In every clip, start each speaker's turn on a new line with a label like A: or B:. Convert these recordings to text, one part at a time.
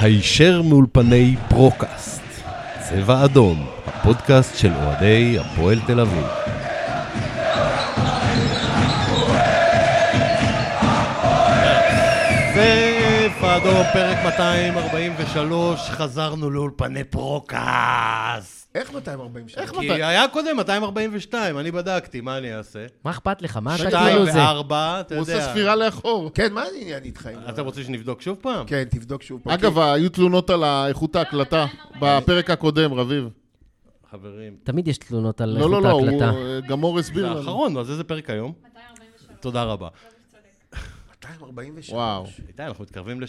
A: הישר מאולפני פרוקאסט, צבע אדום, הפודקאסט של אוהדי הפועל תל אביב.
B: צבע אדום, פרק 243, חזרנו לאולפני פרוקאסט.
C: איך 240 שנה?
B: כי היה קודם 242, אני בדקתי, מה אני אעשה?
D: מה אכפת לך? מה אתה
B: שתיים
D: כאילו זה?
B: וארבע, אתה
E: הוא עושה
B: יודע.
E: ספירה לאחור.
C: כן, מה העניין איתך עם...
B: אתה רוצה שנבדוק שוב פעם?
C: כן, תבדוק שוב פעם.
E: אגב, היו תלונות על איכות ההקלטה בפרק הקודם, רביב.
B: חברים,
D: תמיד יש תלונות על
E: לא, לא,
D: איכות
E: לא, הוא
D: ההקלטה.
E: אה, גם אור
B: זה
E: הסביר לנו.
B: האחרון, אז איזה פרק היום? 243. תודה רבה.
C: כי 243.
E: וואו.
B: איתי, אנחנו מתקרבים ל-666.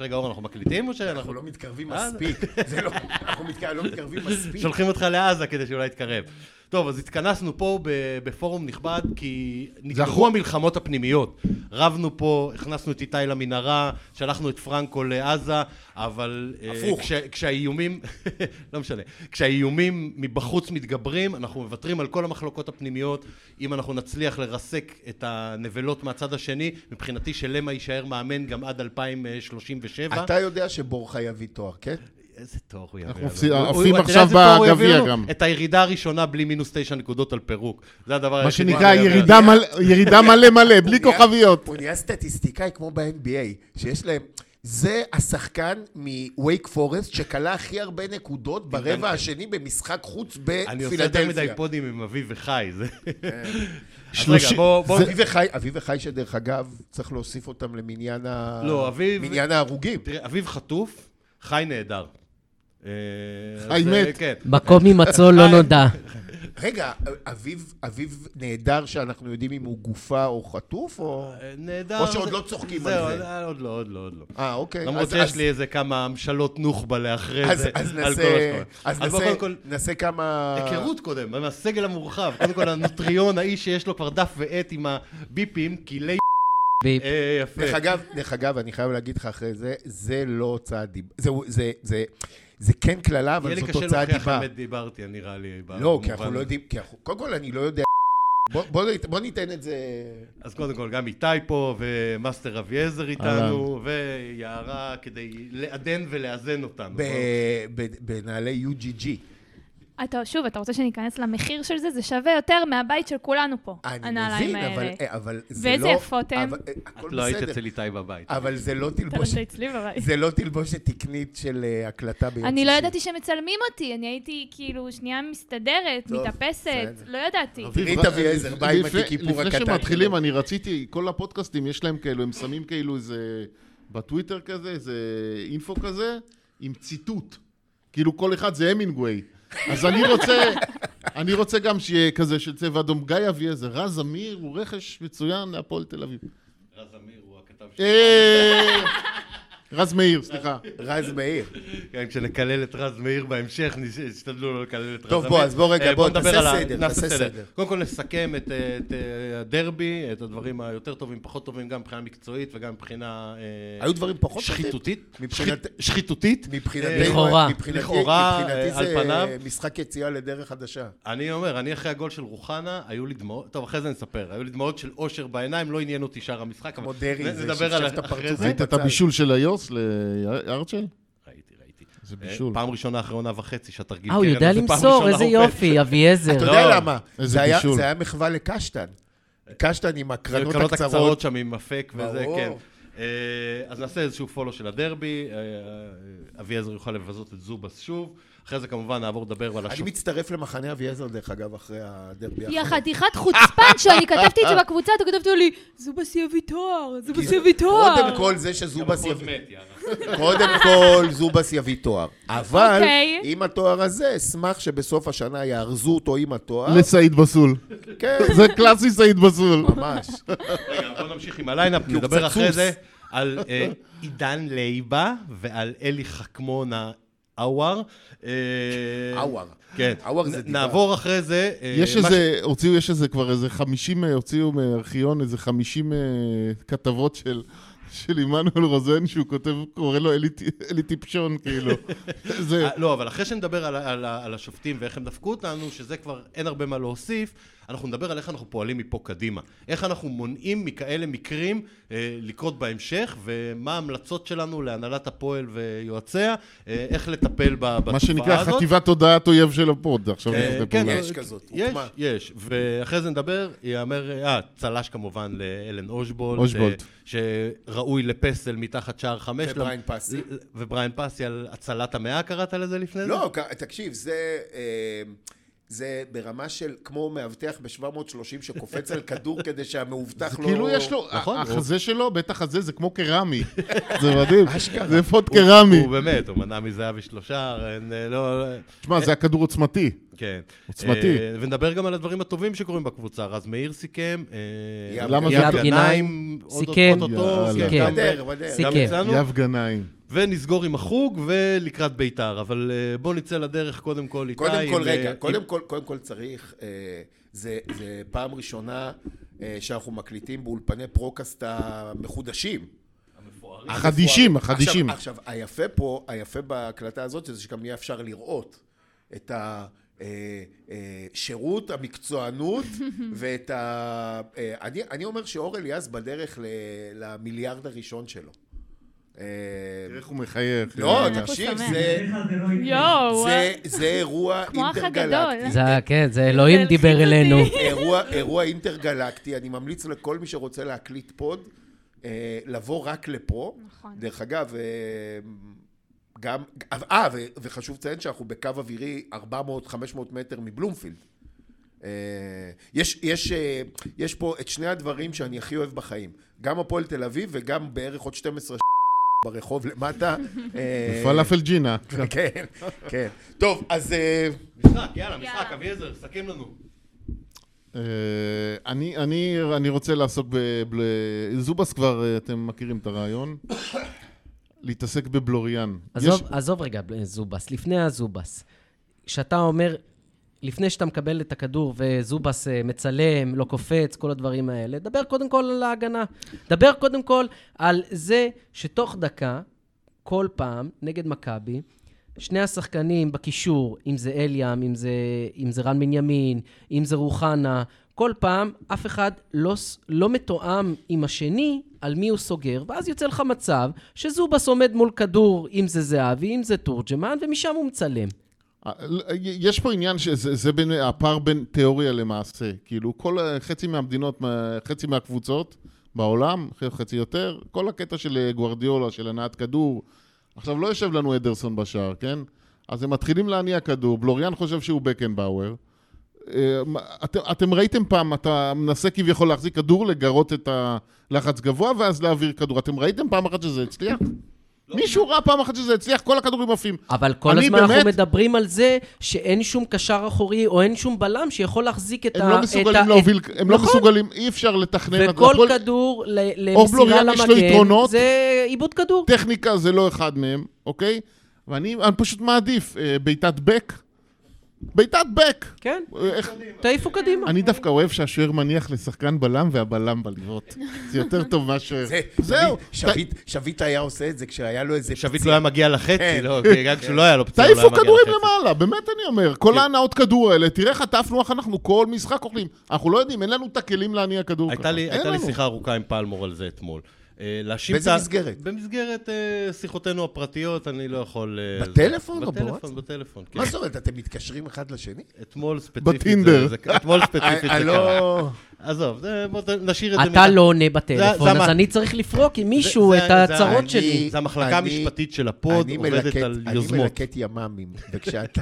B: רגע, אורן, אנחנו מקליטים או
C: אנחנו
B: שאנחנו...
C: לא מתקרבים
B: אה?
C: מספיק. זה לא... אנחנו מתק- לא מתקרבים מספיק.
B: שולחים אותך לעזה כדי שאולי תתקרב. טוב, אז התכנסנו פה ב- בפורום נכבד, כי נגמרו
E: אחו-
B: המלחמות הפנימיות. רבנו פה, הכנסנו את איתי למנהרה, שלחנו את פרנקו לעזה, אבל... אה,
C: הפוך.
B: כש- כשהאיומים... לא משנה. כשהאיומים מבחוץ מתגברים, אנחנו מוותרים על כל המחלוקות הפנימיות. אם אנחנו נצליח לרסק את הנבלות מהצד השני, מבחינתי שלמה יישאר מאמן גם עד 2037.
C: אתה יודע שברכה יביא תואר, כן?
B: איזה תואר הוא יביא.
E: אנחנו
B: לנו.
E: מפסיד-
B: הוא-
E: עפים
B: הוא- אתה יודע
E: עכשיו
B: איזה תואר הוא
E: בגביע
B: יביא לנו?
E: גם.
B: את הירידה הראשונה בלי מינוס תשע נקודות על פירוק. זה הדבר
E: מה
B: היחיד
E: שנקרא,
B: שהוא יביא.
E: ירידה מלא- ירידה מלא
B: אה,
E: מלא, בלי
C: הוא נהיה-
E: כוכביות.
C: הוא נהיה סטטיסטיקאי כמו ב-NBA, שיש להם... זה השחקן מווייק פורסט שכלה הכי הרבה נקודות ברבע השני במשחק חוץ
B: כן, אני עושה יותר מדי
C: בפילדלפיה.
B: פודים עם אביב וחי. זה- אז רגע,
E: כן. שלושים-
B: בוא... בוא-
C: אביב וחי, אביב וחי שדרך אגב, צריך להוסיף אותם למניין ה...
B: לא, אביב-
C: מניין ההרוגים.
B: תראה, אביב חטוף, חי נהדר. אה,
E: חי
B: אז, אה,
E: מת.
B: כן.
D: מקום הימצאו לא נודע.
C: רגע, אביב, אביב נהדר שאנחנו יודעים אם הוא גופה או חטוף או...
B: אה, נהדר.
C: או שעוד לא צוחקים
B: זהו,
C: על זה.
B: אה, עוד לא, עוד לא, עוד לא.
C: אה, אוקיי.
B: למרות
C: אז-
B: שיש
C: אז-
B: לי איזה כמה המשלות נוח'בה לאחרי
C: אז
B: זה.
C: אז
B: על כל
C: נעשה...
B: מה
C: אז
B: שקורה. בוא, קודם
C: נעשה-
B: כל,
C: נעשה כמה...
B: היכרות קודם, מהסגל המורחב. קודם כל הנוטריון, האיש שיש לו כבר דף ועט עם הביפים, כי לי...
D: ביפ.
B: אה, יפה.
C: דרך אגב, דרך אגב, אני חייב להגיד לך אחרי זה, זה לא הוצאת דיבה. זהו, זה- זה- זה כן קללה,
B: יהיה
C: אבל
B: לי
C: זאת
B: קשה
C: הוצאת
B: להוכיח
C: דיבה.
B: באמת דיברתי, נראה לי.
C: לא, כי
B: במובן
C: אנחנו לא
B: הזה.
C: יודעים... כי אנחנו- קודם כל, אני לא יודע... בוא- בוא נית- בוא ניתן את זה...
B: אז קודם כל, גם איתי פה, ומאסטר אביעזר איתנו, ויערה, כדי לעדן ולאזן אותנו. נכון?
C: ב- ב- בנעלי UGG.
F: אתה, שוב, אתה רוצה שניכנס למחיר של זה? זה שווה יותר מהבית של כולנו פה,
C: אני
F: הנעליים
C: מבין, אבל-
F: האלה.
C: אבל זה לא...
F: ואיזה יפות הן?
C: אבל- הכל
B: את לא היית
C: בסדר.
B: אצל איתי בבית.
C: אבל זה לא
F: אתה
C: תלבושת,
F: נמצא אצלי בבית.
C: זה לא תלבושת תקנית של אה, הקלטה ביום שישי.
F: אני לא ידעתי שמצלמים אותי, אני הייתי כאילו שנייה מסתדרת,
C: טוב,
F: מתאפסת,
C: בסדר.
F: לא ידעתי.
C: תראי את אביעזר, בא עם
E: לפני-
C: הכיפור
E: לפני
C: הקטן. כאילו.
E: שמתחילים, אני רציתי, כל הפודקאסטים יש להם כאלו, הם שמים כאילו איזה, בטוויטר כזה, איזה אינפו כזה, עם ציטוט. כאילו כל אחד זה המינגווי. אז אני רוצה, אני רוצה גם שיהיה כזה של צבע אדום. גיא אביעזר, רז אמיר הוא רכש מצוין להפועל תל אביב.
B: רז אמיר הוא הכתב שלי.
E: אה, רז מאיר, סליחה.
C: רז מאיר.
B: כן, כשנקלל את רז מאיר בהמשך, נש- נשתדלו לא לקלל את רז
C: טוב,
B: מאיר.
C: בוא, אז בוא רגע,
B: אה,
C: בוא,
B: נדבר
C: תעשה
B: על ה-
C: סדר,
B: נעשה
C: תעשה
B: סדר.
C: סדר.
B: קודם כל נסכם את אה, את, אה, הדרבי, את הדברים היותר טובים, פחות טובים, גם מבחינה מקצועית וגם מבחינה... אה,
C: היו דברים פחות טובים?
B: שחיתותית?
C: מבחינת-
B: שחית- שחיתותית?
C: מבחינתי,
D: לכאורה.
C: מבחינתי,
B: לכאורה,
C: מבחינתי
B: אה, על פניו.
C: זה משחק יציאה לדרך חדשה.
B: אני אומר, אני אחרי הגול של רוחנה, היו לי דמעות, טוב, אחרי זה נספר, היו לי דמעות של אושר בעיניים, לא עניין אותי שאר המשחק,
C: כמו
B: אבל
C: דרעי,
B: נ-
C: זה
B: נדבר על
C: שפשף את
B: אחרי
C: הפרצוף.
B: זה.
E: ראית את הבישול של היוס לארצ'ל?
B: ראיתי, ראיתי.
E: זה
B: אה,
E: בישול.
B: פעם ראשונה אחרי עונה וחצי שהתרגיל
D: אה, הוא
B: קרן
D: יודע
B: הזה, פעם
D: למסור,
B: ראשונה
D: איזה
B: הוא
D: יופי,
C: אתה
B: לא.
D: אביעזר.
C: יודע למה?
E: איזה
C: זה היה-
E: בישול.
C: זה היה מחווה לקשטן. קשטן עם
B: זה
C: הקרנות
B: הקרנות הקצרות
C: הקצרות.
B: שם עם הפק וזה,
C: ברור.
B: כן. אה, אז נעשה איזשהו פולו של הדרבי, אה, אביעזר יוכל לבזות את זובס שוב, אחרי זה כמובן נעבור לדבר על
C: אני
B: השופט.
C: מצטרף למחנה אביעזר, דרך אגב, אחרי הדרבי. האחרון.
F: היא החתיכת חוצפן שאני כתבתי את זה בקבוצה, אתה כתבת לי, זובס יביא תואר,
C: כי
F: זובס
C: זה-
F: יביא תואר.
C: קודם כל זה שזובס
B: גם אחוז
C: יביא...
B: מת, יאללה.
C: קודם כל, זובס יביא תואר. אבל
F: אוקיי.
C: עם התואר הזה, אשמח שבסוף השנה יארזו אותו עם התואר.
E: לסעיד בסול.
C: כן,
E: זה קלאסי סעיד בסול.
C: ממש.
B: כן. רגע, בוא נמשיך עם הליינאפ,
C: הוא
B: נדבר
C: קצת
B: אחרי
C: סוס.
B: זה על אה, עידן לייבה ועל אלי חכמון האוואר. אה,
C: אוואר.
B: כן.
C: אוואר זה
B: נ-
C: דיבה.
B: נעבור אחרי זה. אה,
E: יש
B: מה
E: איזה, הוציאו, יש איזה כבר איזה 50, אה, הוציאו מארכיון איזה 50 אה, כתבות של... של עמנואל רוזן, שהוא כותב, קורא לו אלי, ט- אלי טיפשון, כאילו. זה,
B: אה, לא, אבל אחרי שנדבר על, ה- על, ה- על השופטים ואיך הם דפקו אותנו, שזה כבר אין הרבה מה להוסיף, אנחנו נדבר על איך אנחנו פועלים מפה קדימה. איך אנחנו מונעים מכאלה מקרים אה, לקרות בהמשך, ומה ההמלצות שלנו להנהלת הפועל ויועציה, אה, איך לטפל ב- בתופעה הזאת.
E: מה שנקרא חטיבת תודעת אויב של הפוד. עכשיו
B: אה,
E: נכנסתי
B: כן,
E: פעולה.
C: יש כזאת,
B: יש,
C: הוקמה.
B: יש, ואחרי זה נדבר, ייאמר, אה, צל"ש כמובן לאלן אושבולט,
E: אושבולט.
B: ש- שראוי לפסל מתחת שער חמש.
C: ובריין
B: למ-
C: פסי.
B: ל- ובריין פסי על הצלת המאה קראת לזה לפני זה?
C: לא, כ- תקשיב, זה... אה, זה ברמה של כמו מאבטח ב-730 שקופץ על כדור כדי שהמאובטח
E: זה
C: לא...
E: כאילו יש לו,
B: נכון,
E: ה-
B: הוא-
E: החזה שלו, בית החזה זה כמו קרמי. זה מדהים.
C: אשכרה.
E: זה אפוד
B: הוא-
E: קרמי.
B: הוא באמת, הוא מנע מזהבי שלושה, אין, אה, לא... לא-
E: תשמע, זה הכדור עוצמתי.
B: כן.
E: עוצמתי.
B: אה, ונדבר גם על הדברים הטובים שקורים בקבוצה. רז מאיר סיכם, אה,
C: יאב
E: למה
B: יאב
E: זה-
B: גנאים, עוד-
D: סיכם,
B: אוטוטו,
E: יאללה.
B: כן, גם-
C: בדרך, בדרך.
B: גם
D: סיכם.
B: אצלנו.
E: יב גנאים.
B: אה, ונסגור עם החוג ולקראת ביתר, אבל אה, בוא נצא לדרך קודם כל איתי.
C: קודם כל,
B: עם,
C: רגע,
B: אה,
C: קודם כל, קודם כל צריך, אה, זה, זה פעם ראשונה אה, שאנחנו מקליטים באולפני פרוקאסט המחודשים.
E: החדישים,
C: עכשיו-
E: החדישים.
C: עכשיו, היפה פה, היפה בהקלטה הזאת, זה שגם יהיה אפשר לראות את ה... אה, אה, שירות, המקצוענות ואת ה... אה, אני, אני אומר שאור אליאס בדרך ל, למיליארד הראשון שלו. אה,
E: תראה איך הוא מחייך. אה,
C: לא,
F: איך הוא
C: תקשיב,
F: שמח.
C: זה,
F: יואו,
C: זה, זה אירוע
F: כמו האח
C: אינטרגלקטי.
F: הגדול.
D: זה, ה- כן, זה אלוהים
F: זה
D: דיבר
F: הלחיץ
D: אלינו.
F: אותי.
C: אירוע, אירוע אינטרגלקטי, אני ממליץ לכל מי שרוצה להקליט פוד, אה, לבוא רק לפה.
F: נכון.
C: דרך אגב, אה, גם, אה, ו- וחשוב לציין שאנחנו בקו אווירי 400-500 מטר מבלומפילד. אה, יש, יש, אה, יש פה את שני הדברים שאני הכי אוהב בחיים, גם הפועל תל אביב וגם בערך עוד 12 ברחוב למטה. אה,
E: פלאפל ג'ינה.
C: כן, כן. טוב, אז... אה,
B: משחק, יאללה, משחק,
F: יאללה.
B: אביעזר, סכם לנו.
E: אה, אני, אני, אני רוצה לעסוק ב- ב- זובס כבר, אה, אתם מכירים את הרעיון? להתעסק בבלוריאן.
D: עזוב, עזוב רגע, ב- זובס, לפני הזובס. כשאתה אומר, לפני שאתה מקבל את הכדור וזובס אה, מצלם, לא קופץ, כל הדברים האלה, דבר קודם כל על ההגנה. דבר קודם כל על זה שתוך דקה, כל פעם, נגד מכבי, שני השחקנים בקישור, אם זה אליאם, אם זה, אם זה רן בנימין, אם זה רוחנה, כל פעם אף אחד לא, ס- לא מתואם עם השני על מי הוא סוגר, ואז יוצא לך מצב שזובס עומד מול כדור, אם זה זהבי, אם זה תורג'מן, ומשם הוא מצלם.
E: אה, אה, יש פה עניין שזה זה בין, הפער בין תיאוריה למעשה. כאילו, כל, ה- חצי מהמדינות, מה- חצי מהקבוצות בעולם, חצי יותר, כל הקטע של אה, גוורדיולה, של הנעת כדור. עכשיו, לא יושב לנו אדרסון בשער, כן? אז הם מתחילים להניע כדור, בלוריאן חושב שהוא בקנבאואר. אה, מה- אתם, אתם ראיתם פעם, אתה מנסה כביכול להחזיק כדור, לגרות את הלחץ גבוה ואז להעביר כדור. אתם ראיתם פעם אחת שזה הצליח? מישהו ראה פעם אחת שזה הצליח? כל הכדורים עפים.
D: אבל כל
E: אני
D: הזמן באמת...
E: באמת-
D: אנחנו מדברים על זה שאין שום קשר אחורי או אין שום בלם שיכול להחזיק את ה...
E: הם לא
D: את
E: מסוגלים
D: ה-
E: להוביל, הם לא
D: נכון.
E: מסוגלים, אי אפשר לתכנן.
D: וכל
E: הכל-
D: כדור ל-
E: אור
D: למסירה
E: בלוריאן יש לו
D: למגן,
E: יתרונות.
D: זה עיבוד כדור.
E: טכניקה זה לא אחד מהם, אוקיי? ואני אני פשוט מעדיף אה, בעיטת בק. בעיטת בק!
D: כן,
E: אה, איך-
D: תעיפו קדימה.
E: אני דווקא אוהב שהשוער מניח לשחקן בלם והבלם בלבעוט. זה יותר טוב מהשוער.
C: זה-
E: זהו,
C: שביט- שביט, שביט היה עושה את זה כשהיה לו איזה...
B: שביט
C: פציעה.
B: לא היה מגיע לחצי,
C: כן.
B: לא, גם כשהוא לא היה לו פציעה, הוא לא היה
E: תעיפו
B: מגיע
E: כדורים
B: לחצי.
E: למעלה, באמת אני אומר.
B: כן.
E: כל ההנאות כדור האלה, תראה חטפנו איך אנחנו כל משחק אוכלים. אנחנו לא יודעים, אין לנו את הכלים להניע כדור
B: הייתה
E: ככה.
B: לי-
E: אין
B: הייתה לי
E: לנו.
B: שיחה ארוכה עם פלמור על זה אתמול. אה, להאשים
C: באיזה
B: את ה-
C: מסגרת?
B: במסגרת אה, שיחותינו הפרטיות, אני לא יכול... אה, זה-
C: בטלפון או בוואטסאפ?
B: בטלפון, בטלפון, כן.
C: מה זאת אומרת, אתם מתקשרים אחד לשני?
B: אתמול ספציפית
E: בטינדר.
B: זה- זה- אתמול ספציפית זה קרה.
C: אני לא...
B: עזוב, זה- בוא ת- נשאיר את זה.
D: אתה
B: מתחת-
D: לא עונה
B: זה
D: בטלפון, אז
B: המה-
D: אני צריך לפרוק עם מישהו
B: זה-
D: את
B: זה-
D: הצרות
B: אני-
D: שלי.
B: זה המחלקה
C: אני-
B: המשפטית של הפוד,
C: אני
B: עובדת
C: מלקט-
B: על
C: אני
B: יוזמות.
C: מלקט ימ"מים, וכשאתה...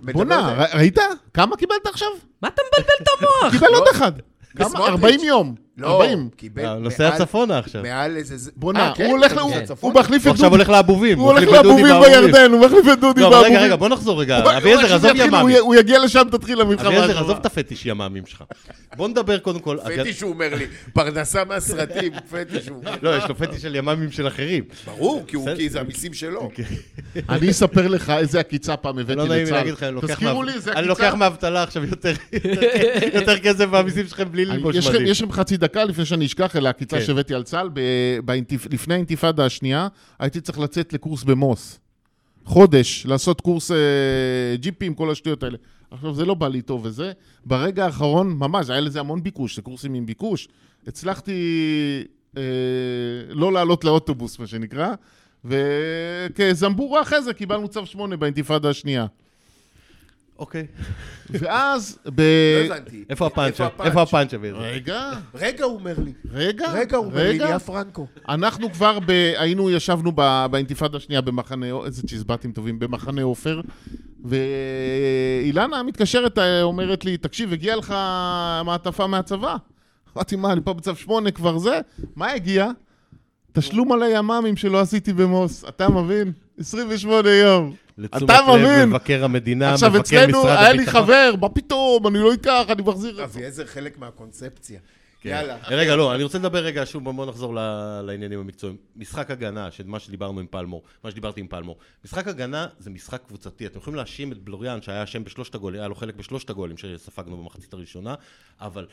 C: מדבר
E: בואנה,
C: על
B: לא
C: זה-
E: ר- ראית? כמה קיבלת עכשיו?
D: מה אתה מבלבל את המוח?
E: קיבל עוד אחד. כמה?
C: בסמוטריץ'.
E: 40 יום.
C: לא,
E: 40.
C: קיבל
B: אה, נוסע
C: מעל-
B: צפונה עכשיו.
C: מעל איזה... זה-
E: בואנה,
C: אה, כן,
E: הוא הולך,
C: כן,
E: הוא-
C: זה
E: הוא
C: צפונה.
E: מחליף
B: הוא
E: את
B: עכשיו
E: דודי.
B: הולך לאבובים.
E: הוא הולך
B: את דודי
E: לאבובים
B: באבובים.
E: בירדן, הוא מחליף את דודי
B: לא, אבל רגע,
E: באבובים.
B: רגע, בוא נחזור רגע.
E: הוא- הוא
B: אביעזר,
E: עכשיו
B: עזוב
C: כאילו
E: יתחיל, הוא
B: ימ"מים.
E: י- הוא יגיע לשם, תתחיל המלחמה.
B: אביעזר,
E: הבאה.
B: עזוב את הפטיש ימ"מים שלך. בוא נדבר קודם כל... אביע-
C: פטיש הוא אומר לי, פרנסה מהסרטים, פטיש הוא...
B: לא, יש לו פטיש של ימ"מים של אחרים.
C: ברור, כי הוא-
B: בסדר.
C: כי זה המיסים שלו.
E: אני אספר לך איזה עקיצה פעם הבאתי
B: לא
E: לצה"ל.
B: נעים לי להגיד לך, אני לוקח
E: תזכירו
B: מה-
E: לי, זה
B: אני לוקח
E: עקיצה.
B: מהאבטלה עכשיו יותר- יותר- יותר כסף מהמיסים שלכם בלי
E: אני-
B: ללבוש
E: יש לכם-
B: מדים.
E: יש לכם חצי דקה לפני שאני אשכח, אלא עקיצה
B: כן.
E: שהבאתי על צה"ל. ב- באינתיפ- לפני האינתיפאדה השנייה, הייתי צריך לצאת לקורס במוס. חודש, לעשות קורס אה, ג'יפים, כל השטויות האלה. עכשיו, זה לא בא לי טוב וזה. ברגע האחרון, ממש, היה לזה המון ביקוש, זה קורסים עם ביקוש. הצלחתי אה, לא לעלות לאוטובוס, מה שנקרא, וכזמבורה אחרי זה קיבלנו צו 8 באינתיפאדה השנייה.
B: אוקיי.
E: ואז, ב...
C: לא הבנתי.
B: אה, איפה הפאנצ'ה? איפה הפאנצ'ה בזה?
E: רגע,
C: רגע, הוא אומר לי.
E: רגע,
C: רגע, הוא אומר לי, נהיה פרנקו.
E: אנחנו כבר ב... היינו, ישבנו ב... באינתיפאדה השנייה במחנה, איזה צ'יזבטים טובים, במחנה עופר, ואילנה מתקשרת, אה, אומרת לי, תקשיב, הגיעה לך מעטפה מהצבא. אמרתי, מה, אני פה בצו שמונה כבר זה? מה הגיע? תשלום על הימ"מים שלא עשיתי במוס, אתה מבין? 28 יום.
B: לתשומת
E: אתה
B: לב
E: מבין?
B: מבקר המדינה, מבקר משרד
E: עכשיו
B: הביטחון.
E: אצלנו, היה לי חבר, מה פתאום, אני לא אקח, אני מחזיר לך.
C: אביעזר חלק מהקונספציה.
B: כן.
C: יאללה.
B: רגע, לא, אני רוצה לדבר רגע, שוב, בואו נחזור ל- לעניינים המקצועיים. משחק הגנה, של מה שדיברנו עם פלמור, מה שדיברתי עם פלמור. משחק הגנה זה משחק קבוצתי. אתם יכולים להאשים את בלוריאן, שהיה אשם בשלושת הגולים, היה לו חלק בשלושת הגולים שספגנו במחצית הראשונה, אבל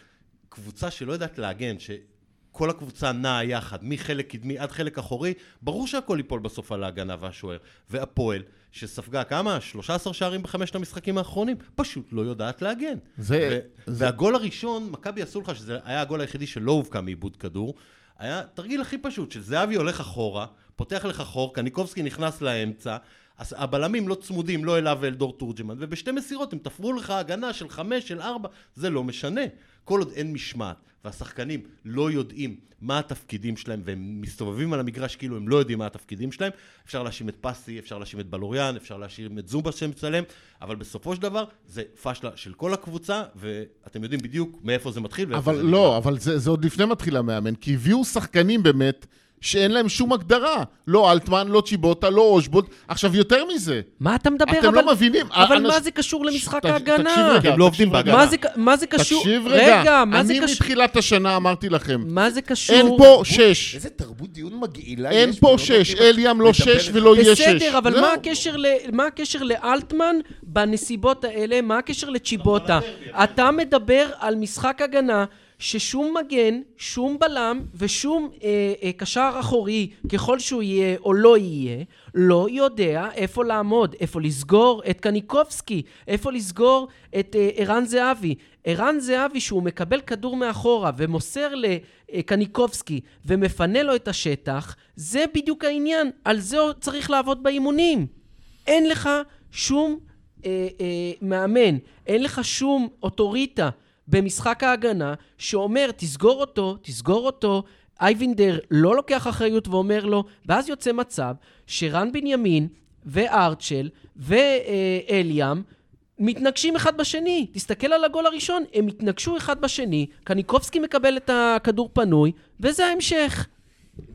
B: קבוצה שלא יודעת להגן, שכל הקבוצה נעה יחד, מחלק קדמי עד חלק אחורי, ברור שהכל ייפול בסוף על ההגנה והשוער. והפועל, שספגה כמה? 13 שערים בחמשת המשחקים האחרונים, פשוט לא יודעת להגן.
E: זה-
B: ו- והגול הראשון, מכבי עשו לך, שזה היה הגול היחידי שלא הובקע מעיבוד כדור, היה תרגיל הכי פשוט, שזהבי הולך אחורה, פותח לך חור, קניקובסקי נכנס לאמצע, אז הבלמים לא צמודים, לא אליו ואל דור תורג'מן, ובשתי מסירות הם תפרו לך הגנה של חמש, של ארבע, זה לא משנה. כל עוד אין משמעת, והשחקנים לא יודעים מה התפקידים שלהם, והם מסתובבים על המגרש כאילו הם לא יודעים מה התפקידים שלהם, אפשר להאשים את פסי, אפשר להאשים את בלוריאן, אפשר להאשים את זובה שמצלם, אבל בסופו של דבר זה פשלה של כל הקבוצה, ואתם יודעים בדיוק מאיפה זה מתחיל. ואיפה
E: אבל
B: זה
E: לא, אבל זה, זה עוד לפני מתחיל המאמן, כי הביאו שחקנים באמת שאין להם שום הגדרה. לא אלטמן, לא צ'יבוטה, לא אושבולט. עכשיו, יותר מזה,
D: מה אתה מדבר?
E: אתם
D: אבל-
E: לא מבינים.
D: אבל
E: אנש-
D: מה זה קשור למשחק
E: ת- תקשיב
D: ההגנה?
E: רגע,
B: הם לא עובדים
E: תקשיב רגע.
B: בהגנה.
D: מה זה ק- מה זה קשור?
E: תקשיב רגע.
D: מה זה
E: אני
D: קשור?
E: מתחילת השנה אמרתי לכם,
D: מה זה קשור?
E: אין פה שש.
C: איזה תרבות דיון מגעילה יש.
E: אין
C: פה,
E: פה
C: לא
E: שש.
C: נותנים
E: אל ים לא
C: לדבר
E: שש
C: אחד.
E: ולא יהיה שש. לא.
D: בסדר, אבל מה
E: זהו.
D: הקשר, ל, מה הקשר לאלטמן בנסיבות האלה? מה הקשר לצ'יבוטה? אתה מדבר על משחק הגנה ששום מגן, שום בלם ושום אה, אה, קשר אחורי, ככל שהוא יהיה או לא יהיה, לא יודע איפה לעמוד, איפה לסגור את קניקובסקי, איפה לסגור את אה, ערן זהבי. ערן זהבי שהוא מקבל כדור מאחורה ומוסר לקניקובסקי אה, ומפנה לו את השטח, זה בדיוק העניין. על זה עוד צריך לעבוד באימונים. אין לך שום אה, אה, מאמן, אין לך שום אוטוריטה במשחק ההגנה שאומר תסגור אותו, תסגור אותו. אייבינדר לא לוקח אחריות ואומר לו, ואז יוצא מצב שרן בנימין וארצ'ל ואליאם מתנגשים אחד בשני. תסתכל על הגול הראשון, הם התנגשו אחד בשני, קניקובסקי מקבל את הכדור פנוי, וזה ההמשך.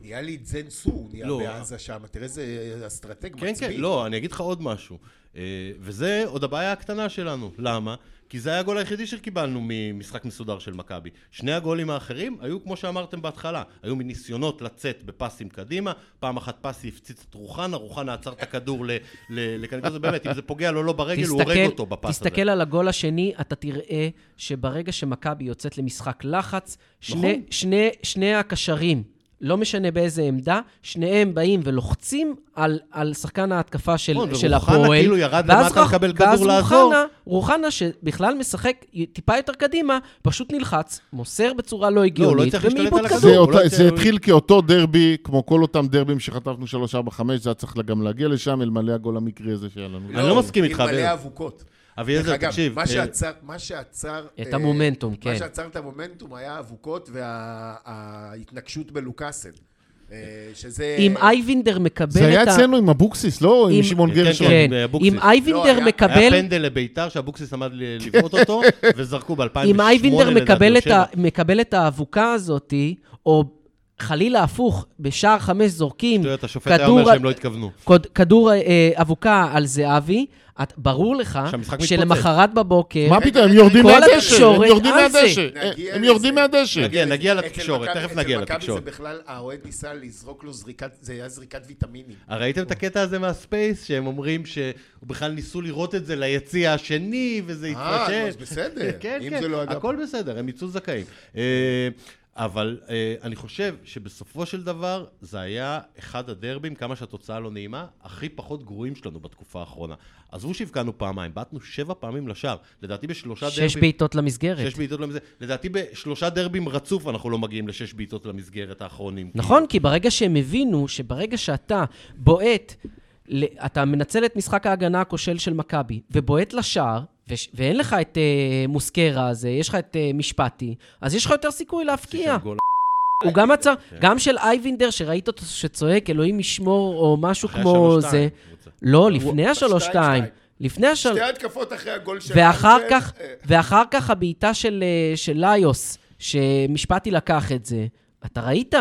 C: נהיה לי צ'ן סו, הוא נהיה
B: לא.
C: בעזה שם. תראה איזה אסטרטג
B: כן,
C: מצביא.
B: כן, לא, אני אגיד לך עוד משהו. אה, וזה עוד הבעיה הקטנה שלנו. למה? כי זה היה הגול היחידי שקיבלנו ממשחק מסודר של מכבי. שני הגולים האחרים היו, כמו שאמרתם בהתחלה, היו מניסיונות לצאת בפסים קדימה, פעם אחת פסי הפציץ את רוחנה, רוחנה עצר את הכדור ל- ל- לקנגוזו, באמת, אם זה פוגע לו לא ברגל, הוא הורג אותו בפס הזה.
D: תסתכל על הגול השני, אתה תראה שברגע שמכבי יוצאת למשחק לחץ, שני,
B: נכון.
D: שני, שני הקשרים, לא משנה באיזה עמדה, שניהם באים ולוחצים על, על שחקן ההתקפה של,
B: נכון,
D: של
B: ורוחנה
D: הפועל.
B: כאילו ירד
D: ואז
B: למטה
D: רוח-
B: לקבל כדור
D: ואז
B: לעזור.
D: רוחנה, רוחנה, שבכלל משחק טיפה יותר קדימה, פשוט נלחץ, מוסר בצורה לא
B: הוא לא
D: הגיונית,
B: הצליח להשתלט
D: ומאיבוד
B: על
D: כדור.
B: הכדור.
E: זה,
B: הוא לא
E: אותה,
B: יצא-
E: זה התחיל כאותו דרבי, כמו כל אותם דרבים שחטפנו 3-4-5, זה היה צריך גם להגיע לשם, אלמלא הגול המקרי הזה שהיה לנו.
B: אני לא מסכים איתך,
C: עם מלא
B: אביעזר.
C: אבוקות.
B: אביעזר,
C: דרך אגב,
B: תקשיב.
C: מה
B: אה,
C: שעצר, מה שעצר...
D: את
C: אה,
D: המומנטום, כן.
C: מה שעצר את המומנטום היה האבוקות וההתנגשות בלוקאסן. אה, שזה...
D: אם אייבינדר מקבל את ה...
E: זה היה אצלנו עם אבוקסיס, לא עם
D: עם-
E: שמעון
B: כן,
E: גרשון.
D: כן,
B: עם, אה, אבוקסיס.
D: אם
C: לא, היה-
D: אייבינדר
C: היה
B: היה
D: מקבל...
B: פנדל לביתר שאבוקסיס עמד ל- לבעוט אותו, וזרקו ב-2008
D: אם אייבינדר מקבל, את ה,
B: ה...
D: מקבל את האבוקה הזאתי, או חלילה הפוך, בשער חמש זורקים,
B: השופט היה אומר
D: כדור-
B: שהם לא התכוונו.
D: כוד- כדור אה, אבוקה על זהבי, את, ברור לך
B: שהמשחק מתפוצץ.
D: שלמחרת בבוקר...
E: מה פתאום, הם יורדים
D: כל
E: מהדשא, הם
D: התקשורת
E: יורדים
D: על זה.
E: מהדשא. אה,
C: נגיע
E: הם
C: לזה.
E: יורדים מהדשא.
B: נגיע, כן, נגיע
C: אצל
B: לתקשורת,
C: מכבי-
B: תכף נגיע
C: אצל מכבי זה
B: לתקשורת.
C: בכלל, האוהד ניסה לזרוק לו זריקת... זה היה זריקת ויטמינים.
B: אה, ראיתם את הקטע הזה מהספייס, שהם אומרים שבכלל ניסו לראות את זה ליציע השני, וזה
C: אה,
B: התפשט?
C: אז בסדר.
B: כן,
C: אם
B: כן,
C: זה לא אגב-
B: הכל בסדר, הם יצאו זכאים. אה, אבל אה, אני חושב שבסופו של דבר זה היה אחד הדרבים, כמה שהתוצאה לא נעימה, הכי פחות גרועים שלנו בתקופה האחרונה. עזבו שהבקענו פעמיים, בעטנו שבע פעמים לשער. לדעתי בשלושה דרבים...
D: שש בעיטות למסגרת.
B: שש בעיטות למסגרת. לדעתי בשלושה דרבים רצוף אנחנו לא מגיעים לשש בעיטות למסגרת האחרונים.
D: נכון, כי ברגע שהם הבינו שברגע שאתה בועט, ל- אתה מנצל את משחק ההגנה הכושל של מכבי, ובועט לשער, וש- ואין לך את אה, מוסקרה הזה, יש לך את אה, משפטי, אז יש לך יותר סיכוי להפקיע.
B: של כאילו, גול.
D: הוא גם עצר,
B: כן.
D: גם של אייבינדר, שראית אותו שצועק, אלוהים ישמור, או משהו
B: אחרי
D: כמו
B: השלוש-שתיים,
D: זה.
B: הוא רוצה.
D: לא, לפני
C: שתיים-שתיים.
D: השלוש-שתיים. לפני השלוש...
C: שתי התקפות אחרי הגול של...
D: ואחר
C: אנטל,
D: כך,
C: אה,
D: ואחר כך הבעיטה של, אה, של ליוס, שמשפטי לקח את זה, אתה ראית?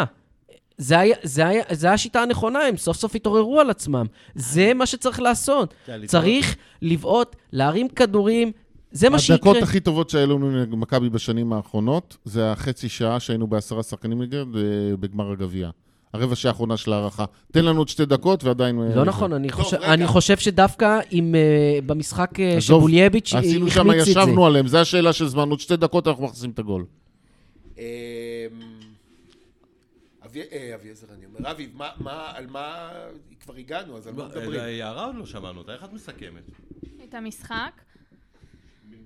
D: זה היה, זה, היה, זה היה השיטה הנכונה, הם סוף סוף התעוררו על עצמם. זה מה שצריך לעשות.
B: כן, להתעורר.
D: צריך לבעוט, להרים כדורים, זה מה שיקרה.
E: הדקות הכי טובות שהיו לנו נגד מכבי בשנים האחרונות, זה החצי שעה שהיינו בעשרה שחקנים נגד אה, בגמר הגביע. הרבע שעה האחרונה של ההערכה. תן לנו עוד שתי דקות ועדיין... אה,
D: לא נכון, אני,
C: טוב,
D: חושב,
C: רגע.
D: אני חושב שדווקא אם uh, במשחק uh,
E: עזוב,
D: שבולייביץ' החמיץ
E: עשינו
D: את
E: שם,
D: זה.
E: ישבנו עליהם, זו השאלה של זמן, עוד שתי דקות אנחנו מכניסים את הגול.
C: אמ, אבי- אה, אביעזר, אני אומר, אביב, מה- מה, על מה, כבר הגענו, אז על מה מדברים?
B: אה, יערה עוד לא שמענו אותה, איך את מסכמת?
F: את המשחק.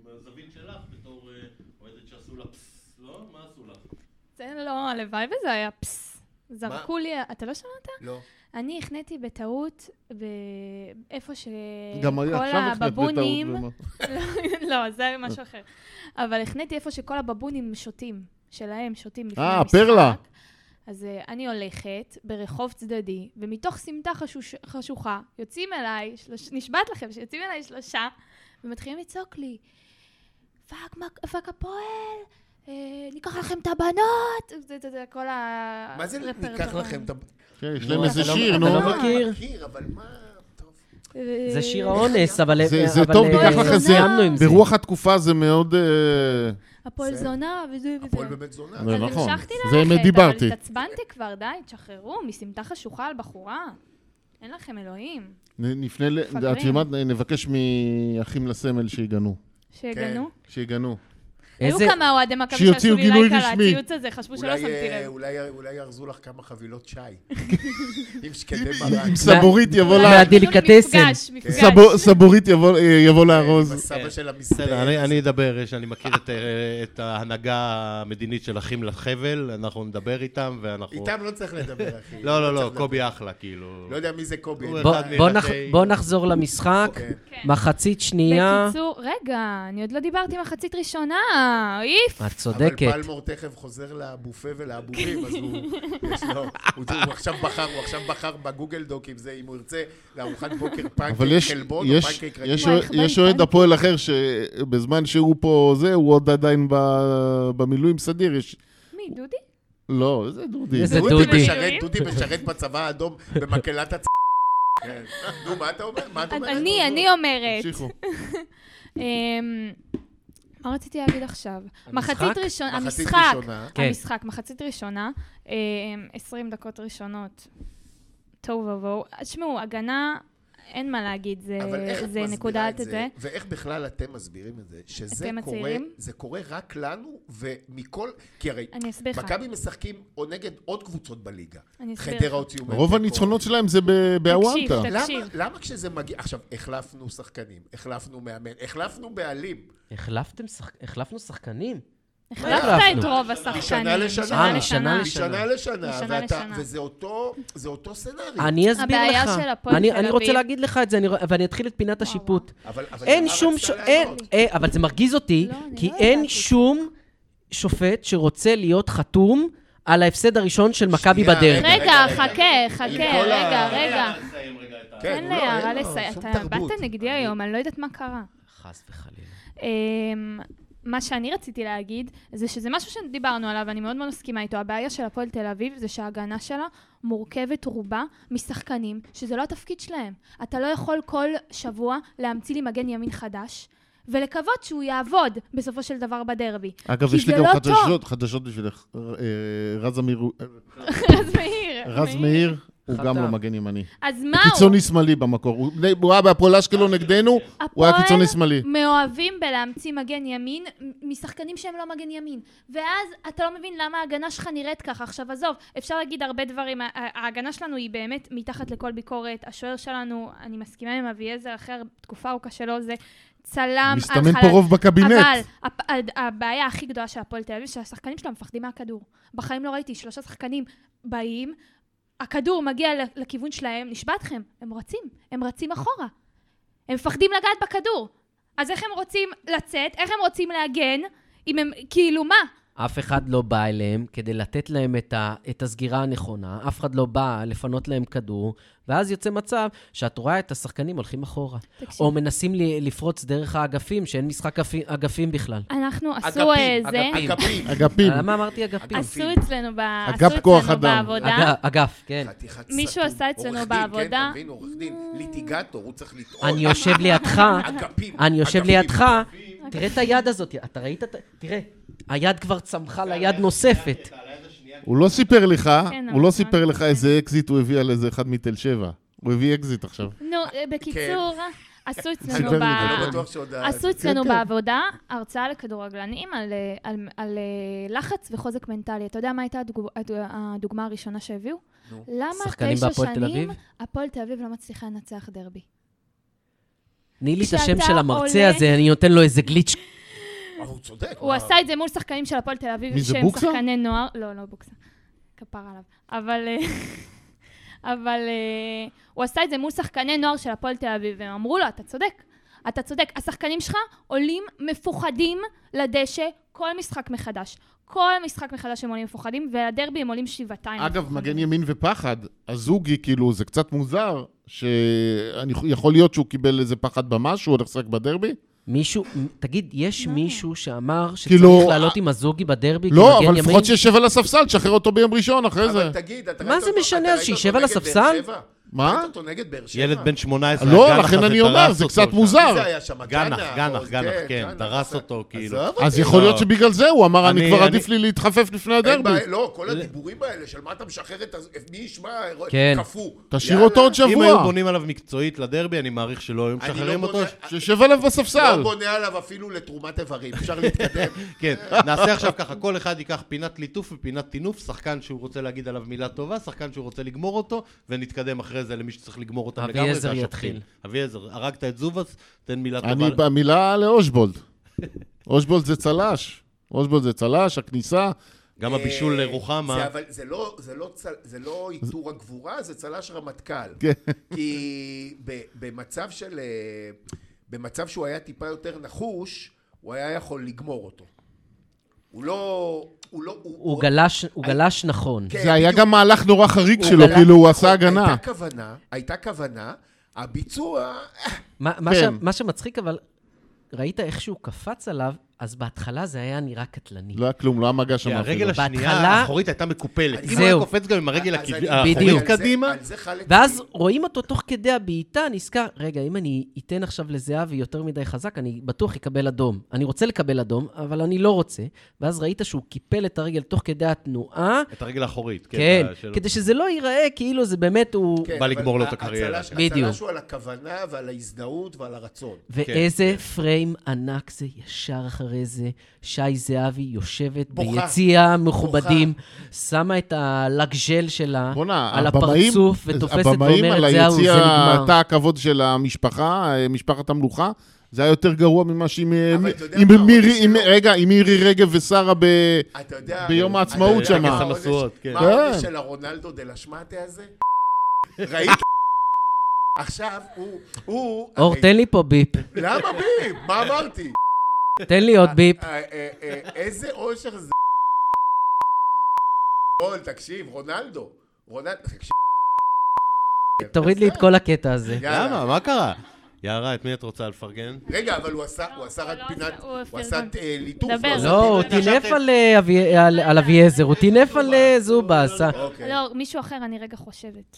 B: מהזווית שלך, בתור אה, אוהדת שעשו לה פס, לא? מה עשו לך?
F: זה לא, הלוואי וזה היה פס. זרקו לי, אתה לא שמעת?
C: לא.
F: אני החניתי בטעות באיפה שכל
E: גם היה, עכשיו החלטת
F: אה, הבבונים...
E: בטעות.
F: לא, זה משהו אחר. אבל החניתי איפה שכל הבבונים שותים, שלהם שותים לפני
E: אה,
F: המשחק.
E: פרלה.
F: אז אה, אני הולכת ברחוב צדדי, ומתוך סמטה חשוש- חשוכה, יוצאים אליי, שלוש- נשבעת לכם שיוצאים אליי שלושה, ומתחילים לצעוק לי, פאק, מק- פאק הפועל, אה, ניקח לכם את הבנות, זה- זה- זה כל ה...
C: מה זה ניקח
F: רפרטואר.
C: לכם את ה...
E: כן, יש להם איזה
D: אתה לא-
E: שיר,
D: אתה
E: נו.
D: לא
C: אה,
D: מכיר?
C: מכיר, אבל מה... טוב.
F: אה,
D: זה שיר האונס, אבל...
E: זה- זה
D: אבל,
E: טוב,
D: אה,
E: ניקח לך זה.
D: סיימנו עם זה.
E: ברוח התקופה זה מאוד... אה,
F: הפועל
C: זה-
F: זונה וזה וזה.
C: הפועל באמת זונה.
E: זה נכון.
F: אז המשכתי
E: זה
F: ללכת,
E: דיברתי.
F: אבל התעצבנתי כבר, די, תשחררו, מסמטה חשוכה על בחורה. אין לכם אלוהים.
E: נ- נפנה ל...
F: חברים.
E: את יודעת מה? נבקש מאחים לסמל שיגנו.
C: כן.
F: שיגנו.
E: שיגנו.
F: היו
D: איזה-
F: כמה אוהדי מכבי
E: שיוציאו
F: שעשו לי
E: גינוי
F: לייק על
E: רשמי.
F: הציוץ הזה, חשבו שלא
C: אולי,
F: שמתי
C: אה,
F: לב.
C: אולי, אולי יארזו לך כמה חבילות שי. עם שקדי מרק.
E: עם סבורית יבוא
F: אולי
E: לה...
F: עשו לי
D: מהדליקטסן.
F: מפגש, מפגש.
E: סבור- סבורית יבוא- אה, יבוא לארוז.
F: כן.
C: בסבא של
B: בסדר,
C: המסתער.
B: אני, אני אדבר, יש- אני מכיר את, אה, את ההנהגה המדינית של אחים לחבל, אנחנו נדבר איתם ואנחנו...
C: איתם לא צריך לדבר, אחי.
B: לא, לא, לא,
C: צריך לדבר.
B: קובי אחלה, כאילו.
C: לא יודע מי זה קובי.
B: הוא
C: אני-
D: בוא-
B: אחד
D: בוא
B: מילדי-
D: נח- בוא נחזור למשחק.
C: כן.
D: מחצית שנייה.
F: בקיצור, רגע, אני עוד לא דיברתי מחצית ראשונה, איף.
D: את צודקת.
C: אבל פלמור תכף חוזר לבופה ולאבובים, אז הוא... יש לו... הוא הוא עכשיו בחר, הוא עכשיו בחר בגוגל דוק אם זה, אם הוא ירצה, לארוחת בוקר
E: אבל
C: פנקייק
E: יש,
C: חלבון או
E: יש,
C: פנקייק
E: יש,
C: רגיל.
F: וואי,
E: אוה-
F: חבל,
E: יש אוהד
F: חבל.
E: הפועל אחר שבזמן שהוא פה זה, הוא עוד עדיין ב- במילואים סדיר. יש...
F: מי, דודי?
E: לא, איזה דודי.
D: איזה
C: דודי
D: דודי.
C: משרת, דודי משרת בצבא האדום במקהלת הצ... כן. נו, מה אתה אומר? מה אתה אומר?
F: אני, אני אומרת.
E: תמשיכו.
F: אמ, מה רציתי להגיד עכשיו?
D: המשחק?
F: מחצית ראשונה,
C: מחצית
F: המשחק,
C: ראשונה.
D: כן.
F: המשחק, מחצית ראשונה, אמ, 20 דקות ראשונות, תוהו ובוהו. אז תשמעו, הגנה, אין מה להגיד, זה-
C: אבל איך את
F: זה
C: מסבירה
F: נקודת
C: את
F: זה.
C: זה? ואיך בכלל אתם מסבירים את זה? שזה
F: אתם
C: קורה,
F: הצעירים?
C: זה קורה רק לנו ומכל... כי הרי
F: אני אסביר לך.
C: מכבי משחקים או נגד עוד קבוצות בליגה.
F: אני אסביר
C: חדרה
F: לך.
C: הוציאו... מהם
E: רוב
C: תיקו.
E: הניצחונות שלהם זה ב- באוונטה.
F: תקשיב.
C: למה,
F: תקשיב.
C: למה כשזה מגיע... עכשיו, החלפנו שחקנים, החלפנו מאמן, החלפנו בעלים.
D: החלפתם שחק- החלפנו שחקנים?
F: החלפת את רוב השחקנים.
C: משנה לשנה.
D: אה, משנה לשנה.
C: משנה לשנה,
F: משנה
C: ואתה-
F: לשנה.
C: וזה אותו, זה אותו סצנריו.
D: אני אסביר לך.
F: הבעיה של הפועל
D: אני-
F: תל
D: אני רוצה
F: אביב.
D: להגיד לך את זה, אני ר- ואני אתחיל את פינת השיפוט.
C: אבל- אבל
D: אין
C: זהבה
D: שום...
C: רצתה
D: ש-
C: לענות.
D: אין, אה, אבל זה מרגיז אותי,
F: לא, אני
D: כי
F: לא
D: אין
F: ידעתי.
D: שום שופט שרוצה להיות חתום על ההפסד הראשון של מכבי
C: שנייה,
D: בדרך.
C: רגע,
F: רגע,
C: רגע.
F: חכה, חכה,
C: כל
F: כן, רגע,
C: ה-
F: רגע.
B: נסיים רגע את ה-
C: כן,
F: תן
C: הוא לא-
F: להערה
C: אין לו
F: לסיים.
C: שום
F: אתה
C: תרבות.
F: באת נגדי היום, אני לא יודעת מה קרה.
D: חס וחלילה.
F: אמ, מה שאני רציתי להגיד, זה שזה משהו שדיברנו עליו, אני מאוד מאוד מסכימה איתו. הבעיה של הפועל תל אביב זה שההגנה שלה מורכבת רובה משחקנים, שזה לא התפקיד שלהם. אתה לא יכול כל שבוע להמציא לי מגן ימין חדש, ולקוות שהוא יעבוד בסופו של דבר בדרבי.
E: אגב,
F: כי
E: יש לי
F: זה
E: גם
F: לא
E: חדשות, חדשות בשבילך. אה, רז אמיר,
F: רז מאיר.
E: רז מאיר, הוא
D: חתם.
E: גם לא מגן ימני.
F: אז מה
E: הוא
F: הוא?
E: קיצוני שמאלי במקור. הוא- הוא היה בהפועל אשקלון נגדנו, הוא היה
F: הפועל
E: קיצוני שמאלי.
F: מאוהבים בלהמציא מגן ימין מ- משחקנים שהם לא מגן ימין. ואז אתה לא מבין למה ההגנה שלך נראית ככה. עכשיו עזוב, אפשר להגיד הרבה דברים. ה- ה- ההגנה שלנו היא באמת מתחת לכל ביקורת. השוער שלנו, אני מסכימה עם אביעזר, אחרי תקופה ארוכה שלו, זה צלם
E: מסתמן פה רוב בקבינט.
F: אבל הפ- ה- הבעיה הכי גדולה של הפועל תל אביב, שהשחקנים שלה מפחדים מהכדור. בחיים לא ראיתי שלושה שחקנים באים, הכדור מגיע ל- לכיוון שלהם, נשבע אתכם, הם רצים, הם רצים אחורה. הם מפחדים לגעת בכדור. אז איך הם רוצים לצאת, איך הם רוצים להגן, אם הם, כאילו מה?
D: אף אחד לא בא אליהם כדי לתת להם את, ה, את הסגירה הנכונה, אף אחד לא בא לפנות להם כדור, ואז יוצא מצב שאת רואה את השחקנים הולכים אחורה.
F: תקשיב.
D: או מנסים לי, לפרוץ דרך האגפים, שאין משחק אגפים, אגפים בכלל.
F: אנחנו עשו
C: אגפים,
F: אה, זה,
D: אגפים.
C: אגפים.
E: אגפים.
D: למה אמרתי אגפים?
F: עשו אצלנו, ב...
E: אגף
F: עשו
E: כוח
F: אצלנו
E: אדם.
F: בעבודה.
D: אג- אגף, כן.
C: חתיכת
F: מישהו
C: סתום.
F: עשה אצלנו
C: עורך דין, כן,
F: בעבודה. Mm.
C: אתה מבין, עורך דין, ליטיגטור, הוא צריך לטעות.
D: אני יושב לידך,
C: אגפים,
D: אני יושב
C: אגפים.
D: לידך, תראה את היד הזאת, אתה ראית את ה... תראה, היד כבר צמחה ליד נוספת.
E: הוא לא סיפר לך,
F: כן,
E: הוא לא
F: אבל-
E: סיפר לך איזה אקזיט הוא הביא על איזה אחד מתל שבע. הוא הביא אקזיט עכשיו.
F: נו, אה, בקיצור, עשו
E: סיפר
F: אצלנו
E: לי,
F: ב...
E: אני
C: אני כן. לא בטוח שעוד... ה-
F: אה, עשו אצלנו
E: כן.
F: בעבודה הרצאה לכדורגלנים על, אה, על, על אה, לחץ וחוזק מנטלי. אתה יודע מה הייתה הדוג- הד- הדוגמה הראשונה שהביאו?
C: נו.
F: למה
D: שחקנים
F: תשע
D: בהפועל תל אביב?
F: שנים הפועל תל אביב לא מצליחה לנצח דרבי?
D: תני לי את השם
F: כשאתה
D: של המרצה
F: עולה-
D: הזה, אני נותן לו איזה גליץ'.
C: אה, הוא צודק.
F: הוא עשה את זה מול שחקנים של הפועל תל אביב,
E: מי זה,
F: שהם
E: בוקסה?
F: שחקני נוער. לא, לא בוקסה. כפר עליו. אבל... אה, אבל אה, הוא עשה את זה מול שחקני נוער של הפועל תל אביב, והם אמרו לו, אתה צודק. אתה צודק. השחקנים שלך עולים מפוחדים לדשא כל משחק מחדש. כל משחק מחדש הם עולים מפוחדים, ולדרבי הם עולים שבעתיים.
E: אגב,
F: מפוחדים.
E: מגן ימין ופחד, הזוגי, כאילו, זה קצת מוזר, שיכול להיות שהוא קיבל איזה פחד במה, שהוא הולך לשחק בדרבי?
D: מישהו, תגיד, יש
F: לא.
D: מישהו שאמר
E: כאילו,
D: שצריך לעלות עם הזוגי בדרבי
E: לא,
D: כמגן
E: אבל
D: ימין?
E: לפחות שישב על הספסל, תשחרר אותו ביום ראשון אחרי זה.
C: אבל תגיד, אתה
D: מה
C: ראית
D: זה
C: אותו-
D: משנה?
C: אתה
D: אז
C: ראית
D: שישב
C: אותו
D: על
C: נגד באר
D: הספסל?
C: שבע?
E: מה?
C: ראית אותו נגד באר שבע?
B: ילד בן 18,
E: לא,
B: הגן
E: לכן
B: אחרי
E: אני
B: זה
E: אומר,
B: דרס
E: זה
B: אותו
E: קצת
B: שם.
E: מוזר.
C: מי זה היה שם?
B: גנח,
C: או-
B: גנח, גנח, כן,
C: גנח,
B: דרס
C: עשה-
B: אותו, כאילו.
C: עזוב
E: אז
C: אותי.
E: יכול
B: לא.
E: להיות שבגלל זה הוא אמר, אני
B: אני-
E: כבר
B: אני-
E: עדיף לי להתחפף לפני
C: אין
E: הדרבי.
C: בעיה, לא, כל הדיבורים האלה של מה אתה משחרר את ה... מי ישמע?
D: כן.
C: קפוא.
E: תשאיר
C: יאללה.
E: אותו עוד
B: אם היו
E: שבוע,
B: בונים עליו מקצועית לדרבי, אני מעריך שלא היו
C: אני לא
B: משחררים אותו.
C: בונה-
E: שישב עליו בספסל.
C: לא בונה עליו אפילו לתרומת איברים, אפשר להתקדם.
B: כן, נעשה עכשיו ככה, כל אחד ייקח פינת ליטוף ופינת טינוף, שחקן שהוא רוצה להגיד עליו מילה טובה, שחקן שהוא רוצה לגמור אותו, ונתקדם אחרי זה למי שצריך לגמור אותם לגמרי.
D: אביעזר
B: זה השופטים.
D: יתחיל.
B: אביעזר, הרגת את זובס, תן מילה
E: אני
B: טובה.
E: במילה לאושבולד. אושבולד זה צל"ש. אושבולד זה צל"ש, הכניסה.
B: גם הבישול
C: אה, זה
B: לרוחמה.
C: אבל זה לא- זה לא צל- זה לא עיטור הגבורה, זה צל"ש רמטכ"ל.
E: כן.
C: כי ב- במצב של... אה, במצב שהוא היה טיפה יותר נחוש, הוא היה יכול לגמור אותו. הוא לא... הוא לא...
D: הוא גלש, הוא גלש נכון.
C: כן,
E: זה היה
C: בדיוק.
E: גם מהלך נורא חריג
D: הוא
E: שלו,
D: גלה-
E: כאילו הוא
C: נכון,
E: עשה הגנה.
C: הייתה כוונה, הייתה כוונה, הביצוע...
D: מה, מה, ש,
E: כן.
D: מה שמצחיק, אבל ראית איך שהוא קפץ עליו, אז בהתחלה זה היה נראה קטלני.
E: לא היה כלום, לא היה מגע
D: כן,
E: שם
B: כי הרגל
E: אפילו.
B: השנייה
D: בהתחלה-
B: האחורית הייתה מקופלת. אם הוא היה
D: זהו.
B: קופץ גם עם הרגל
C: אז
B: הכיו-
C: אני-
B: האחורית
D: בדיוק.
C: על זה-
B: קדימה,
C: על זה חלק-
D: ואז רואים אותו תוך כדי הבעיטה, נזכר, רגע, אם אני אתן עכשיו לזהבי יותר מדי חזק, אני בטוח אקבל אדום. אני רוצה לקבל אדום, אבל אני לא רוצה. ואז ראית שהוא קיפל את הרגל תוך כדי התנועה,
B: את הרגל האחורית.
D: כן,
B: של-
D: כדי שזה לא ייראה כאילו זה באמת הוא...
C: כן,
B: בא
C: אבל
B: לגמור לו את
C: ה-
B: הקריירה.
C: הצל"ש-
D: בדיוק.
C: הצל"ש הוא על הכוונה ועל ההזדהות ועל הרצון.
D: ואיזה פריים ענק זה ישר אחרי זה. שי זהבי יושבת
C: בוכה.
D: ביציע המכובדים, שמה את הלגז'ל שלה
E: בואנה,
D: על
E: הבמאים-
D: הפרצוף, ותופסת
E: הבמאים על
D: ואומרת, זהו, זה
E: היציע,
D: נגמר.
E: אתה הכבוד של המשפחה, אה, משפחת המלוכה. זה היה יותר גרוע ממה שאם...
C: אבל
E: אה,
C: אתה יודע
E: אם
C: מה,
E: מירי-
C: העונש
E: אם-
C: שלו-
E: רגע, אם מירי רגב ושרה ב...
C: אתה יודע...
E: ביום
C: אתה
E: העצמאות
C: יודע
E: שמה.
C: מה
E: טקס
C: העונש-
B: המשואות, כן.
C: מה
E: כן.
C: העונש של הרונלדו דה לשמטה הזה? ראית? עכשיו, הוא... הוא...
D: אור,
C: הרי-
D: תן לי פה ביפ.
C: למה בי? מה אמרתי?
D: תן לי עוד ביפ.
C: אה, אה, אה, איזה אושר זה... גול, תקשיב, רונלדו. רונלדו... תקשיב, אה,
D: תוריד לי את כל הקטע הזה.
C: יאללה.
B: למה? מה קרה? יערה, את מי את רוצה לפרגן?
C: רגע, אבל הוא עשה, הוא עשה
F: הוא
C: רק
F: לא
C: פינת,
F: עשה- הוא
C: הוא עשה
F: פרגן.
C: אה, ליטוף.
F: דבר.
C: הוא עשה
D: לא, הוא
C: פינת-
D: טינף על, אה, אבי- על- על אביעזר, הוא טינף על אה, זובס. אה.
C: אוקיי.
F: לא, מישהו אחר, אני רגע חושבת.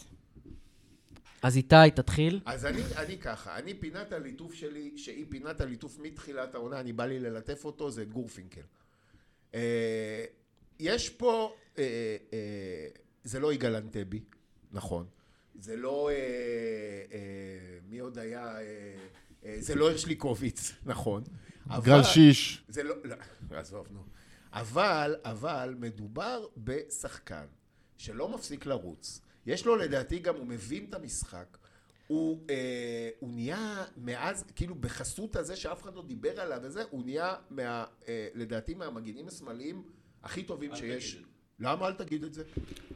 D: אז איתי, תתחיל.
C: אז אני, אני ככה, אני פינת הליטוף שלי, שהיא פינת הליטוף מתחילת העונה, אני בא לי ללטף אותו, זה את גורפינקל. אה, יש פה, אה, אה, זה לא יגאל אנטבי, נכון. זה לא... אה, אה, מי עוד היה? אה, אה, זה לא הרשליקוביץ, נכון.
E: גל
C: אבל-
E: שיש.
C: זה לא, לא, עזוב, נו. אבל, אבל, מדובר בשחקן שלא מפסיק לרוץ. יש לו, לדעתי, גם, הוא מבין את המשחק. הוא, אה, הוא נהיה מאז, כאילו בחסות הזה שאף אחד לא דיבר עליו וזה, הוא נהיה, מה, אה, לדעתי, מהמגינים השמאליים הכי טובים שיש. למה אל תגיד את זה?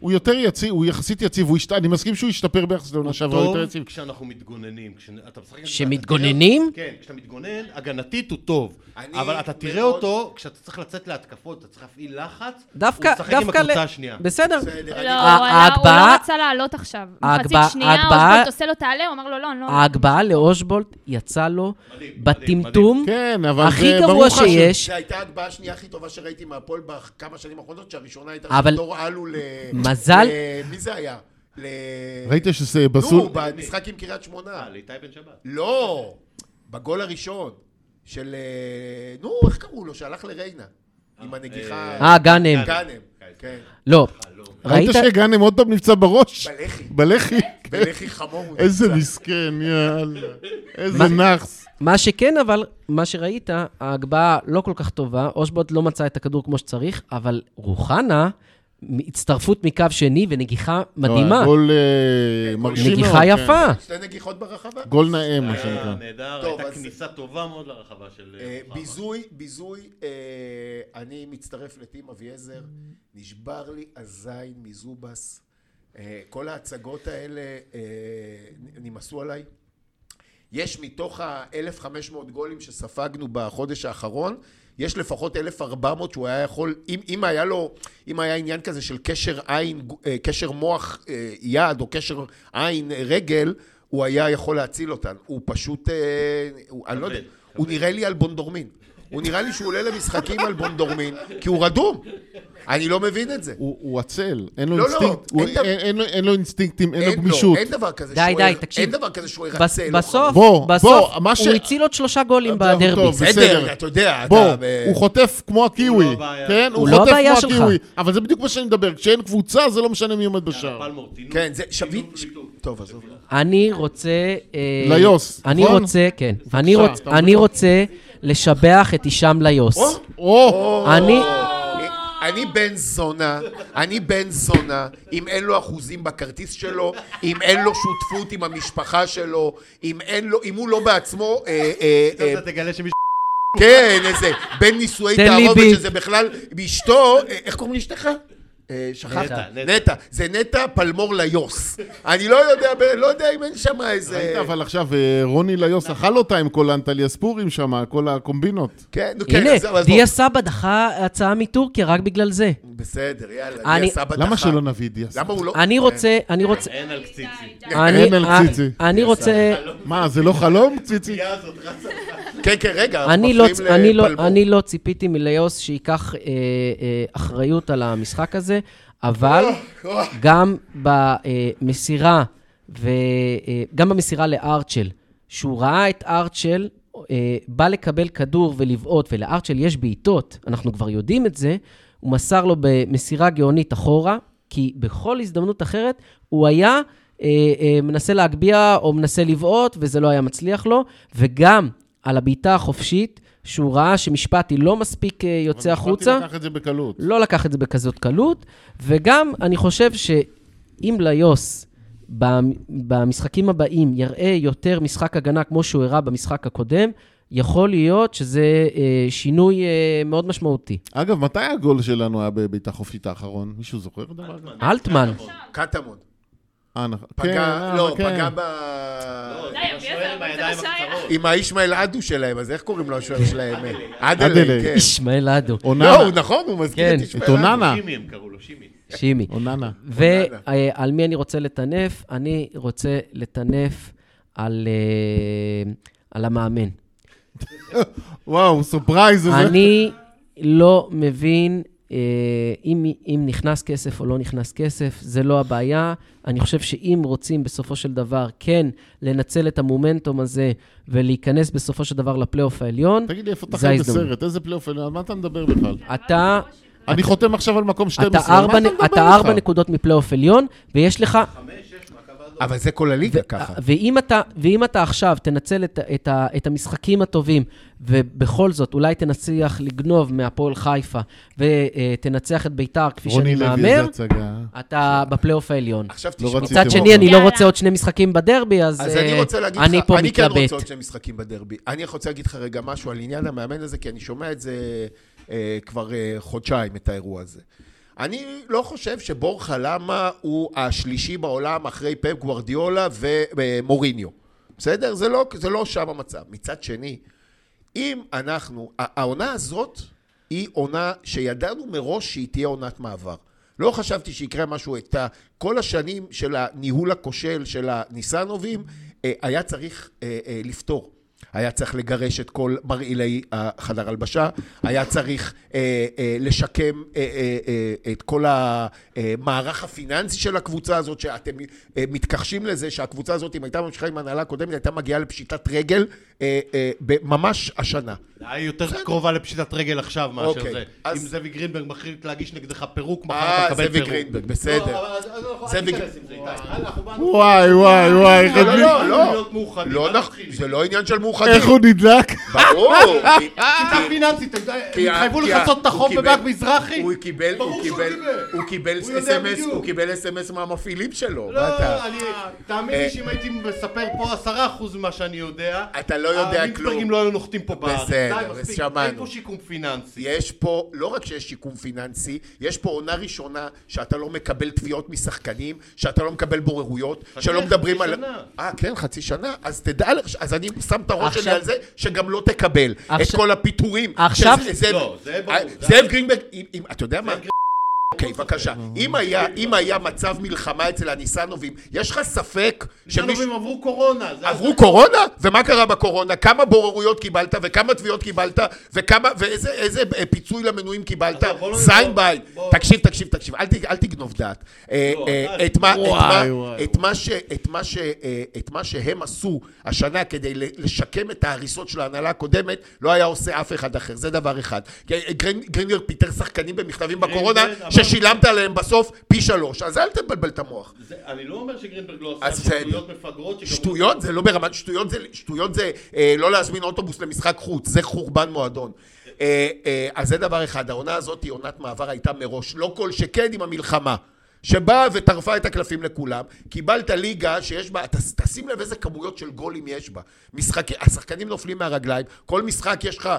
E: הוא יותר יציב, הוא יחסית יציב, הוא השת... אני מסכים שהוא השתפר ביחס לעונה שעברה, הוא
B: טוב
E: יותר יציב.
B: כשאנחנו מתגוננים. כשאתה משחק...
D: כשמתגוננים?
B: כן, כשאתה מתגונן, הגנתית הוא טוב.
C: אני
B: אבל אתה תראה
C: מאוד-
B: אותו, כשאתה צריך לצאת להתקפות, אתה צריך להפעיל לחץ,
D: דווקא,
B: הוא משחק עם
D: דווקא... ל-
B: הקבוצה השנייה.
D: בסדר.
C: בסדר,
F: לא,
C: אני-
D: ה-
F: הוא היה- הוא
D: ההגבהה-
F: לא רצה לעלות עכשיו.
D: ההגבהה-
F: מחצית שנייה,
D: ההגבהה-
F: אושבולט עושה לו תעלה, הוא אמר לו לא, אני לא...
D: ההגבהה לאושבולט יצא לו
B: מדהים,
D: בטמטום
E: כן, אבל
D: הכי
E: זה
D: גרוע
E: ברור לך
D: שיש.
C: זו הייתה ההגבהה השנייה הכי טובה שראיתי מהפועל בכמה שנים האחרונות, שהראשונה הייתה
D: אבל-
C: של דור אלו ל...
D: מזל-
C: ל- מי זה היה? ל...
E: ראית שזה
C: נו,
E: בסול...
C: במשחק עם קריית שמונה.
B: אה, לאיתי בן שבת.
C: לא, בגול הראשון של... אה, נו, איך קראו לו? שהלך לריינה. עם הנגיחה...
D: אה, גאנם.
C: גאנם. כן.
D: לא.
E: אה, ראית
D: ראית?
E: שגאנם עוד פעם נפצע בראש?
C: בלחי.
E: בלחי?
C: בלחי חמור. הוא
E: כן. איזה
C: נפצע.
E: מסכן, יאללה. איזה
D: מה-
E: נאחס.
D: מה שכן, אבל, מה שראית, ההגבהה לא כל כך טובה, אושבולט לא מצא את הכדור כמו שצריך, אבל רוחנה, מ- הצטרפות מקו שני ונגיחה מדהימה.
E: לא, גול אה, מרשים מאוד.
D: נגיחה
E: כן.
D: יפה.
C: שתי נגיחות ברחבה.
E: גול נאה, מה
B: היה
E: שנקרא.
B: אה, נהדר,
C: טוב,
B: הייתה
C: אז-
B: כניסה טובה מאוד לרחבה של אה,
C: אה,
B: רוחמה.
C: ביזוי, ביזוי, אה, אני מצטרף לטים אביעזר, נשבר לי הזין מזובס. אה, כל ההצגות האלה אה, נ- נמאסו עליי. יש מתוך ה-1,500 גולים שספגנו בחודש האחרון, יש לפחות 1,400 שהוא היה יכול, אם, אם היה לו, אם היה עניין כזה של קשר עין, אה, קשר מוח אה, יד או קשר עין אה, רגל, הוא היה יכול להציל אותן. הוא פשוט, אה, הוא, אני לא יודע,
B: כבד,
C: הוא נראה לי על בונדורמין. הוא נראה לי שהוא עולה למשחקים על בונדורמין, כי הוא רדום. אני לא מבין את זה.
E: הוא הוא עצל, אין לו
C: לא, לא,
E: אינסטינקט, הוא-
C: אין דבר-
E: אין- אין לו- אין לו אינסטינקטים, אין לו
C: לו-
E: גמישות.
C: אין דבר כזה
D: די,
C: שהוא-
D: די, תקשיב.
C: אין דבר כזה שהוא
D: בס-
C: ירצה. לא
D: בסוף,
E: בוא,
D: בסוף,
E: בוא, מה ש-
D: הוא הציל עוד שלושה גולים
E: טוב, טוב,
D: בדרבי.
E: בסדר.
C: בסדר, אתה יודע,
E: בוא,
C: אתה... ב-
E: הוא חוטף כמו הקיווי,
B: הוא לא הבעיה.
E: כן?
D: הוא
E: הוא
D: לא
E: חוטף
D: הבעיה
E: כמו
D: שלך.
E: הקיווי, אבל זה בדיוק מה שאני מדבר, כשאין קבוצה זה לא משנה מי עומד בשער.
B: פלמור, תינוק.
C: כן, זה שווים...
B: תינוק, תינוק.
C: טוב, עזוב.
D: אני רוצה... אה,
E: ליוס,
D: אני
E: נכון?
D: רוצה, כן. אני רוצ-
E: אתה
D: אני רוצה לשבח את הישאם ליוס.
E: או,
D: אני...
C: אני בן זונה, אני בן זונה, אם אין לו אחוזים בכרטיס שלו, אם אין לו שותפות עם המשפחה שלו, אם אין לו, אם הוא לא בעצמו, אה, אה, אה,
B: אתה תגלה שמישהו...
C: כן, איזה, בין נישואי
D: תן לי
C: תערובת,
D: ביט.
C: שזה בכלל, אשתו, אה, איך קוראים לאשתך? אה, שכחת,
B: נטע, נטע.
C: נטע, זה נטע פלמור ליוס. אני לא יודע, ב- לא יודע אם אין שם
E: ראית
C: איזה...
E: אבל עכשיו אה, רוני ליוס
D: נכון.
E: אכל אותה עם כל האנטליה ספורים שם, כל הקומבינות.
C: כן, נו, כן, אז זהו,
D: הנה,
C: אז בוא.
D: דיה סבא דחה הצעה מטורקיה רק בגלל זה.
C: בסדר, יאללה,
D: אני-
C: דיה סבא
E: למה
C: דחה.
E: שלא נביא דיאס?
C: למה הוא לא...
D: אני רוצה, אני רוצה,
B: אין על קציצי.
D: אני-
E: על
D: אה,
E: ציצי.
D: אני רוצה,
E: מה, זה לא חלום, ציצי?
C: כן, כן, רגע,
D: אני לא-
C: מפריעים
D: אני לא-
C: לפלמור.
D: אני לא ציפיתי מליוס שייקח אה, אה, אחריות על המשחק הזה, אבל גם במסירה, וגם במסירה לארצ'ל, שהוא ראה את ארצ'ל, אה, בא לקבל כדור ולבעוט, ולארצ'ל יש בעיטות, אנחנו כבר יודעים את זה, הוא מסר לו במסירה גאונית אחורה, כי בכל הזדמנות אחרת הוא היה אה, אה, מנסה להגביה או מנסה לבעוט, וזה לא היה מצליח לו, וגם על הבעיטה החופשית, שהוא ראה שמשפטי לא מספיק אה, יוצא החוצה.
E: לקח את זה בקלות.
D: לא לקח את זה בכזאת קלות, וגם אני חושב שאם ליוס במ- במשחקים הבאים יראה יותר משחק הגנה כמו שהוא הראה במשחק הקודם, יכול להיות שזה אה, שינוי אה, מאוד משמעותי.
E: אגב, מתי הגול שלנו היה בביתה חופשית האחרון? מישהו זוכר דבר כזה?
D: אלטמן,
B: נכון.
C: קטמון.
E: אה, נכון.
C: פגע,
E: כן,
C: לא,
E: כן.
C: פגע ב... אה, לא עם האישמעאל עדו שלהם, אז איך קוראים לו השוער שלהם? אדלי,
E: אדלי.
C: כן.
D: ישמעאל אדו,
E: אוננה.
C: לא, הוא נכון, הוא מזכיר
D: כן.
C: את
E: את
C: ישמעאל עדו.
E: אוננה.
B: שימי הם קראו לו, שימי.
D: שימי.
E: אוננה.
D: ועל מי אני רוצה לטנף? אני רוצה לטנף על, אה, על המאמן.
E: וואו, סופרייז הזה.
D: אני לא מבין אה, אם, אם נכנס כסף או לא נכנס כסף, זה לא הבעיה. אני חושב שאם רוצים בסופו של דבר כן לנצל את המומנטום הזה ולהיכנס בסופו של דבר לפלייאוף העליון,
E: תגיד לי, איפה אתה
D: זה
E: חי
D: ההזדמנות.
E: בסרט? איזה פלייאוף? על מה אתה מדבר בכלל?
D: אתה...
E: אני חותם עכשיו על מקום 12.
D: אתה
E: על מה
D: ארבע,
E: מדבר
D: אתה ארבע
E: בכלל?
D: נקודות מפלייאוף עליון, ויש לך
C: אבל זה כל הליגה ככה.
D: ואם אתה, ואם אתה עכשיו תנצל את, את, ה- את המשחקים הטובים, ובכל זאת אולי תנצח לגנוב מהפועל חיפה, ותנצח את ביתר כפי שאני
E: רוני לוי, איזה
D: מהמר,
E: הצגה.
D: אתה בפלייאוף העליון.
C: עכשיו
E: לא
C: תשמע.
E: רציתי
D: מצד שני,
E: לומר.
D: אני לא
F: יאללה.
D: רוצה עוד שני משחקים בדרבי, אז,
C: אז אני
D: אה,
C: רוצה להגיד
D: אני
C: לך,
D: פה
C: אני כן
D: מתלבט.
C: רוצה עוד שני משחקים בדרבי. אני רוצה להגיד לך רגע משהו על עניין המאמן הזה, כי אני שומע את זה אה, כבר אה, חודשיים, את האירוע הזה. אני לא חושב שבורחה למה הוא השלישי בעולם אחרי פפ גוורדיולה ומוריניו. בסדר? זה לא, זה לא שם המצב. מצד שני, אם אנחנו, ה- העונה הזאת היא עונה שידענו מראש שהיא תהיה עונת מעבר. לא חשבתי שיקרה משהו, את ה, כל השנים של הניהול הכושל של הניסנובים, אה, היה צריך אה, אה, לפתור. היה צריך לגרש את כל מרעילי החדר הלבשה, היה צריך אה, אה, לשקם אה, אה, אה, את כל המערך הפיננסי של הקבוצה הזאת, שאתם אה, מתכחשים לזה שהקבוצה הזאת, אם הייתה ממשיכה עם ההנהלה הקודמת, הייתה מגיעה לפשיטת רגל אה, אה, ב- ממש השנה.
B: היא יותר קרובה לפשיטת רגל עכשיו מאשר
C: אוקיי,
B: זה. אם
C: אז-
B: זאבי גרינברג מחליט להגיש נגדך פירוק, מחר
C: אה,
B: אתה מקבל פירוק. לא,
C: זאביק גרינברג, בסדר. זאביק
E: וואי, וואי, וואי, איך
C: לא,
E: הדליק-
C: לא, לא.
B: להיות מאוחדים,
C: לא
B: אל
C: נכ-
B: תתחיל.
C: זה לא עניין של מאוחדים.
E: איך הוא נדלק.
C: ברור.
B: אה, שיטה פיננסית, הם
C: כי ה-
B: התחייבו
C: כי ה-
B: לחצות את
C: אה, הוא
B: החוב
C: קיבל-
B: בבנק מזרחי?
C: הוא קיבל,
B: ברור
C: הוא
B: שהוא
C: קיבל,
B: קיבל.
C: הוא קיבל
B: הוא יודע
C: אס.אם.אס,
B: בדיוק.
C: הוא קיבל אס.אם.אס מהמפעילים שלו. מה
B: לא,
C: אתה- אה,
B: אני... תאמין לי שאם הייתי מספר פה עשרה אחוז ממה שאני יודע,
C: אתה לא יודע
B: המינצברגים
C: כלום.
B: לא היו נוחתים פה בארץ.
C: בסדר,
B: די, מספיק.
C: שמענו.
B: אין פה שיקום פיננסי.
C: יש פה, לא רק שיש שיקום פיננסי, יש פה עונה ראשונה שאתה לא מקבל תביעות משחקנים, שאתה לא מקבל בוררויות, שלא
B: חצי
C: מדברים על...
B: שנה.
C: אה, כן, חצי שנה. אז תדע לך, אז אני שם את הראש שלי
D: עכשיו-
C: על זה, שגם לא תקבל את
D: עכשיו-
C: כל הפיטורים.
D: עכשיו-
C: של זאב- אה,
B: לא, זה ברור, זה-
C: זאב גרינברג, אם- אם- אתה יודע מה? אוקיי, בבקשה. אם היה- אם היה מצב מלחמה אצל הניסנובים, יש לך ספק שמישהו...
B: שמישהו... עברו קורונה. זה-
C: עברו קורונה? ומה קרה בקורונה? כמה בוררויות קיבלת, וכמה תביעות קיבלת, וכמה, ואיזה איזה אה, פיצוי למנויים קיבלת?
B: עזוב, בוא לא-
C: זין
B: בוא-
C: בעין.
B: בוא-
C: תקשיב, תקשיב, תקשיב, אל ת- אל תגנוב דעת. אה,
B: לא,
C: אה,
B: די.
C: את מה- את מה-
E: וואי, וואי,
C: את מה ש- את מה ש- אה, את מה שהם עשו השנה כדי ל- לשקם את ההריסות של ההנהלה הקודמת, לא היה עושה אף אחד אחר. זה דבר אחד. כי, אה, גרין- גרינברג פיטר שחקנים במכתבים בקורונה,
B: גרינברג אמר-
C: ששילמת עליהם בסוף פי שלוש. אז אל תבלבל את המוח.
B: זה- אני לא אומר שגרינברג לא
C: אז
B: עשה שטויות
C: בסדר.
B: מפגרות. שגרמו-
C: שטויות זה לא ברמת, שטויות זה, שטויות זה אה, לא להזמין אוטובוס למשחק חוץ, זה חורבן מועדון. אה, אה, אז זה דבר אחד, העונה הזאת היא עונת מעבר הייתה מראש, לא כל שכן עם המלחמה. שבאה וטרפה את הקלפים לכולם, קיבלת ליגה שיש בה, ת- תשים לב איזה כמויות של גולים יש בה. משחקי, השחקנים נופלים מהרגליים, כל משחק יש לך אה,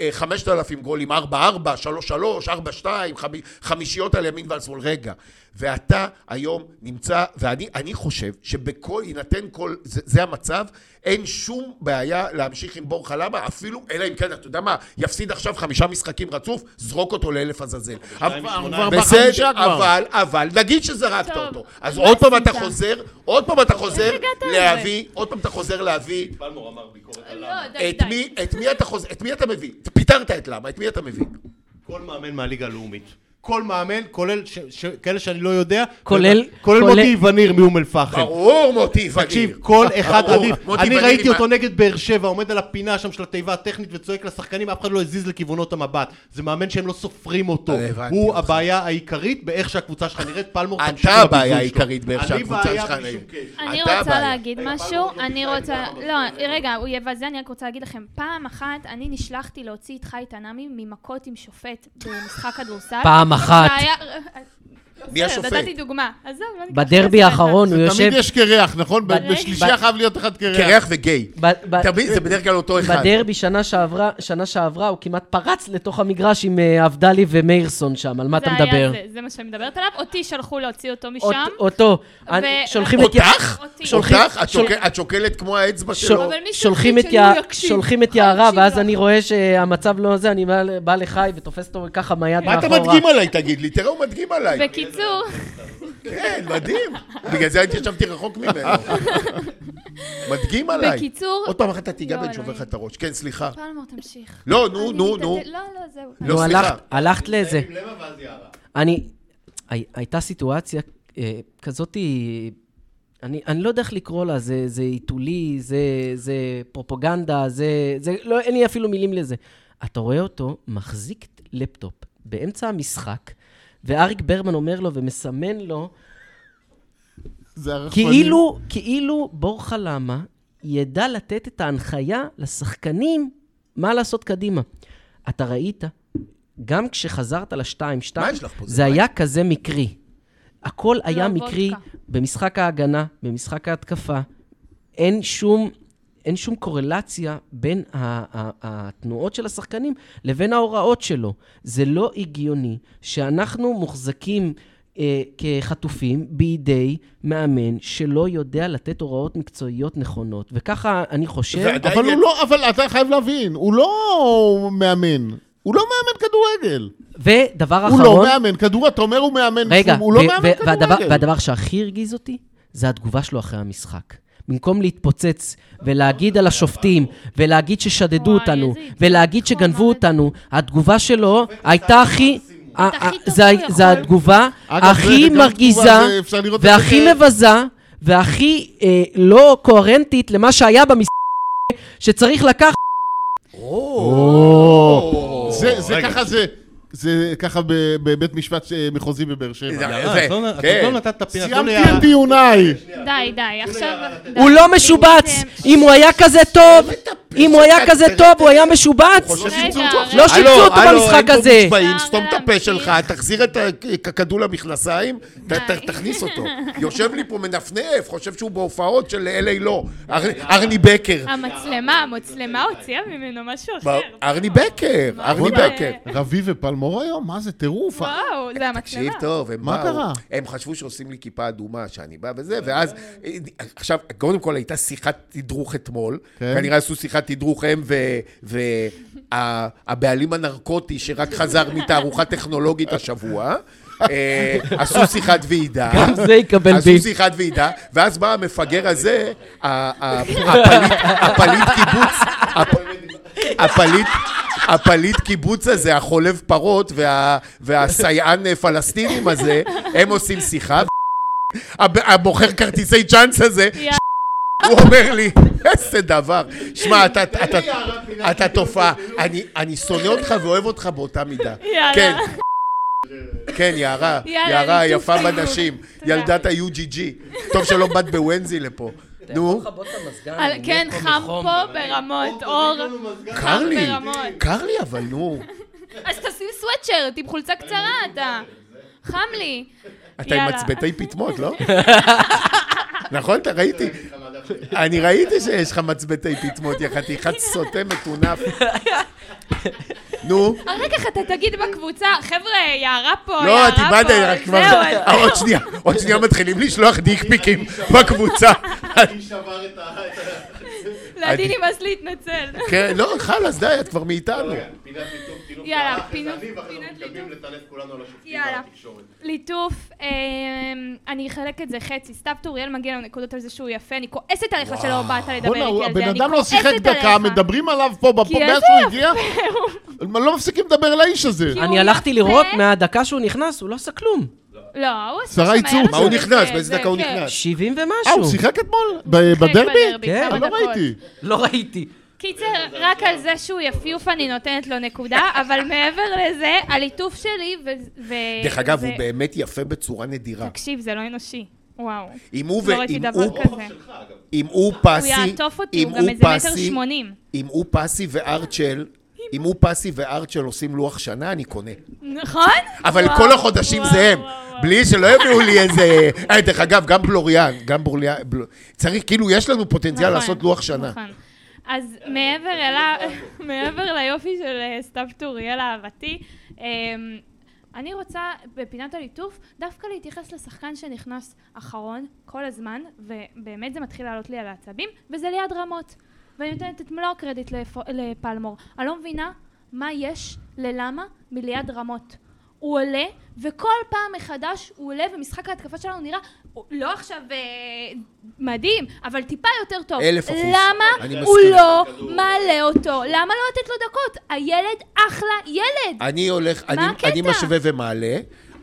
C: אה, 5,000 גולים, 4-4, 3-3, 4-2, חמי- חמישיות על ימין ועל שמאל. רגע, ואתה היום נמצא, ואני אני חושב שבכל, יינתן כל, זה, זה המצב, אין שום בעיה להמשיך עם בורחה למה, אפילו, אלא אם כן, אתה יודע מה, יפסיד עכשיו חמישה משחקים רצוף, זרוק אותו לאלף עזאזל. אבל-
B: שמונה.
E: כבר בחמישה
C: בסדר,
E: כבר.
C: אבל, אבל, נגיד שזרקת
F: טוב,
C: אותו. אז
F: מה
C: עוד פעם
F: עשית?
C: אתה חוזר, עוד פעם אתה חוזר
F: איך הגעת לזה?
C: להביא, עוד פעם אתה חוזר להביא,
B: פלמור אמר ביקורת על למה.
F: לא, די,
C: את
F: די.
C: מי- את מי אתה חוזר, את מי אתה מביא? פיטרת את למה, את מי אתה מביא?
D: כן.
B: כל מאמן מהליגה הלאומית. כל מאמן, כולל ש- ש- כאלה שאני לא יודע.
D: כולל-
B: כולל
D: כולל-
B: מוטי וניר מאום אל-פחם.
C: ברור מוטי וניר.
B: תקשיב, כל אחד
C: ברור,
B: עדיף.
C: מוטי
B: אני
C: וניר
B: ראיתי
C: עם
B: אותו
C: ה-
B: נגד באר שבע, עומד על הפינה שם של התיבה הטכנית וצועק לשחקנים, אף אחד לא הזיז לכיוונות המבט. זה מאמן שהם לא סופרים אותו.
C: אה, הבנתי
B: הוא
C: אותך.
B: הבעיה העיקרית באש שהקבוצה שלך נראית. פלמור תמשיך
C: אתה
B: בביזוי
C: הבעיה
B: שלו.
C: העיקרית באיך
B: אני
C: שהקבוצה
B: בעיה
C: שלך
B: בלי
C: נראית.
B: שום קשר.
F: אני
C: אתה
F: רוצה
C: הבעיה.
F: להגיד
B: רגע,
F: משהו,
B: פעם אחת
F: אני
B: לא
F: רוצה...
B: ניסה,
F: לא,
B: ניסה.
F: רגע, הוא יבזה, אני רק רוצה להגיד לכם, פעם אחת אני נשלחתי להוציא את חי תנמי ממכות עם שופט במשחק כדורסל.
D: פעם אחת.
F: זה היה-
C: מי השופט?
F: נתתי דוגמה. עזוב, לא ניקח
D: בדרבי
F: לזה
D: האחרון
F: זמן.
D: הוא יושב...
E: תמיד יש קרח, נכון? ב-
D: ב-
E: בשלישייה
D: ב-
E: חייב להיות אחד קרח.
C: קרח וגיי.
D: ב- ב-
C: תמיד, זה בדרך כלל אותו אחד.
D: בדרבי שנה שעברה, שנה שעברה הוא כמעט פרץ לתוך המגרש עם אה, עבדאלי ומאירסון שם, על מה אתה
F: זה היה
D: מדבר?
F: זה, זה מה שאני מדברת עליו. אותי שלחו להוציא אותו משם.
D: אות- אותו,
F: ו-
D: אני- שולחים את... י-
C: אותך?
F: אותי.
D: שולחים-
C: אותך? את
D: שול-
C: שוקל- את שוקלת כמו האצבע
D: שול-
C: שלו.
F: אבל מישהו
D: שולחים
F: החליט
D: את
F: שהוא
D: יערה,
F: יקשיב.
D: שולחים את
F: הוא
D: יערה,
F: יקשיב
D: ואז
F: לו.
D: אני רואה שהמצב לא זה, אני בא- בא לחי ותופס אותו ככה מהיד
C: מה אתה
D: מאחורה.
C: מדגים עליי, תגיד לי? תראה, הוא מדגים עליי.
F: בקיצור,
C: כן, מדהים. בגלל זה הייתי ישבתי רחוק ממנו. מדגים עליי.
F: בקיצור...
C: עוד פעם אחת אתה תיגע
F: לא,
C: ואני שובר לך
F: אלוהים.
C: את הראש. כן, סליחה.
F: פלמור, תמשיך.
C: לא, נו,
F: אני
C: נו,
F: מתעד-
C: נו.
F: לא, לא, זהו.
C: לא,
D: נו,
C: סליחה.
D: הלכת- הלכת לאיזה...
B: למה ואז יערה?
D: אני... הי, הייתה סיטואציה אה, כזאת, אני, אני לא יודע איך לקרוא לה, זה זה עיתולי, זה, זה פרופוגנדה, זה, זה... לא, אין לי אפילו מילים לזה. אתה רואה אותו מחזיק לפטופ באמצע המשחק, ואריק ברמן אומר לו ומסמן לו,
E: זה הרחפנים.
D: כאילו, כאילו בורחה למה ידע לתת את ההנחיה לשחקנים מה לעשות קדימה. אתה ראית, גם כשחזרת
F: לא.
D: ל-2-2,
C: מה יש לך פה? זה
D: זה היה כזה מקרי. הכל היה
F: וודקה.
D: מקרי במשחק ההגנה, במשחק ההתקפה. אין שום, אין שום קורלציה בין ה- ה- התנועות של השחקנים לבין ההוראות שלו. זה לא הגיוני שאנחנו מוחזקים אה, כחטופים בידי מאמן שלא יודע לתת הוראות מקצועיות נכונות. וככה אני חושב...
C: ועדיין-
E: אבל הוא לא, אבל אתה חייב להבין, הוא לא מאמן. הוא לא מאמן כדורגל.
D: ודבר
E: הוא
D: אחרון...
E: לא מאמן כדורגל. אתה אומר הוא מאמן,
D: רגע,
E: הוא לא
D: ו-
E: מאמן
D: ו- והדבר,
E: כדורגל.
D: והדבר שהכי הרגיז אותי, זה התגובה שלו אחרי המשחק. במקום להתפוצץ ולהגיד על השופטים, ולהגיד ששדדו
F: וואי,
D: אותנו,
F: איזה אידיוט.
D: ולהגיד
F: נכון,
D: שגנבו
F: מאוד.
D: אותנו, התגובה שלו הייתה הכי... ה-
F: הכי
D: ה-
F: טוב
D: זה
F: שהוא
D: ה- זה
F: יכול.
D: התגובה
E: אגב, זה- זה
D: הכי
E: גם
D: מרגיזה,
E: תגובה, זה- אפשר לראות את זה
D: והכי
E: כ-
D: מבזה, והכי אה, לא קוהרנטית למה שהיה במשחק, שצריך לקחת...
E: או, זה זה
B: רגע.
E: ככה זה... זה ככה ב- בבית משפט אה, מחוזי בבאר שבע.
B: יאללה,
C: זה-
B: אז לא נ- אז
C: כן.
B: לא נתת את הפינה. תנו לי
E: סיימתי
B: ה-
E: את דיוניי.
F: די, די, עכשיו... די,
D: הוא לא
F: די,
D: משובץ!
F: ש-
D: אם הוא היה כזה טוב,
C: מטפס,
D: אם הוא היה
C: אתה-
D: כזה
C: אתה-
D: טוב, הוא היה משובץ!
C: חושב
F: רגע,
C: שיפצו
F: רגע. אה,
D: לא שיפצו אותו
C: הלו,
D: במשחק
C: אין פה
D: הזה.
C: מושבעים,
F: אפשר
C: סתום את הפה
F: להמשיך.
C: שלך, תחזיר את הקקדו למכנסיים, ת- ת-
F: די.
C: תכניס אותו. יושב לי פה מנפנף, חושב שהוא בהופעות של אלה לא. אר- ארני בקר.
F: המצלמה, המצלמה הוציאה ממנו משהו
C: מה- אה,
F: אחר.
C: ארני בקר,
F: מה
C: ארני
F: זה?
C: בקר.
E: רביב ופלמור היום? מה זה טירוף?
F: וואו, זה המצלמה.
C: אה, תקשיב טוב, הם
E: מה
C: באו,
E: קרה?
C: הם חשבו שעושים לי כיפה אדומה, שאני בא וזה, ואז, אה, עכשיו, קודם כל הייתה שיחת תדרוך אתמול,
E: כן.
C: כנראה עשו שיחת תדרוך הם והבעלים הנרקוטי שרק חזר מתערוכה טכנולוגית השבוע, אה, עשו שיחת ועידה.
D: גם זה יקבל
C: עשו
D: ביפ.
C: שיחת ועידה, ואז בא המפגר הזה, ה- ה- הפליט הפליט קיבוץ, הפ- הפליט... הפליט קיבוץ הזה, החולב פרות וה, והסייען פלסטינים הזה, הם עושים שיחה. הב- הבוחר כרטיסי צ'אנס הזה,
F: יאללה.
C: הוא אומר לי, איזה דבר. שמע, אתה- אתה- אתה תופעה, אני- אני שונא אותך ואוהב אותך באותה מידה.
F: יאללה.
C: כן. כן, יערה,
F: יאללה,
C: יערה
F: ליטוף
C: היפה
F: פינות.
C: בנשים,
F: תודה.
C: ילדת ה-UGG. טוב שלא באת בוונזי לפה. נו,
F: על- כן, חם פה ברמות, אור.
C: קר לי,
F: ברמות.
C: קר לי אבל נו.
F: אז תשים סוואטשרט עם חולצה קצרה, אתה. חם לי.
C: אתה עם
F: יאללה.
C: מצבטי פטמות, לא? נכון, אתה ראיתי. אני ראיתי שיש לך מצבטי פטמות, יא חתיכת סוטה מטונף. נו,
F: אחר כך אה, אתה תגיד בקבוצה, חבר'ה, יערה פה,
C: לא,
F: יערה
C: את
F: פה.
C: איבדת, רק
F: זהו,
C: כבר...
F: אז-
C: אה, עוד שנייה, עוד שנייה מתחילים לשלוח דיקפיקים בקבוצה.
F: לעדי נמאס להתנצל.
C: כן,
F: אה,
E: אה,
C: לא, חלאס, די, את כבר מאיתנו.
B: כן. פינת ליטוף, טינוף,
F: יאללה,
B: קרה,
F: פינות-
B: חזנים, ואנחנו
F: פינת
B: מתכוונים לטנף כולנו על השופטים
F: יאללה.
B: ועל התקשורת.
F: ליטוף, אמ, אני אחלק את זה חצי. סתיו טוריאל מגיע לנו נקודות על זה שהוא יפה, אני כועסת עליך שלא באת לדבר איתי
E: בואנה, הוא-
F: על זה,
E: הבן
F: אני
E: אדם לא שיחק
F: כועסת
E: דקה,
F: עליך.
E: מדברים עליו פה בפודקאסט,
F: איזה
E: הוא הגיע, לא מפסיקים לדבר על האיש הזה.
F: כי-
D: אני
F: הוא
D: הלכתי
F: יפה.
D: לראות מהדקה שהוא נכנס, הוא לא עשה כלום.
F: לא, הוא עשה
E: שרה
F: שם,
E: ייצור.
F: היה לו
E: מה הוא
F: שם
C: נכנס?
F: זה,
C: באיזה
F: זה,
C: דקה הוא
F: כן.
C: נכנס?
D: שבעים
E: אה, הוא
D: משהו.
E: שיחק אתמול? ב- בדרבי?
D: כן,
F: כמה
E: לא
F: דקות.
E: ראיתי.
D: לא ראיתי.
F: קיצר, רק על זה שהוא יפיוף אני נותנת לו נקודה, אבל מעבר לזה, הליטוף שלי ו... ו-
C: דרך אגב,
F: זה-
C: הוא באמת יפה בצורה נדירה.
F: תקשיב, זה לא אנושי. וואו.
C: אם הוא ו-
F: לא ראיתי
C: אם
F: דבר
C: הוא-
F: כזה.
C: אם הוא
F: הוא
C: פסי...
F: יעטוף אותי,
C: אם
F: הוא גם איזה מטר
C: פסי-
F: שמונים.
C: אם הוא פסי וארצ'ל, אם הוא פסי וארצ'ל עושים לוח שנה, אני קונה.
F: נכון?
C: אבל
F: וואו,
C: כל החודשים
F: וואו,
C: זה הם.
F: וואו, וואו.
C: בלי שלא יביאו לי איזה... אה, דרך אגב, גם בלוריאן, גם בלוריאן... בל- צריך, כאילו, יש לנו פוטנציאל
F: נכון,
C: לעשות לוח שנה.
F: נכון. אז מעבר אליו, מעבר ליופי של אה, סתיו טוריאל אהבתי, אמ, אני רוצה בפינת הליטוף דווקא להתייחס לשחקן שנכנס אחרון כל הזמן, ובאמת זה מתחיל לעלות לי על העצבים, וזה ליד רמות. ואני נותנת את מלוא הקרדיט לפ- לפלמור. אני לא מבינה מה יש ללמה מליד רמות. הוא עולה, וכל פעם מחדש הוא עולה, ומשחק ההתקפה שלנו נראה הוא לא עכשיו אה, מדהים, אבל טיפה יותר טוב.
C: אלף אחוז. אני
F: למה הוא
C: מסכים.
F: לא מעלה אותו? למה לא לתת לו דקות? הילד אחלה ילד!
C: אני הולך, אני,
F: הקטע?
C: אני משווה ומעלה,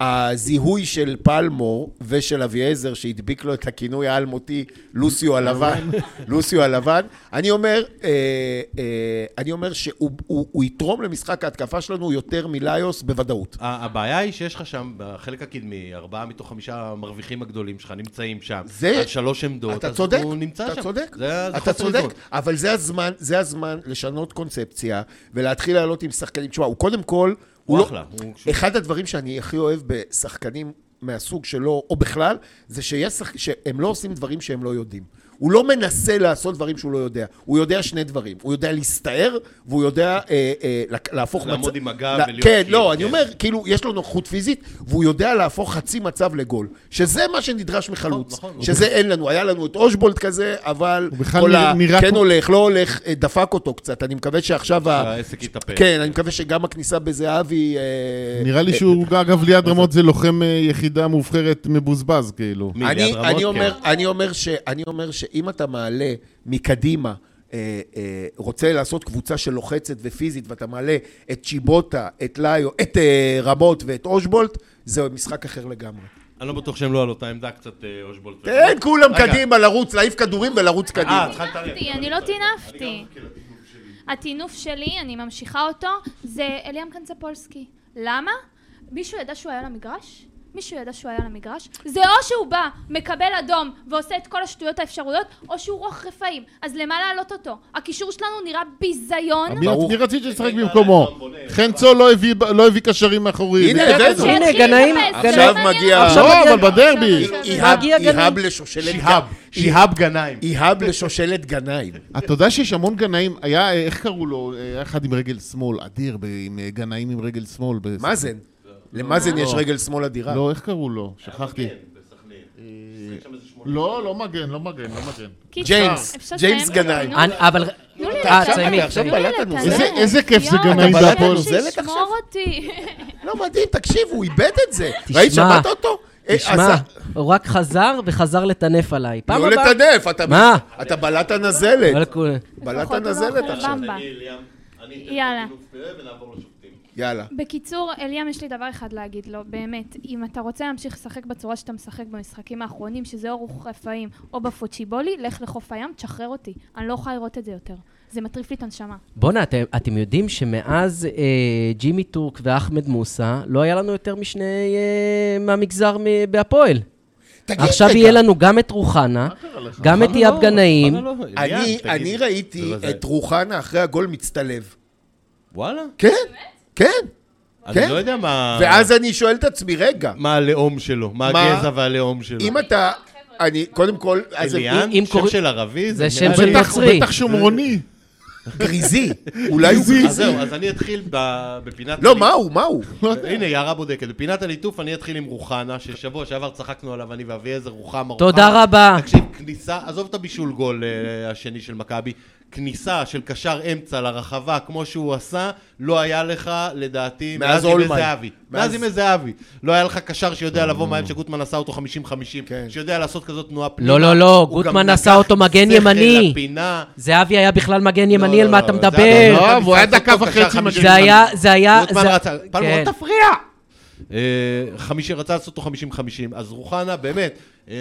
C: הזיהוי של פלמור ושל אביעזר, שהדביק לו את הכינוי האלמותי לוסיו הלבן, לוסיו הלבן, אני אומר, אה, אה, אני אומר שהוא הוא- הוא יתרום למשחק ההתקפה שלנו יותר מליוס בוודאות.
B: ה- הבעיה היא שיש לך שם, בחלק הקדמי, ארבעה מתוך חמישה המרוויחים הגדולים שלך נמצאים שם.
C: זה-
B: על שלוש עמדות,
C: אתה
B: אז
C: צודק,
B: הוא נמצא שם.
C: אתה צודק,
B: זה
C: אתה
B: חוסר
C: צודק,
B: איזון.
C: אבל זה הזמן, זה הזמן לשנות קונספציה ולהתחיל לעלות עם שחקנים. תשמע, הוא קודם כל,
B: הוא
C: לא-
B: אחלה, הוא-
C: אחד הדברים שאני הכי אוהב בשחקנים מהסוג שלו, או בכלל, זה שיש שח... שהם לא עושים דברים שהם לא יודעים. הוא לא מנסה לעשות דברים שהוא לא יודע. הוא יודע שני דברים. הוא יודע להסתער, והוא יודע אה, אה, לק- להפוך...
B: לעמוד עם הגב
C: לה-
B: ולהיות
C: כן,
B: כאילו,
C: לא,
B: כן.
C: אני אומר, כאילו, יש לו נוחות פיזית, והוא יודע להפוך חצי מצב לגול. שזה מה שנדרש מחלוץ.
B: נכון, נכון.
C: שזה אין לנו. היה לנו את אושבולד כזה, אבל...
E: הוא בכלל
C: כל
E: נראה- נראה
C: כן
E: כמו-
C: הולך, לא הולך, אה, דפק אותו קצת. אני מקווה שעכשיו... ה-
B: שהעסק יתאפק.
C: כן, אני מקווה שגם הכניסה בזהבי... אה,
E: נראה לי שהוא, אגב, ליד רמות זה לוחם אה, יחידה מאובחרת מבוזבז, כאילו.
B: מי,
C: אני,
B: ליד רמות?
C: אני, אומר,
B: כן.
C: אני, אומר ש, אני אומר שאם אתה מעלה מקדימה, אה, אה, רוצה לעשות קבוצה שלוחצת ופיזית, ואתה מעלה את צ'יבוטה, את ליו, את אה, רמות ואת אושבולט, זה משחק אחר לגמרי.
B: אני לא בטוח שהם לא על אותה עמדה קצת אה, אושבולט.
C: כן, כולם
B: רגע.
C: קדימה, לרוץ, להעיף כדורים ולרוץ
B: אה,
C: קדימה.
B: התחלת...
F: טינפתי, אני לא טינפתי. הטינוף שלי, אני ממשיכה אותו, זה אליאם קנצפולסקי. למה? מישהו ידע שהוא היה על המגרש? מישהו ידע שהוא היה על המגרש? זה או שהוא בא, מקבל אדום ועושה את כל השטויות האפשרויות, או שהוא רוח רפאים. אז למה להעלות אותו? הקישור שלנו נראה ביזיון.
E: מי-
C: ברור.
E: מי רצית שישחק במקומו? חן צו לא הביא- לא הביא קשרים מאחוריים.
C: הנה, הבאנו.
F: לא, שיתחיל
D: הנה, גנאים-
F: לחפש,
C: עכשיו
F: זה לא מעניין
C: מגיע-
F: אותו.
D: עכשיו
E: לא,
D: מגיע-
E: אבל
D: אה,
E: בדרבי.
C: איהאב-
D: מגיע גנאים.
C: איהאב לשושלת
B: שיהאב, שיהאב גנאים.
C: איהאב לשושלת גנאים.
E: אתה יודע שיש המון גנאים, היה, אה, איך קראו לו? אה, היה אחד עם רגל שמאל, אדיר, ב- עם אה, גנאים עם רגל שמאל. ב-
C: מאזן.
D: לא.
C: למאזן יש רגל שמאל אדירה.
E: לא, איך קראו לו? שכחתי. לא, לא מגן, לא מגן, לא מגן.
F: קיצור,
C: ג'יימס,
F: אפשר
C: ג'יימס
F: לסיים?
C: גנאים.
F: נו,
D: אני- אבל...
F: תנו לי
D: אה,
F: לסיים.
D: תסיימי,
C: אתה עכשיו
D: תסיימי.
F: תנו
C: בלעת
F: לי לסיים.
E: איזה- איזה כיף זה
F: יואו,
E: גנאים
F: השם
E: בהפועל.
C: נוזלת
F: שישמור אותי.
C: לא, מדהים, תקשיב, הוא איבד את זה. ראית, שמעת אותו? אה,
D: תשמע,
C: עשה-
D: הוא רק חזר וחזר לטנף עליי. פעם
C: לא
D: הבאה...
C: לטנף, אתה
D: מה?
C: אתה בלעת נזלת.
D: אבל כול-
C: בלעת
F: לפחות הוא לא
C: הנזלת
F: אוכל
C: עכשיו.
F: במבה. יאללה.
B: יאללה. אה, ונעבור לשופטים.
C: יאללה.
F: בקיצור, אליאם, יש לי דבר אחד להגיד לו, באמת. אם אתה רוצה להמשיך לשחק בצורה שאתה משחק במשחקים האחרונים, שזה או רוח רפאים או בפוצ'יבולי, לך לחוף הים, תשחרר אותי. אני לא יכולה לראות את זה יותר. זה מטריף לי את הנשמה.
D: בואנה, אתם, אתם יודעים שמאז אה, ג'ימי טורק ואחמד מוסא, לא היה לנו יותר משני אה, מהמגזר מ- בהפועל.
C: תגיד
D: עכשיו
C: רגע,
D: יהיה לנו גם את רוחנה, גם את יאב
B: לא-
D: גנאים.
C: אני- אני
D: לא
C: ראיתי את רוחנה אחרי הגול מצטלב.
B: וואלה?
C: כן, כן,
B: אני
C: כן.
B: לא יודע
D: אה.
B: מה...
C: ואז אני שואל את עצמי, רגע,
D: לא.
B: מה הלאום שלו, מה
C: מה-
B: הגזע והלאום שלו.
C: אם אתה... אני, קודם כל, אז
B: אליאן?
D: אם- אם
B: שם
D: קוראים-
B: של ערבי?
D: זה שם
B: נראה
D: של
B: לי-
E: בטח- הוא
D: נוצרי.
E: בטח שומרוני.
C: גריזי, אולי הוא
B: אז
C: גריזי.
D: אה,
B: זהו, אז אני אתחיל ב- בפינת...
C: לא,
B: הליטוף.
C: מה הוא, מה הוא?
B: הנה, יערה בודקת. בפינת הליטוף אני אתחיל עם רוחנה, ששבוע שעבר צחקנו עליו אני ואביעזר רוחמה.
D: אוקיי.
C: אוקיי.
D: תודה רבה.
B: תקשיב, כניסה, עזוב את הבישול גול אה, השני של מכבי, כניסה של קשר אמצע לרחבה, כמו שהוא עשה, לא היה לך, לדעתי,
C: מאז
B: עם
C: אולמן.
B: זהבי.
C: מאז-
B: מאז עם זהבי. לא היה לך קשר שיודע לבוא מהים שגוטמן עשה אותו 50-50,
C: כן.
B: שיודע לעשות כזאת תנועה פנימה.
D: לא, לא, לא,
B: הוא גם
D: גוטמן
B: לקח
D: עשה אותו מגן
B: שכל
D: ימני.
B: לפינה.
D: זהבי היה בכלל מגן
B: לא,
D: ימני, על
B: לא,
D: מה
B: לא,
D: אתה
B: זהבי-
D: מדבר?
E: לא, והוא היה
B: משחק
E: דקה
B: אותו,
E: וחצי
B: קשר
E: מגן.
C: לא
B: חמישים
D: זה היה, זה היה...
B: רוטמן
D: זה-
B: רצה, פעם
D: כן.
B: לא תפריע! אה, חמישי, רצה לעשות אותו 50-50, אז רוחנה, באמת, אה,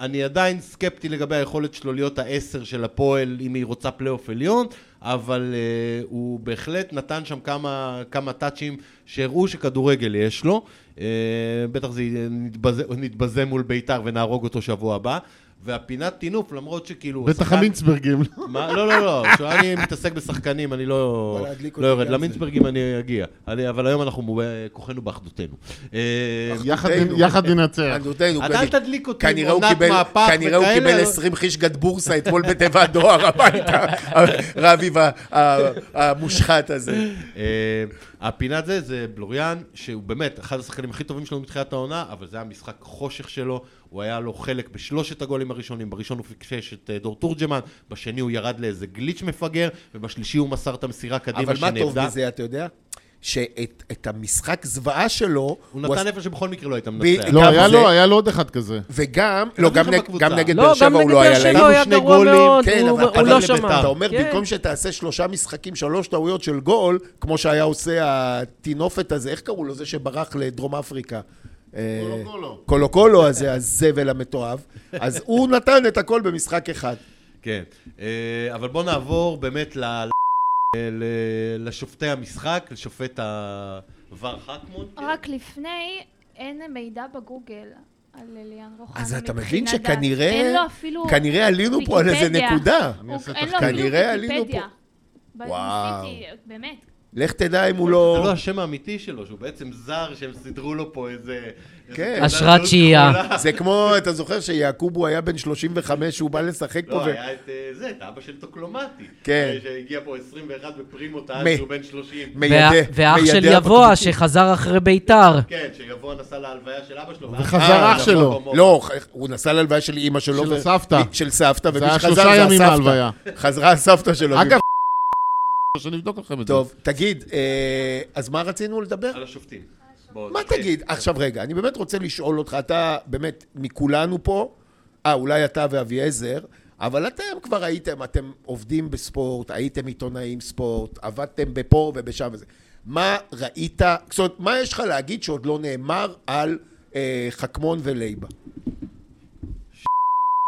B: אני עדיין סקפטי לגבי היכולת שלו להיות העשר של הפועל, אם היא רוצה פלייאוף עליון, אבל אה, הוא בהחלט נתן שם כמה, כמה טאצ'ים שהראו שכדורגל יש לו, אה, בטח זה נתבזה, נתבזה מול ביתר ונהרוג אותו שבוע הבא, והפינת טינוף, למרות שכאילו... הוא
E: בטח
B: שחקן-
E: המינצברגים.
B: מה? לא, לא, לא, כשאני מתעסק בשחקנים, אני לא
C: וואלה, הדליק
B: לא
C: אותי
B: יורד.
C: גם זה.
B: למינצברגים אני אגיע. אני- אבל היום אנחנו מוב- כוחנו באחדותנו. אה,
E: יחד נ- יחד ננצח.
C: אנדותינו,
B: אתה אל
C: כנראה-
B: תדליק אותי עם
C: כנראה הוא
B: עונת
C: קיבל-
B: מהפך
C: כנראה הוא קיבל
B: וכאלה.
C: 20 חיש גד בורסה אתמול בתיבת הדואר הביתה, רביב ה- ה- המושחת הזה.
B: אה, הפינת זה, זה בלוריאן, שהוא באמת אחד השחקנים הכי טובים שלנו מתחילת העונה, אבל זה היה משחק חושך שלו, הוא היה לו חלק בשלושת הגולים הראשונים, בראשון הוא פיקשש את אה, דור תורג'מן, בשני הוא ירד לאיזה גליץ' מפגר, ובשלישי הוא מסר את המסירה קדימה
C: אבל מה טוב
B: שנאבדה.
C: בזה, אתה יודע? שאת את המשחק זוועה שלו,
B: הוא
C: עש-
B: נתן איפה שבכל מקרה לא היית
C: ב-
B: מנצח.
E: לא,
C: גם
E: היה
C: זה-
E: לו, היה לו עוד אחד כזה.
C: וגם, לא, גם
B: לכם
C: נג-
B: בקבוצה.
C: גם נגד באר
D: לא, גם
C: שבע הוא
D: נגד
C: לא
D: באר
C: היה
D: שבע הוא
C: להם.
D: היה
B: שני
D: גרוע
B: גולים.
D: מאוד,
C: כן,
D: הוא-
C: אבל-
D: הוא
C: אבל
D: לא
B: לבית"ר.
D: שמע.
C: אתה אומר,
D: כן.
C: במקום שתעשה שלושה משחקים, שלוש טעויות של גול, כמו שהיה עושה הטינופת הזה, איך קראו לו? זה שברח לדרום אפריקה. אה,
E: קולו-קולו.
C: קולו קולו הזה, הזבל המתועב, אז הוא נתן את הכל במשחק אחד.
B: כן. אה, אבל בואו נעבור באמת ל... ל- לשופטי המשחק, לשופט הוואר חכמון.
F: רק לפני, אין מידע בגוגל על אליאן רוחנה.
C: אז אתה מבין
F: מבחינת דת.
C: שכנראה-
F: אין לו אפילו...
C: כנראה עלינו פה על איזה
F: ויקיפדיה.
C: נקודה.
E: אני
F: הוא-
E: אעשה
F: אין לו
E: תחקיר.
F: אפילו
C: כנראה עלינו
F: ויקיפדיה. ב-
C: וואו.
F: ניסיתי, באמת.
C: לך תדע אם הוא
B: זה לא
C: לא...
B: השם האמיתי שלו, שהוא בעצם זר שהם סידרו לו פה איזה...
C: כן.
B: איזה
D: אשרת
B: תעודת זהות
D: שהייה.
E: לא-
B: כחולה.
C: זה כמו, אתה זוכר שיעקובו היה בן 35, שהוא בא לשחק פה
B: לא,
C: ו...
B: היה את אה, זה, את אבא של טוקלומטי. אה,
C: כן.
B: שהגיע פה 21 בפרימו טען
C: מ-
B: שהוא בן 30.
C: מיידה-
D: וה- והאח
C: מיידה
D: של יבואה,
C: אפוטרופוסים.
D: שחזר אחרי ביתר.
C: אוקיי.
B: כן, שיבוא נסע להלוויה של אבא שלו.
E: וחזר
B: אה,
E: אח שלו.
B: נכון, כמו-
C: לא, הוא נסע להלוויה של אימא שלו.
E: של
C: ו-
E: הסבתא.
C: של סבתא,
E: זה
C: ומי
E: היה
C: שחזר זה
E: שלושה ימים
C: הסבתא.
E: מהלוויה.
C: חזרה הסבתא שלו.
E: אגב, שנבדוק לכם את זה.
C: לא, טוב, תגיד, אה, אז מה רצינו לדבר?
B: על השופטים. בוא,
C: מה
B: תתחיל.
C: תגיד? עכשיו רגע, אני באמת רוצה לשאול אותך, אתה באמת, מכולנו פה, אה, אולי אתה ואביעזר, אבל אתם כבר הייתם, אתם עובדים בספורט, הייתם עיתונאים ספורט, עבדתם בפה ובשם וזה. מה ראית, זאת אומרת, מה יש לך להגיד שעוד לא נאמר על אה, חכמון ולייבה?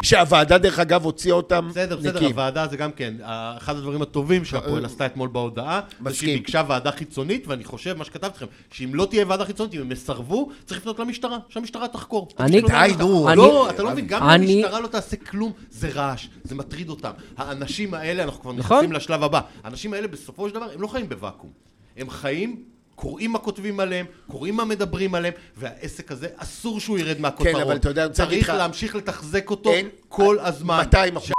C: שהוועדה, דרך אגב, הוציאה אותם
B: בסדר, בסדר,
C: ניקים.
B: הוועדה זה גם כן, אה, אחד הדברים הטובים שהפועל עשתה אתמול בהודעה, זה
C: אה, מסכים.
B: שהיא ביקשה ועדה חיצונית, ואני חושב, מה שכתבתי לכם, שאם לא תהיה ועדה חיצונית, אם הם יסרבו, צריך לפנות למשטרה, שהמשטרה תחקור.
D: אני-
B: פשוט
C: די, נו,
B: לא,
D: אני-
B: לא, אתה לא מבין, גם
D: אני-
B: אם המשטרה לא תעשה כלום, זה רעש, זה מטריד אותם. האנשים האלה, אנחנו כבר
D: נכון.
B: נכנסים לשלב הבא, האנשים האלה בסופו של דבר, הם לא חיים בוואקום. הם חיים... קוראים מה כותבים עליהם, קוראים מה מדברים עליהם, והעסק הזה, אסור שהוא ירד מהכותרות.
C: כן, אבל אתה יודע, אני רוצה להגיד
B: צריך
C: לך-
B: להמשיך לתחזק אותו
C: אין-
B: כל הזמן.
C: 200 אחוז.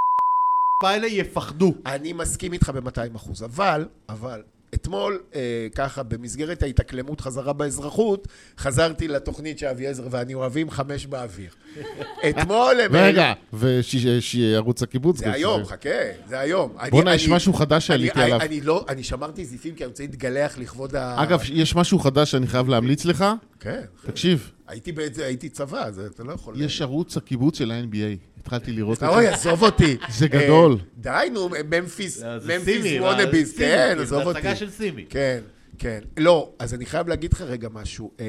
B: האלה יפחדו.
C: אני מסכים איתך ב-200 אחוז, אבל, אבל, אתמול, אה, ככה, במסגרת ההתאקלמות חזרה באזרחות, חזרתי לתוכנית שאביעזר ואני אוהבים, חמש באוויר. אתמול... הם-
E: רגע, וערוץ הקיבוץ.
C: זה היום, חכה, זה היום. אני-
E: בואנה, יש
C: אני-
E: משהו חדש
C: אני-
E: שעליתי
C: אני-
E: עליו.
C: אני לא, אני שמרתי זיפים כי אני רוצה להתגלח לכבוד ה...
E: אגב, יש משהו חדש שאני חייב להמליץ לך.
C: כן,
E: תקשיב,
C: הייתי בזה, הייתי צבא, זה אתה לא יכול...
E: יש ערוץ הקיבוץ של ה-NBA. התחלתי לראות את
C: אוי,
E: זה.
C: עזוב אותי.
E: זה גדול.
C: אה, די, נו, ממפיס,
B: לא, זה
C: ממפיס
B: סימי, מה,
C: וונאביז,
B: סימי,
C: כן,
B: כי
C: עזוב
B: זה
C: אותי.
B: הצגה של סימי.
C: כן, כן. לא, אז אני חייב להגיד לך רגע משהו. אמ,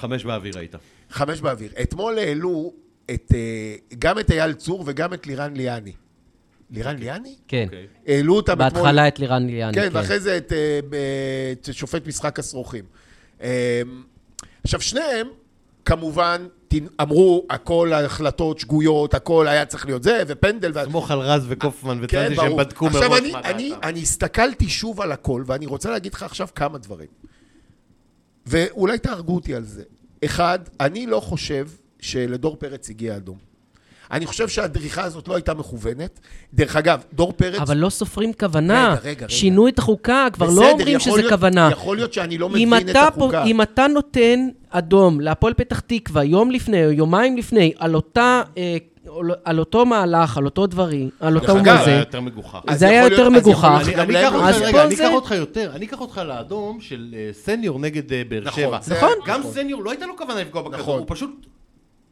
B: חמש באוויר היית.
C: חמש באוויר. אתמול העלו את, אה, גם את אייל צור וגם את לירן ליאני. לירן ליאני?
D: כן.
B: אוקיי.
C: העלו אותם אתמול.
D: בהתחלה את לירן ליאני.
C: כן, ואחרי זה את, אה, ב- את שופט משחק הסרוכים. אה, עכשיו, שניהם, כמובן, תנ- אמרו, הכל ההחלטות שגויות, הכל היה צריך להיות זה, ופנדל, וה-
B: סמוך על רז וקופמן
C: כן,
B: וטנדי שהם
C: ברור.
B: בדקו מראש
C: עכשיו, אני,
B: מה דעתם.
C: אני, אני הסתכלתי שוב על הכל, ואני רוצה להגיד לך עכשיו כמה דברים. ואולי תהרגו אותי על זה. אחד, אני לא חושב שלדור פרץ הגיע אדום. אני חושב שהדריכה הזאת לא הייתה מכוונת. דרך אגב, דור פרץ...
D: אבל לא סופרים כוונה.
C: רגע, רגע, רגע.
D: שינו את החוקה, כבר
C: בסדר,
D: לא אומרים
C: יכול
D: שזה
C: להיות-
D: כוונה.
C: יכול להיות שאני לא
D: אם
C: מבין את
D: אתה, פה,
C: החוקה.
D: אם אתה נותן אדום להפועל פתח תקווה יום לפני או יומיים לפני על, אותה, אה, על אותו מהלך, על אותו דברים, על
B: דרך
D: אותו
B: אגב, זה היה
D: מזה,
B: יותר מגוחך.
E: אה,
C: אז
D: זה היה
C: יכול להיות-
D: יותר
C: אז יכול
D: מגוחך.
C: להיות
B: אני
C: שגם
B: אני
C: להם
B: אקח
C: לא
B: אותך,
D: אז
C: הגיע.
B: רגע, אני
D: פה
B: אקח
D: זה-
B: אותך יותר, אני אקח אותך לאדום של אה, סניור נגד אה, באר
C: נכון,
B: שבע.
C: זה-
D: נכון.
B: גם סניור, לא הייתה לו כוונה לפגוע בכדור,
C: נכון.
B: הוא פשוט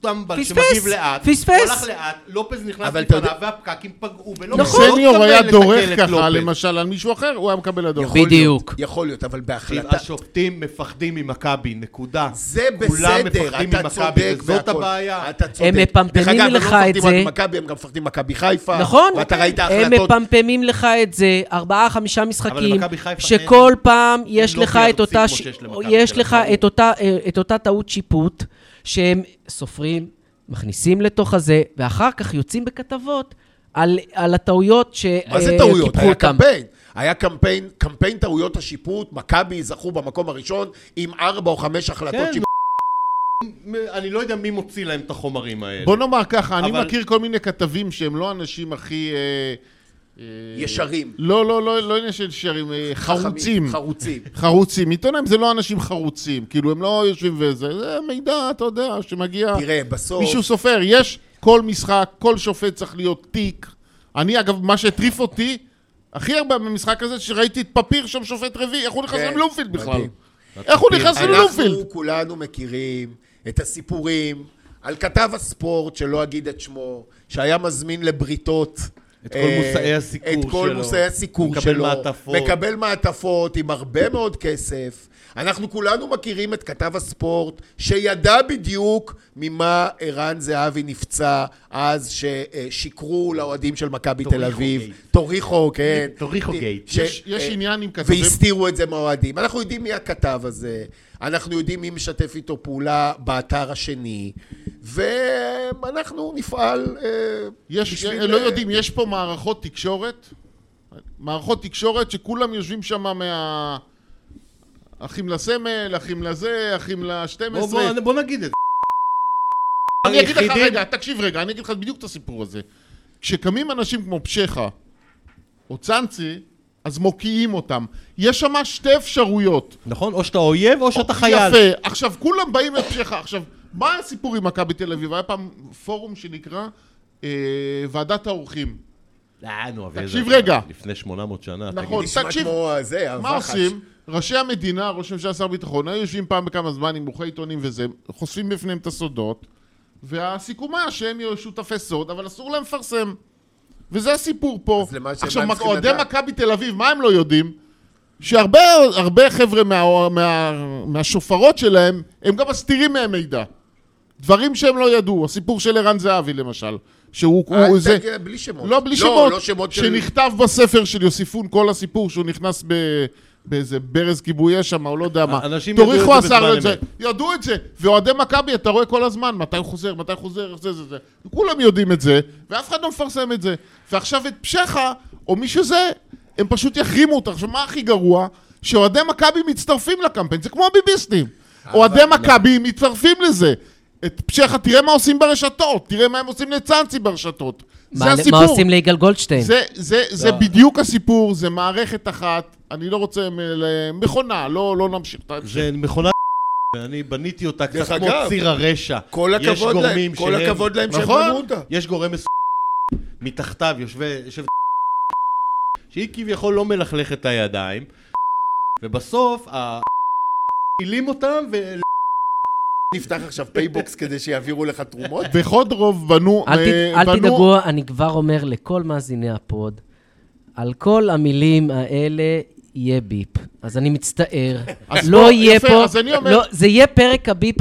B: טמבל
D: פספס,
B: שמגיב לאט.
D: פספס.
B: הוא הלך לאט, לופז נכנס
C: אבל אתה
B: לפניו,
C: יודע-
B: והפקקים פגעו בלופז.
D: נכון.
B: הוא לא
E: סניור
B: התכוון
E: היה
B: לתקן
E: דורך
B: את
E: ככה,
B: לופז.
E: למשל, על מישהו אחר, הוא היה מקבל אדום.
C: יכול להיות,
D: בדיוק.
C: יכול להיות, אבל
B: תקשיב,
C: בהחלטה...
B: השופטים מפחדים ממכבי, נקודה.
C: זה
B: כולם
C: בסדר,
B: מפחדים
C: אתה
B: ממכבי,
C: צודק
B: וזאת
C: והכל.
B: הבעיה.
C: אתה צודק.
D: הם מפמפמים
C: דרך אגב,
D: לך את
C: הם לא מפחדים
D: זה.
C: רק מכבי, הם גם מפחדים ממכבי חיפה.
D: נכון,
C: ואתה ראית
D: הם
C: החלטות.
D: מפמפמים לך את זה, ארבעה, חמישה משחקים,
B: למכבי חיפה
D: שכל
B: אין-
D: פעם יש
B: לא
D: לך
B: פי
D: את אותה,
B: ארצי כמו
D: ש-
B: שיש למכבי
D: יש
B: תל אביב,
D: לך
B: ברור.
D: את אותה, אה, את אותה טעות שיפוט, שהם סופרים, מכניסים לתוך הזה, ואחר כך יוצאים בכתבות על, על הטעויות
C: מה זה טעויות?
D: שקיפחו
C: היה
D: אה, אותם.
C: קמפיין. היה קמפיין, קמפיין טעויות השיפוט, מכבי זכו במקום הראשון עם ארבע או חמש החלטות
B: כן,
C: שיפוט.
B: אני לא יודע מי מוציא להם את החומרים האלה.
E: בוא נאמר ככה, אני
B: אבל-
E: מכיר כל מיני כתבים שהם לא האנשים הכי... אה, אה,
C: ישרים.
E: לא, לא, לא, לא עניין של ישרים, אה, חרוצים.
C: חכמים, חרוצים.
E: חרוצים. עיתונאים זה לא אנשים חרוצים, כאילו הם לא יושבים וזה, זה מידע, אתה יודע, שמגיע...
C: תראה, לא. בסוף...
E: מישהו סופר, יש כל משחק, כל שופט צריך להיות תיק. אני, אגב, מה שהטריף אותי, הכי הרבה במשחק הזה, שראיתי את פפיר שם שופט רביעי, איך הוא נכנס
C: כן,
E: לבלומפילד בכלל?
C: מדהים.
E: איך הוא נכנס לבלומפילד?
C: אנחנו כולנו מכירים את הסיפורים על כתב הספורט, שלא אגיד את שמו, שהיה מזמין לבריתות אה,
B: את כל מושאי הסיקור שלו.
C: את כל מושאי הסיקור
B: מקבל
C: שלו.
B: מעטפות.
C: מקבל מעטפות עם הרבה מאוד כסף. אנחנו כולנו מכירים את כתב הספורט, שידע בדיוק ממה ערן זהבי נפצע אז ששיקרו לאוהדים של מכבי תל
B: טוריחו
C: אביב.
B: גייט.
C: טוריחו, כן.
B: טוריחו גייט.
C: ש-
E: יש- יש
C: אה,
E: עניין עם כתבי...
C: והסתירו את זה מהאוהדים. אנחנו יודעים מי הכתב הזה, אנחנו יודעים מי משתף איתו פעולה באתר השני, ואנחנו נפעל... אה,
E: יש,
C: בשביל,
E: אה, לא
C: אה,
E: יודעים, יש פה מערכות תקשורת, מערכות תקשורת שכולם יושבים שם מה... אחים לסמל, אחים לזה, אחים
B: בוא-
E: ל-12.
B: בוא- בוא נגיד את זה.
E: אני אגיד לך
B: היחידים-
E: רגע, תקשיב רגע, אני אגיד לך בדיוק את הסיפור הזה. כשקמים אנשים כמו פשחה או צאנצי, אז מוקיעים אותם. יש שם שתי אפשרויות. אוקיי,
B: נכון? או שאתה אויב או שאתה חייל.
E: יפה. עכשיו, כולם באים לפשחה. עכשיו, מה הסיפור עם מכבי תל אביב? היה פעם פורום שנקרא אה, ועדת האורחים.
B: אה, נו, אביעזר.
E: תקשיב רגע.
B: לפני 800 שנה.
E: נכון.
C: אה, נשמע
E: תקשיב,
C: כמו זה,
E: מה
C: הווחש.
E: עושים? ראשי המדינה, ראש הממשלה, שר הביטחון, היו יושבים פעם בכמה זמן עם עורכי עיתונים וזה, חושפים בפניהם את הסודות, והסיכום היה שהם יהיו שותפי סוד, אבל אסור להם לפרסם. וזה הסיפור פה.
C: אז למה ש- מה
E: עכשיו,
C: הם
E: מק-
C: צריכים
E: אוהדי
C: לדעת?
E: מכבי תל אביב, מה הם לא יודעים? שהרבה הרבה חבר'ה מה, מה, מהשופרות שלהם, הם גם מסתירים מהם מידע. דברים שהם לא ידעו. הסיפור של ערן זהבי, למשל. שהוא...
C: אל
E: הוא- זה-
C: תגיד, בלי שמות.
E: לא, בלי שמות.
C: לא שמות של...
E: שנכתב בספר של יוסיפון כל הסיפור שהוא נכנס ב... באיזה ברז כיבוי אש שם, או לא יודע מה.
B: אנשים
E: תוריכו
B: ידעו את זה
E: עשה לו
B: בזמן
E: את זה.
B: אמת.
E: ידעו את זה. ואוהדי מכבי, אתה רואה כל הזמן, מתי הוא חוזר, מתי הוא חוזר, איך זה, זה, זה. כולם יודעים את זה, ואף אחד לא מפרסם את זה. ועכשיו את פשחה, או מי שזה, הם פשוט יחרימו אותך. עכשיו, מה הכי גרוע? שאוהדי מכבי מצטרפים לקמפיין, זה כמו הביביסטים. אוהדי מכבי מצטרפים לזה. את פשחה, תראה מה עושים ברשתות, תראה מה הם עושים לצאנצי ברשתות. זה
D: מה-
E: הסיפור.
D: מה עושים ליגאל גולדשטיין?
E: זה, זה, זה בדיוק הסיפור, זה מערכת אחת, אני לא רוצה... מ- ל- מכונה, לא, לא נמשיך. את ההמשך.
B: זה מכונת... ואני בניתי אותה
C: דרך
B: קצת כמו
C: אגב,
B: ציר הרשע.
C: כל
B: יש
C: הכבוד
B: גורמים
C: להם, כל
B: שהם-
C: הכבוד להם שהם
E: נכון.
C: בנו אותה.
B: יש גורם מסוים מתחתיו, יושבי... יושבת שהיא כביכול לא מלכלכת את הידיים, ובסוף ה... פילים אותם, ו...
C: נפתח עכשיו פייבוקס כדי שיעבירו לך תרומות?
E: בחודרוב בנו...
D: אל, ת,
E: אה,
D: אל
E: בנו-
D: תדאגו, אני כבר אומר לכל מאזיני הפוד, על כל המילים האלה יהיה ביפ. אז אני מצטער.
E: אז
D: לא
E: בוא,
D: יהיה
E: יפה,
D: פה...
E: אז אני אומר-
D: לא, זה יהיה פרק הביפ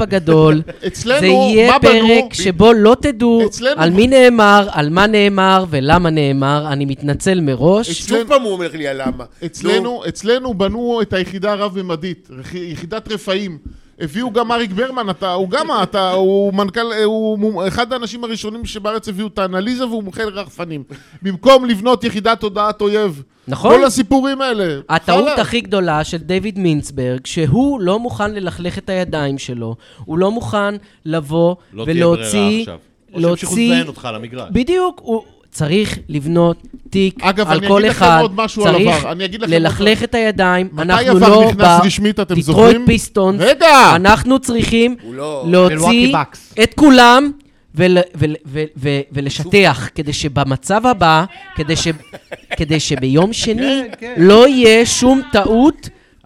D: הגדול.
E: אצלנו,
D: זה יהיה
E: מה בנו?
D: פרק שבו לא תדעו
E: אצלנו-
D: על מי נאמר, על מה נאמר ולמה נאמר. אני מתנצל מראש.
C: שוב פעם הוא אומר לי על למה. נו,
E: אצלנו, אצלנו בנו את היחידה הרב-ממדית, רכ- יחידת רפאים. הביאו גם אריק ברמן, אתה, הוא גם, אתה, הוא מנכ"ל, אה, הוא מומ- אחד האנשים הראשונים שבארץ הביאו את האנליזה והוא מומחה לרחפנים. במקום לבנות יחידת הודעת אויב.
D: נכון.
E: כל הסיפורים האלה.
D: הטעות
E: חלאס.
D: הכי גדולה של דיוויד מינצברג, שהוא לא מוכן ללכלך את הידיים שלו, הוא לא מוכן לבוא
B: לא תהיה ברירה
D: ולהוציא...
B: עכשיו. או שימשיכו
D: להוציא-
B: לזיין אותך על המגרש.
D: בדיוק, הוא צריך לבנות תיק
E: אגב, אני
D: על
E: אגיד
D: כל
E: לכם
D: אחד.
E: עוד משהו על עבר. אני אגיד לכם עוד
D: ללכלך את הידיים,
E: מתי
D: אנחנו
E: עבר
D: לא
E: נכנס רשמית, אתם זוכרים?
D: דטרויט פיסטונס.
E: רגע!
D: אנחנו צריכים
C: הוא לא-
D: להוציא
B: מילווקי בקס.
D: את כולם ול- ול- ו- ו- ולשטח, כדי שבמצב הבא, כדי ש- כדי שביום שני
B: כן.
D: לא יהיה שום טעות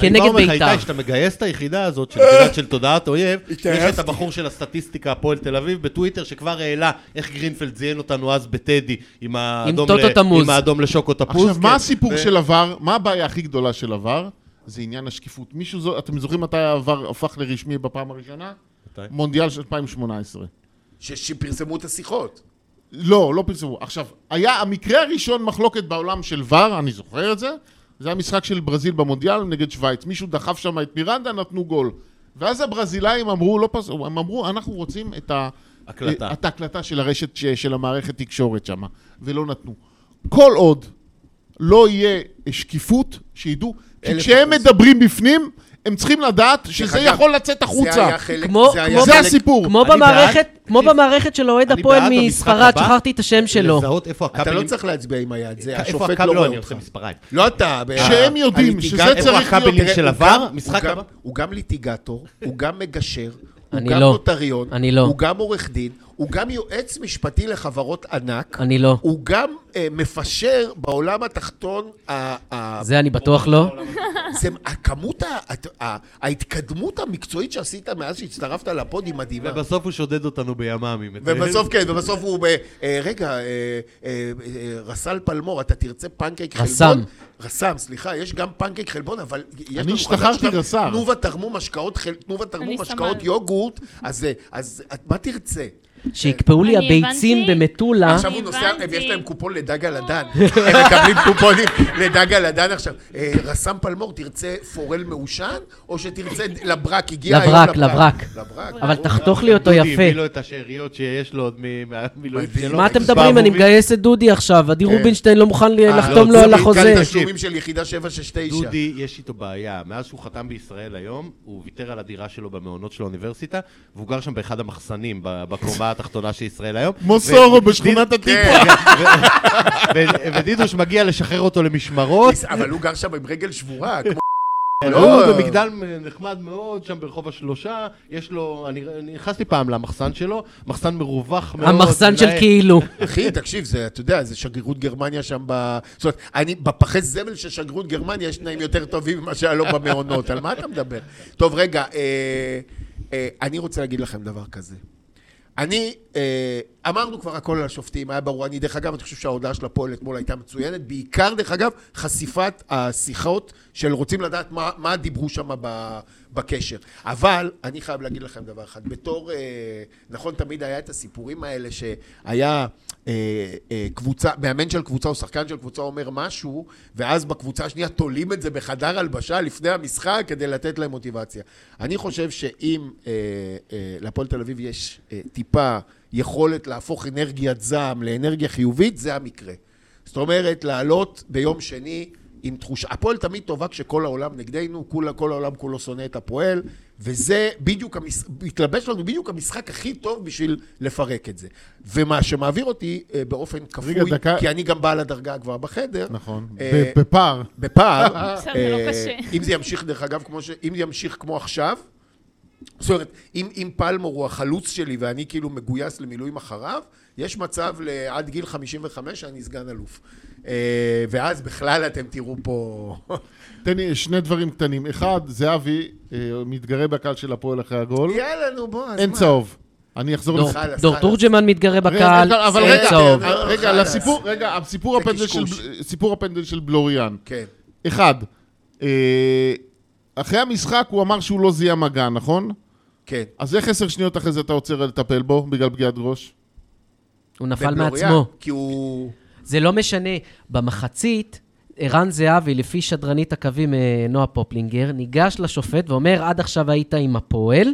B: אני
D: כנגד
B: בא אומר לך,
D: כן, בית"ר.
B: איתי, שאתה מגייס את היחידה הזאת של יחידת של תודעת אויב, יש את הבחור של הסטטיסטיקה הפועל תל אביב בטוויטר, שכבר העלה איך גרינפלד זיין אותנו אז בטדי, עם האדום
D: טוטו
B: ל-
D: תמוז.
B: עם האדום כן. לשוקו תפוז.
E: עכשיו,
D: כן.
E: מה הסיפור של עבר? מה הבעיה הכי גדולה של עבר? זה עניין השקיפות. מישהו, זו- אתם זוכרים מתי עבר הפך לרשמי בפעם הראשונה?
B: מתי?
E: מונדיאל של 2018.
C: ש- שפרסמו את השיחות.
E: לא, לא פרסמו. עכשיו, היה המקרה הראשון מחלוקת בעולם של ור, אני זוכר את זה, זה היה משחק של ברזיל במונדיאל נגד שווייץ. מישהו דחף שם את מירנדה, נתנו גול. ואז הברזילאים אמרו, לא פס... הם אמרו, אנחנו רוצים את, ה...
B: הקלטה.
E: את ההקלטה של הרשת ש... של המערכת תקשורת שם, ולא נתנו. כל עוד לא יהיה שקיפות, שידעו, כי
C: אלף
E: כשהם
C: אחוז.
E: מדברים בפנים, הם צריכים לדעת שזה
C: אגב,
E: יכול לצאת החוצה.
C: זה היה חלק...
D: כמו-
C: זה היה
D: כמו-
E: זה
C: חלק-
E: הסיפור.
D: כמו
B: אני
D: במערכת,
B: בעד-
D: כמו
B: תקשיב,
D: במערכת של אוהד
B: אני
D: הפועל
B: בעד במשחק
D: מספרד,
B: הבא
D: שכחתי את השם שלו.
B: לזהות איפה הכבלים...
C: אתה לא צריך להצביע עם היד, זה
B: איפה
C: השופט
B: הכבל-
C: לא רואה
B: אני עושה
C: אותך.
B: מספריים.
C: לא אתה, ב-
E: כשהם יודעים
C: הליטיגט-
E: שזה
C: איפה
E: צריך
C: הכבלים
B: להיות-
C: של
B: הוא
C: עבר?
B: גם- משחק
C: הוא גם-
B: הבא.
C: הוא גם ליטיגטור, הוא גם מגשר, הוא
D: אני
C: גם
D: לא.
C: נוטריון,
D: אני לא.
C: הוא גם עורך דין, הוא גם יועץ משפטי לחברות ענק.
D: אני לא.
C: הוא גם אה, מפשר בעולם התחתון, ה- ה-
D: זה אני בטוח לא.
C: זה הכמות, ה- הת- ה- ההתקדמות המקצועית שעשית מאז שהצטרפת לפוד היא מדהימה.
B: ובסוף הוא שודד אותנו בימ"מים.
C: ובסוף, כן, ובסוף הוא ב... אה, רגע, אה, אה, אה, רס"ל פלמור, אתה תרצה פנקייק חלבון?
D: רס"ם.
C: רס"ם, סליחה, יש גם פנקייק חלבון, אבל יש לנו...
E: השתחררתי
C: עכשיו
E: רס"ם.
C: תנובה תרמו משקאות חל... תנובה תרמו
F: אני
C: משקאות
F: סמל.
C: יוגורט, אז אה, אז את- מה תרצה?
D: שיקפאו לי
F: אני
D: הביצים
F: הבנתי.
D: במטולה.
C: עכשיו הוא נוסע, הם-
F: הבנתי.
C: יש להם קופון לדג על הדן. הם מקבלים קופונים לדג על הדן עכשיו. אה, רס"ם פלמור, תרצה פורל מעושן, או שתרצה לברק? הגיע היום
D: לברק,
C: לברק.
D: אבל תחתוך לי אותו
B: דודי לא- הביא
D: יפה.
B: לו את השאריות שיש לו עוד מ- מהמילואים
C: מדהים.
B: שלו.
D: מה אתם מדברים? אני
B: בערבובית.
D: מגייס את דודי עכשיו. עדי רובינשטיין לא מוכן לי-
B: אה,
D: לחתום
B: לא,
D: לו
B: דודי,
D: על
B: כאן
D: החוזה.
C: כאן תשלומים של יחידה 769.
B: דודי, יש איתו בעיה. מאז שהוא חתם בישראל היום, הוא ויתר על הדירה שלו במעונות של האוניברסיטה, והוא גר שם באחד המחסנים, ב- בקומה התחתונה של ישראל היום.
E: כמו
B: ו-
E: סורו
C: כן.
E: בשכונת הטיפו.
B: ו- ודידוש מגיע לשחרר אותו למשמרות.
C: אבל הוא גר שם עם רגל שבורה, כמו...
B: לא, הוא במגדל נחמד מאוד, שם ברחוב השלושה, יש לו, אני אני נכנסתי פעם למחסן שלו, מחסן מרווח מאוד.
D: המחסן של
B: נאה.
D: כאילו.
C: אחי, תקשיב, זה, אתה יודע, זה שגרירות גרמניה שם ב... זאת אומרת, אני, בפחי זבל של שגרירות גרמניה יש תנאים יותר טובים ממה שהיה לו במעונות. על מה אתה מדבר? טוב, רגע, אה, אה, אני רוצה להגיד לכם דבר כזה. אני, אה, אמרנו כבר הכל על השופטים, היה ברור. אני, דרך אגב, אני חושב שההודעה של הפועל אתמול הייתה מצוינת. בעיקר, דרך אגב, חשיפת השיחות של רוצים לדעת מה, מה דיברו שם ב- בקשר. אבל אני חייב להגיד לכם דבר אחד. בתור, אה, נכון, תמיד היה את הסיפורים האלה שהיה אה, אה, קבוצה, מאמן של קבוצה או שחקן של קבוצה אומר משהו, ואז בקבוצה השנייה תולים את זה בחדר הלבשה לפני המשחק כדי לתת להם מוטיבציה. אני חושב שאם אה, אה, להפועל תל אביב יש אה, טיפה יכולת להפוך אנרגיית זעם לאנרגיה חיובית, זה המקרה. זאת אומרת, לעלות ביום שני עם תחושה... הפועל תמיד טובה כשכל העולם נגדנו, כולה, כל העולם כולו שונא את הפועל, וזה בדיוק, המש... התלבש לנו בדיוק המשחק הכי טוב בשביל לפרק את זה. ומה שמעביר אותי אה, באופן כפוי,
E: דקה.
C: כי אני גם בעל הדרגה הגבוהה בחדר,
E: נכון,
C: אה,
E: ב- בפער.
C: בפער,
F: בסדר, זה לא
C: אה,
F: קשה.
C: אם זה ימשיך, דרך אגב, כמו ש... אם זה ימשיך כמו עכשיו, זאת אומרת, אם, אם פלמור הוא החלוץ שלי ואני כאילו מגויס למילואים אחריו, יש מצב לעד גיל 55 שאני סגן אלוף. אה, ואז בכלל אתם תראו פה...
E: תן לי שני דברים קטנים. אחד, זהבי אה, מתגרה בקהל של הפועל אחרי הגול.
C: יאללה, נו, בוא, אז
E: אין
C: מה?
E: צהוב. אני אחזור
D: דור-
E: לך.
C: חלאס,
D: דור
C: חלאס.
D: תורג'מן מתגרה
E: רגע,
D: לא. בקהל.
E: רגע, אבל
D: אין
E: רגע,
D: צהוב.
E: אה, רגע,
C: חלאס.
E: לסיפור, רגע, הסיפור
C: אה, זה
E: הפנדל של
C: קשקוש.
E: בל- סיפור הפנדל של בלוריאן.
C: כן.
E: אחד, אה, אחרי המשחק הוא אמר שהוא לא זיהה מגע, נכון?
C: כן.
E: אז איך עשר שניות אחרי זה אתה עוצר לטפל בו בגלל פגיעת ראש?
D: הוא נפל
C: ובלוריאן,
D: מעצמו.
C: כי הוא...
D: זה לא משנה. במחצית, ערן זהבי, לפי שדרנית הקווים אה, נועה פופלינגר, ניגש לשופט ואומר, עד עכשיו היית עם הפועל,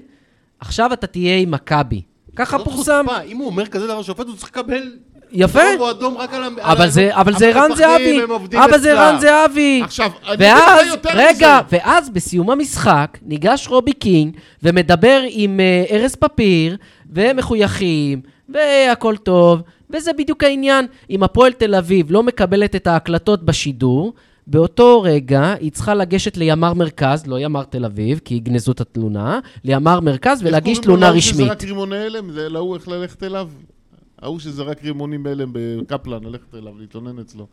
D: עכשיו אתה תהיה עם מכבי. ככה
B: זאת
D: פורסם.
B: לא חוצפה, לא, אם הוא אומר כזה דבר שופט, הוא צריך לקבל...
D: יפה.
B: צהוב או אדום רק על ה... על
D: אבל
B: ה-
D: זה, אבל זה
B: הם
D: ערן
B: מפחדים,
D: זהבי,
B: הם עובדים
D: אבל זה
B: אצלה.
D: ערן זהבי.
E: עכשיו, אני אגיד לך
D: ואז,
E: יותר
D: רגע,
E: מזה.
D: ואז בסיום המשחק ניגש רובי קינג ומדבר עם אה, ארז פפיר, והם מחויכים, והכל טוב, וזה בדיוק העניין. אם הפועל תל אביב לא מקבלת את ההקלטות בשידור, באותו רגע היא צריכה לגשת לימ"ר מרכז, לא ימ"ר תל אביב, כי יגנזו את התלונה, לימ"ר מרכז ולהגיש
E: איך קוראים לו להוא
D: תלונה רשמית.
E: שזרק רימוני הלם, זה להוא איך ללכת אליו? ההוא שזרק רימונים בהלם בקפלן, ללכת אליו, להתלונן אצלו.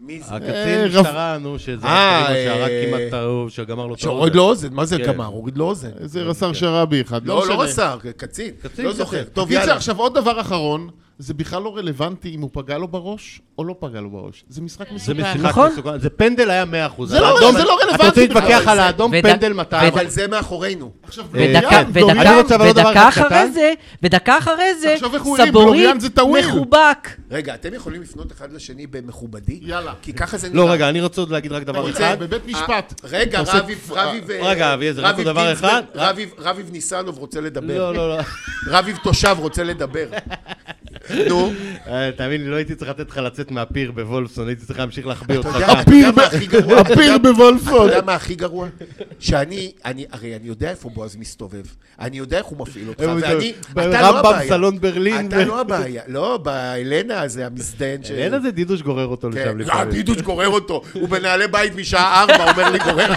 C: מי זה?
B: הקצין
E: אה, רב-
B: משטרה, נו, שזה
C: אה,
B: הקצין שהרג
C: אה, לא-
B: כמעט את ההוא, שגמר לו את
C: שהוריד
B: האוזן.
C: לו אוזן, מה זה
B: כן.
C: גמר? הוריד לו אוזן.
E: איזה רס"ר שרעבי אחד,
C: כן, לא, לא
E: לא משנה.
C: רס"ר, קצין.
B: קצין,
C: לא
B: קצין.
C: זוכר.
E: טוב,
C: טוב,
E: יאללה.
C: יאללה.
E: עכשיו עוד דבר אחרון, זה בכלל לא רלוונטי אם הוא פגע לו בראש או לא פגע לו בראש. זה משחק
B: זה
E: מסוכן.
B: משחק
D: נכון.
B: מסוכן, זה פנדל היה 100%.
E: זה לא-
B: האדום-
E: זה לא
B: אתה רוצה
E: רלוונטי
B: להתווכח
C: בכלל.
B: על האדום,
D: וד-
B: פנדל 200.
C: אבל זה אה, מאחורינו.
E: עכשיו,
D: ודקה,
E: בלוריאן,
D: ודקה,
B: אני רוצה אבל עוד דבר
D: ודקה
B: אחד
D: אחרי
B: קטן.
D: זה, ודקה אחרי זה,
E: תחשוב איך הוא הרים,
D: סבורית
E: בלוריאן זה טאוויל.
D: מחובק.
C: רגע, אתם יכולים לפנות אחד לשני במכובדי?
E: יאללה.
C: כי ככה זה נראה.
B: לא, רגע, אני רוצה עוד להגיד רק דבר
E: רוצה-
B: אחד.
E: בבית משפט.
C: אה, רגע,
E: אתה עושה-
C: רביב, רביב... אה,
B: רגע, אביעזר, רק
C: רביב
B: עוד דבר אחד.
C: גינזבורג- רביב- רביב ניסנוב רוצה לדבר.
B: לא, לא, לא.
C: רביב תושב רוצה לדבר. נו,
B: אה, תאמין לי, לא הייתי צריך לתת לך לצאת מהפיר בוולפסון, הייתי צריך להמשיך להחביא אותך
C: יודע,
B: כאן.
C: אתה
E: הפיר
C: יודע מה הכי גרוע?
E: ב- נכון. הפיר
C: אתה
E: בוולפון.
C: יודע מה הכי גרוע? שאני, אני, הרי אני יודע איפה בועז מסתובב. אני יודע איך הוא מפעיל אותך, ואני, אתה לא
B: רמב"ם,
C: הבעיה.
B: סלון ברלין.
C: אתה
B: ו-
C: לא הבעיה. לא, באלנה הזה, המזדיין ש...
B: אין איזה דידוש גורר אותו
C: כן,
B: לשם
C: אה,
B: לפעמים.
C: בידוש גורר אותו. הוא בנעלי בית משעה ארבע, אומר לי, גורר-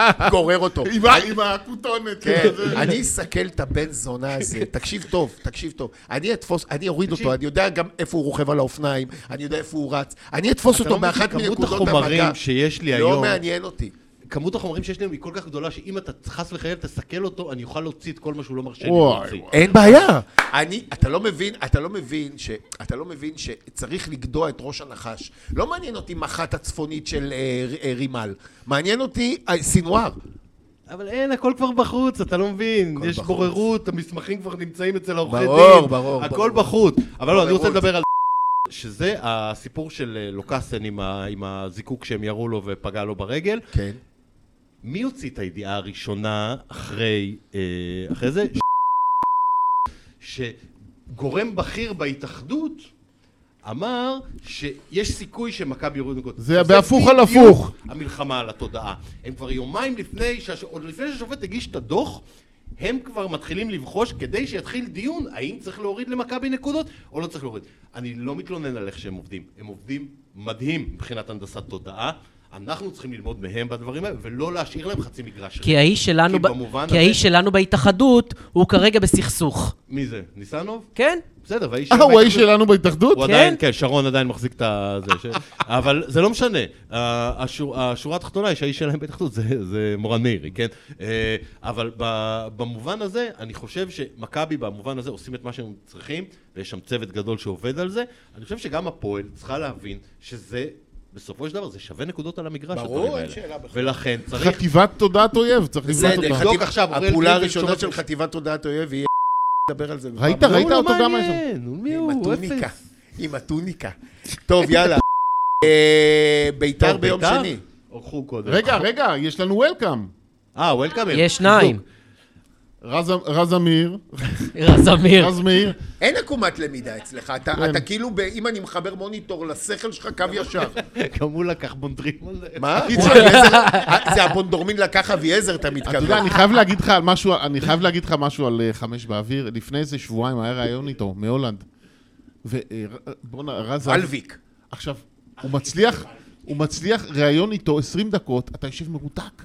C: גורר אותו.
E: עם ה- עם הכותונת.
C: כן,
E: כזה.
C: אני אסכל את הבן זונה הזה, תקשיב טוב, תקשיב טוב. אני אתפוס, אני אוריד אותו, אני יודע גם איפה הוא רוכב על האופניים, אני יודע איפה הוא רץ, אני אתפוס
B: אתה לא
C: אותו
B: מבין
C: באחת
B: שכמות
C: מנקודות
B: החומרים
C: המגע.
B: שיש לי
C: לא
B: היום,
C: מעניין אותי.
B: כמות החומרים שיש לי היום היא כל כך גדולה, שאם אתה חס וחלילה תסכל אותו, אני אוכל להוציא את כל מה שהוא לא מרשה לי
E: וואי,
B: להוציא.
C: אין בעיה. אני, אתה לא מבין, אתה לא מבין ש... אתה לא מבין שצריך לגדוע את ראש הנחש. לא מעניין אותי מח"ט הצפונית של אה, ר- אה, רימל. מעניין אותי אה, סינואר.
B: אבל אין, הכל כבר בחוץ, אתה לא מבין. יש
C: בחוץ.
B: בוררות, המסמכים כבר נמצאים אצל העורכי דין.
C: ברור, ברור,
B: הכל
C: ברור.
B: בחוץ. אבל לא, אני רוצה
C: בוררות.
B: לדבר על... שזה הסיפור של אה, לוקאסן עם ה- עם הזיקוק שהם ירו לו ופגע לו ברגל.
C: כן.
B: מי הוציא את הידיעה הראשונה אחרי, אה, אחרי זה? שגורם בכיר בהתאחדות אמר שיש סיכוי שמכבי יורידו נקודות.
E: זה בהפוך על
B: בדיוק
E: הפוך.
B: המלחמה על התודעה. הם כבר יומיים לפני, שהש... עוד לפני שהשופט הגיש את הדוח, הם כבר מתחילים לבחוש כדי שיתחיל דיון האם צריך להוריד למכבי נקודות או לא צריך להוריד. אני לא מתלונן על איך שהם עובדים. הם עובדים מדהים מבחינת הנדסת תודעה. אנחנו צריכים ללמוד מהם בדברים האלה ולא להשאיר להם חצי מגרש.
D: כי האיש שלנו,
B: כי
D: ב...
B: במובן הזה-
D: כי האיש שלנו בהתאחדות הוא כרגע בסכסוך.
B: מי זה? ניסנוב?
D: כן?
B: בסדר, והאיש...
E: אה, הוא האיש שלנו בהתאחדות?
B: הוא
D: כן?
B: עדיין, כן, שרון עדיין מחזיק את ה... זה, ש... אבל זה לא משנה. ה- השור, השורה התחתונה היא שהאיש שלהם בהתאחדות זה, זה מורן מאירי, כן? אה, אבל ב, במובן הזה, אני חושב שמכבי במובן הזה עושים את מה שהם צריכים, ויש שם צוות גדול שעובד על זה. אני חושב שגם הפועל צריכה להבין שזה... בסופו של דבר זה שווה נקודות על המגרש,
C: ברור,
B: הדברים
C: אין
B: האלה.
C: שאלה בכלל.
B: ולכן צריך...
E: חטיבת תודעת אויב, צריך לבנות
C: בסדר,
E: אותה.
B: חטיבת-
C: חטיב-
B: עכשיו, אוריאל
C: הפעולה
B: גרינברג
C: הראשונה
B: שולח-
C: של חטיבת תודעת אויב היא... נדבר על זה.
E: ראית,
C: בפעם
E: ראית
B: לא
E: אותו גם
B: מעניין,
E: היה שם.
B: מי
C: עם
B: הוא?
C: הטוניקה.
B: אפס.
C: עם הטוניקה. טוב, יאללה. אה, ביתר
B: טוב,
C: ביום
B: בית"ר?
C: שני.
B: אורחו קודם.
E: רגע, רגע, יש לנו וולקאם.
B: אה, וולקאמים.
D: יש שניים.
E: רז רז אמיר,
D: רז
C: כן.
D: אמיר.
E: רז מאיר,
C: אין עקומת למידה אצלך, אתה,
E: כן.
C: אתה כאילו, ב, אם אני מחבר מוניטור לשכל שלך, קו ישר.
B: גם הוא לקח בונדרים על זה.
C: מה? אביעזר- אה, זה הבונדורמין לקח אביעזר, אתה
E: אתה יודע,
C: מתכוון.
E: אני חייב להגיד לך על משהו, אני חייב להגיד לך משהו על אה, חמש באוויר. לפני איזה שבועיים היה ראיון איתו, מהולנד. אה, ובואנה, רז...
C: אלוויק.
E: עכשיו, הוא מצליח, הוא מצליח, ראיון איתו 20 דקות, אתה יושב מרותק.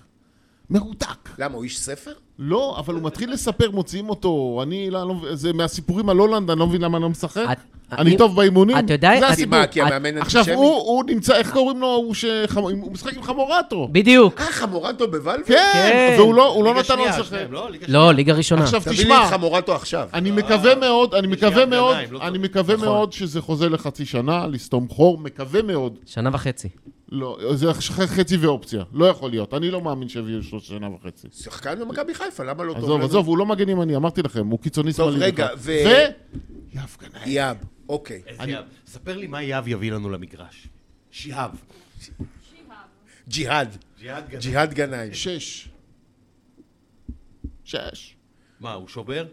E: מרותק.
C: למה, הוא איש ספר?
E: לא, אבל הוא מתחיל לספר, מוציאים אותו, אני לא, לא- זה מהסיפורים על הולנד, אני לא מבין למה אני לא משחק.
D: את-
E: אני
D: אם-
E: טוב באימונים,
D: אתה יודע-
E: זה
D: אני-
E: אה, הסיפור.
C: מה, כי
D: את-
C: המאמן
E: עכשיו,
C: אנטישמי?
E: הוא, הוא נמצא, איך קוראים לו? הוא, שחמ... הוא משחק עם חמורטו.
D: בדיוק.
C: אה, חמורטו בוולוויק?
E: כן,
D: כן.
E: והוא לא, הוא לא
B: ליגה
E: נתן לו
B: שנייה,
E: לשחק.
B: שניהם, לא? ליגה
D: לא, ליגה ראשונה.
E: עכשיו
C: תביא לי את
E: תשמע,
C: חמורטו עכשיו.
E: אני מקווה מאוד, אני מקווה
B: שנייה,
E: מאוד,
B: ביניים, לא
E: אני
B: טוב.
E: מקווה
B: נכון.
E: מאוד שזה חוזה לחצי שנה, לסתום חור, מקווה מאוד.
D: שנה וחצי.
E: לא, זה חצי ואופציה, לא יכול להיות, אני לא מאמין שיביאו שלוש שנה וחצי.
C: שחקן במכבי חיפה, למה לא טוב
E: עזוב,
C: לנו?
E: עזוב, הוא לא מגן ימני, אמרתי לכם, הוא קיצוני
C: טוב,
E: שמאלי.
C: רגע,
E: בכלל.
C: ו-
E: ו... יאב גנאי.
C: יאב, אוקיי.
B: איזה יהב? ספר לי מה יהב יביא לנו למגרש. שיהב.
C: ג'יהאד.
B: ג'יהאד גדול.
C: ג'יהאד גנאים.
E: שש. שש.
B: מה, הוא שובר?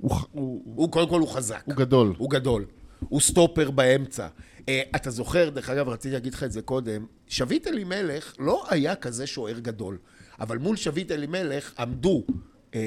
E: הוא ח- הוא
C: הוא, קודם כל, הוא חזק.
E: הוא גדול.
C: הוא גדול. הוא סטופר באמצע. אה, אתה זוכר, דרך אגב, רציתי להגיד לך את זה קודם, שביט אלימלך לא היה כזה שוער גדול, אבל מול שביט אלימלך עמדו אה,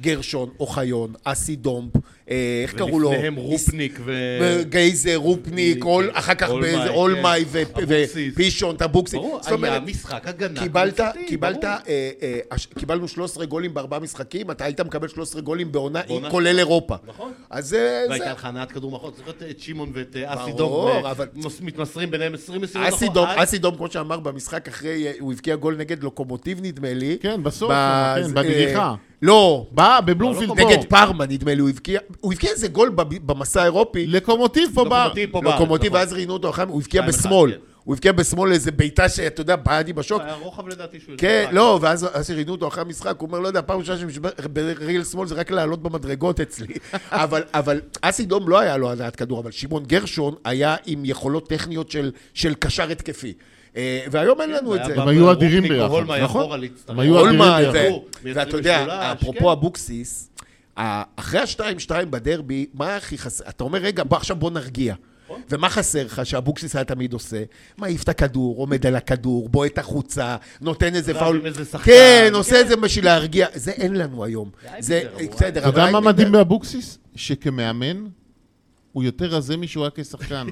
C: גרשון, אוחיון, אסי דומפ, אה, איך קראו לו?
B: ולפניהם רופניק ו...
C: אה, גייזר, רופניק, אול- אחר כך
B: אולמאי,
C: באיזה
B: כן.
C: אולמאי ו-
B: אבוקסיס.
C: ופישון, טבוקסי.
B: ברור,
C: זאת
B: היה
C: אומרת,
B: משחק הגנה.
C: קיבלת,
B: קבוצתי,
C: קיבלת,
B: ברור.
C: אה, אה, הש- קיבלנו 13 גולים בארבעה משחקים, אתה היית מקבל 13 גולים בעונה,
B: בעונה.
C: כולל אירופה.
B: נכון.
C: אז זה...
B: והייתה
C: זה-
B: לך הנעת כדור מחוז, צריך לראות את שמעון ואת אה, אסי
C: ברור,
B: דום, אה,
C: אבל-
B: מוס- מתמסרים ביניהם נכון. 20 מסירות
C: אסי
B: אחורה,
C: דום,
B: עד-
C: אסי דום, כמו שאמר במשחק אחרי, אה, הוא הבקיע גול נגד לוקומוטיב, נדמה לי.
E: כן, בסוף,
C: בז-
E: כן, בדריכה.
C: אה, לא,
E: בא, בבלומפילד פה.
C: נגד פארמה, נדמה לי, הוא הבקיע, הוא הבקיע איזה גול בב- במסע האירופי.
E: לקומוטיב פה בארץ.
B: לוקומוטיב פה בארץ,
C: לוקומוטיב,
B: נכון.
C: ואז ראיינו אותו אחר, כך, הוא הבקיע
B: שתיים אחד,
C: בשמאל.
B: כן.
C: הוא הבקיע בשמאל איזה בעיטה שאתה יודע, בעדי בשוק.
B: היה רוחב לדעתי שהוא...
C: כן,
B: ידע.
C: לא, ואז אז שראיינו אותו אחרי המשחק, הוא אומר, לא יודע, פעם ראשונה שברגל שמאל זה רק לעלות במדרגות אצלי. אבל, אבל אסי דום לא היה לו הנעת כדור, אבל שמעון גרשון היה עם יכולות טכניות של, של קשר התקפי. אה, והיום אין לנו את
B: כן, היה
C: זה.
B: בא
E: הם היו אדירים
B: רופניק או
E: ביחד,
B: הולמאי
E: נכון?
B: אחורה להצטרף.
E: הם היו
C: אולמרט,
E: אדירים
C: ו-
B: ביחד.
C: ואתה
B: מייצרים
C: יודע,
B: משולש,
C: אפרופו
B: כן.
C: אבוקסיס, ה- אחרי השתיים-שתיים בדרבי, מה הכי חסר? אתה אומר, רגע, בוא עכשיו בוא נרגיע.
B: נכון.
C: ומה חסר לך שאבוקסיס היה תמיד עושה? מעיף את הכדור, עומד על הכדור, בועט החוצה, נותן איזה
B: רב
C: פאול.
B: עם איזה שחקן.
C: כן, עושה את זה בשביל להרגיע. זה אין לנו היום. זה, בסדר,
B: אה.
E: אתה יודע
C: אבל-
E: מה מדהים באבוקסיס? שכמאמן, הוא יותר רזה משהוא היה כשחקן.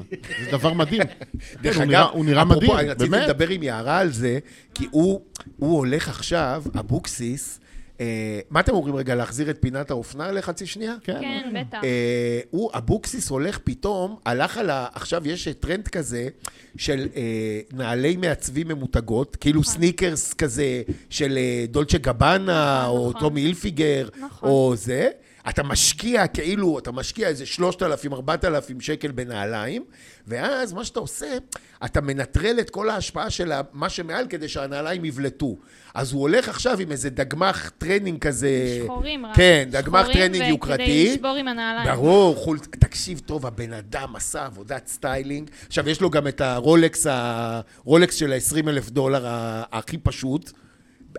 E: זה דבר מדהים. כן,
C: דרך
E: הוא
C: אגב,
E: נראה- הוא נראה
C: אפרופו,
E: מדהים,
C: אני רציתי
E: באמת.
C: לדבר עם יערה על זה, כי הוא, הוא הולך עכשיו, אבוקסיס, אה, מה אתם אומרים רגע, להחזיר את פינת האופנה לחצי שנייה?
E: כן.
F: כן, בטח.
C: אה, הוא, אבוקסיס הולך פתאום, הלך על ה... עכשיו יש טרנד כזה של אה, נעלי מעצבים ממותגות, כאילו
F: נכון.
C: סניקרס כזה של אה, דולצ'ה גבנה,
F: נכון,
C: או
F: נכון.
C: טומי אילפיגר,
F: נכון.
C: או זה. אתה משקיע, כאילו, אתה משקיע איזה 3,000, 4,000 שקל בנעליים, ואז מה שאתה עושה, אתה מנטרל את כל ההשפעה של ה- מה שמעל כדי שהנעליים יבלטו. אז הוא הולך עכשיו עם איזה דגמח טרנינג כזה...
F: שחורים רק.
C: כן, דגמח
F: שחורים
C: טרנינג
F: וכדי
C: יוקרתי.
F: לשבור עם הנעליים.
C: ברור, חולצ... תקשיב טוב, הבן אדם עשה עבודת סטיילינג. עכשיו, יש לו גם את הרולקס, הרולקס של ה-20 אלף דולר ה- הכי פשוט.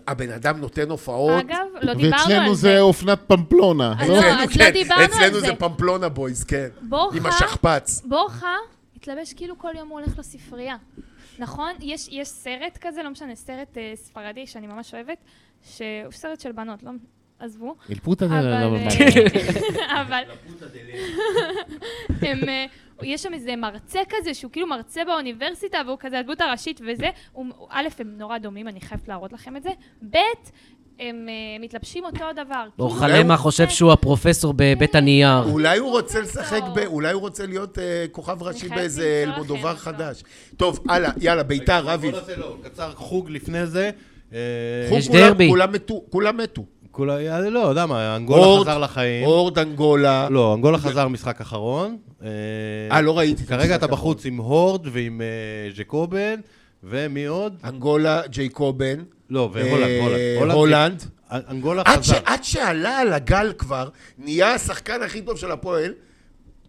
C: הבן אדם נותן הופעות. כן,
F: אגב, לא דיברנו
E: ואצלנו
F: על
E: זה אופנת פמפלונה.
F: אז
E: לא?
F: לא, אז לא דיברנו על
C: אצלנו
F: זה.
C: זה פמפלונה בויז, כן.
F: בורחה-
C: עם השכפ"ץ.
F: בורחה התלבש כאילו כל יום הוא הולך לספרייה. נכון? יש, יש סרט כזה, לא משנה, סרט אה, ספרדי שאני ממש אוהבת, שהוא סרט של בנות, לא... עזבו.
G: אלפוטה זה
F: אבל...
G: לא
F: אה,
G: בבעיה.
F: אבל... הם, אה, יש שם איזה מרצה כזה, שהוא כאילו מרצה באוניברסיטה, והוא כזה הדמות הראשית וזה. הוא, א', הם נורא דומים, אני חייבת להראות לכם את זה. ב', הם אה, מתלבשים אותו דבר.
D: אור
F: כאילו-
D: חלמה חושב שהוא הפרופסור בבית הנייר.
C: אולי הוא רוצה לשחק, ב... אולי הוא רוצה להיות אה, כוכב ראשי
F: לא. חייבת
C: באיזה
F: למצוא
C: אלמודובר
F: לכם אותו.
C: חדש. טוב, הלאה, יאללה, ביתר, רביב.
B: בוא נעשה לו קצר חוג לפני זה. אה,
C: חוג,
D: יש
C: כולם-
D: דרבי.
C: כולם מתו, כולם מתו.
B: כולה, אה, לא, יודע מה, אנגולה
C: אורד,
B: חזר לחיים.
C: אורד אנגולה.
B: כן. לא, אנגולה חזר משחק אחרון.
C: אה, לא ראיתי. את
B: כרגע
C: המשחק
B: אתה
C: האחרון.
B: בחוץ עם הורד ועם אה, ז'קובן, ומי עוד?
C: אנגולה, ג'ייקובן.
B: לא, והולנד,
C: אה,
B: הולנד. כן.
C: הולנד.
B: אנ- אנגולה
C: עד, אה, ש,
B: חזר.
C: עד שעלה על הגל כבר, נהיה השחקן הכי טוב של הפועל,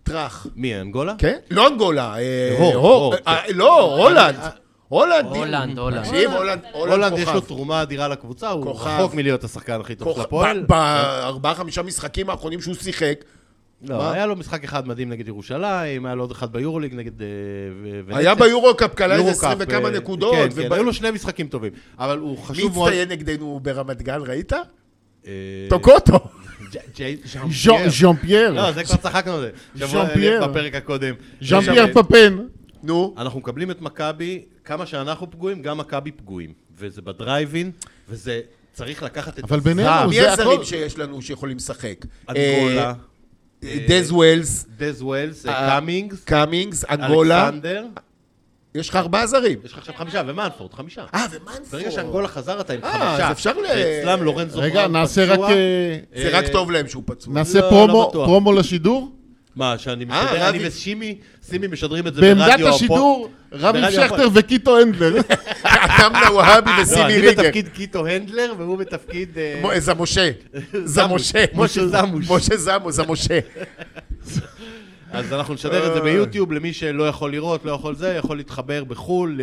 C: טראח.
B: מי, אנגולה?
C: כן? לא אנגולה, אה,
B: הור,
C: הור,
B: הור.
C: אה, לא, הולנד. הולנד.
D: הולנד, הולנד.
C: תקשיב, הולנד,
B: הולנד
C: הולנד
B: יש לו
C: כוכב.
B: תרומה אדירה לקבוצה, הוא
C: כוכב.
B: רחוק מלהיות השחקן הכי טוב של
C: כוכב.
B: הפועל. כן.
C: ב- בארבעה-חמישה משחקים האחרונים שהוא שיחק,
B: לא,
C: מה?
B: היה לו משחק אחד מדהים נגד ירושלים, היה לו עוד אחד ביורוליג נגד... אה, ו-
C: היה
B: ונצח.
C: ביורו-קאפ, כלל איזה
B: יורו
C: 20
B: קאפ,
C: וכמה
B: אה,
C: נקודות.
B: כן, כן,
C: וב-
B: היו לו שני משחקים טובים. אבל הוא
C: מי
B: חשוב מאוד...
C: הצטיין נגדנו ברמת גן, ראית?
B: אה,
C: טוקוטו.
B: ג'- ג'- ז'אן
E: ז'אן-
B: פייר.
E: ז'אן פייר.
B: לא, זה כבר צחקנו על זה. שבוע
E: ז'אן פייר.
B: בפרק הקודם.
E: ז'אן
B: אה,
E: פייר פפן.
C: נו.
B: אנחנו מקבלים את מכבי, כמה שאנחנו פגועים, גם מכבי פגועים. וזה בדרייבין, וזה צריך לקחת את
E: אבל
B: הזעם.
E: בינינו,
C: מי
E: זה
C: הזרים
E: הכל.
C: שיש לנו שיכולים לשחק?
B: אנגולה,
C: אה, דז ווילס,
B: דז ווילס,
C: אה,
B: קאמינגס,
C: קאמינגס, אנגולה.
B: אלכסנדר,
C: יש לך ארבעה זרים.
B: יש לך עכשיו חמישה, ומנפורד, חמישה.
C: אה, ומנפור.
B: ברגע שאנגולה חזר אתה עם
C: אה,
B: חמישה.
C: אז אפשר ל-
B: שאצלם לורנזו
E: רגע,
B: בראון
E: נעשה
B: פצוע.
E: רק... אה,
C: זה
B: אה,
C: רק טוב להם שהוא פצוע.
E: נעשה
B: לא, לא
E: פרומו-
B: בטוח.
E: פרומו לשידור?
B: מה, שאני
C: אה,
B: משדר, אני
C: רבי-
B: ושימי, סימי משדרים את זה ברדיו. לא,
E: בעמדת
B: הפועל.
E: השידור, רביב
B: ברדיו
E: שכטר וקיטו הנדלר.
C: עתמנה והבי
B: לא,
C: וסימי
B: אני
C: ריגר.
B: בתפקיד קיטו הנדלר, והוא בתפקיד... אה,
C: מו- זה משה. זה משה.
B: משה זמוש.
C: משה זמוש, זה משה.
B: אז אנחנו נשדר
C: אה.
B: את זה ביוטיוב, למי שלא יכול לראות, לא יכול זה, יכול להתחבר בחו"ל, ל-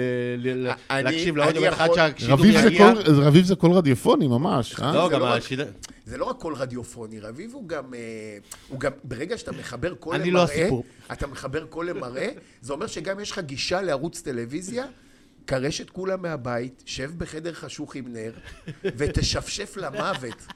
B: ל- ל-
C: אה, אני-
B: להקשיב
C: אני
B: לאודיו,
C: יכול-
B: עד שהשידור
E: רביב זה
B: יגיע.
E: קול- רביב זה קול רדיופוני ממש, אה?
B: לא,
C: זה
B: גם
C: לא רק-
B: השידור...
C: זה לא רק קול רדיופוני, רביב הוא גם... אה, הוא גם... ברגע שאתה מחבר קול
B: אני
C: למראה...
B: לא הסיפור.
C: אתה מחבר קול למראה, זה אומר שגם יש לך גישה לערוץ טלוויזיה. קרש את כולם מהבית, שב בחדר חשוך עם נר, ותשפשף למוות.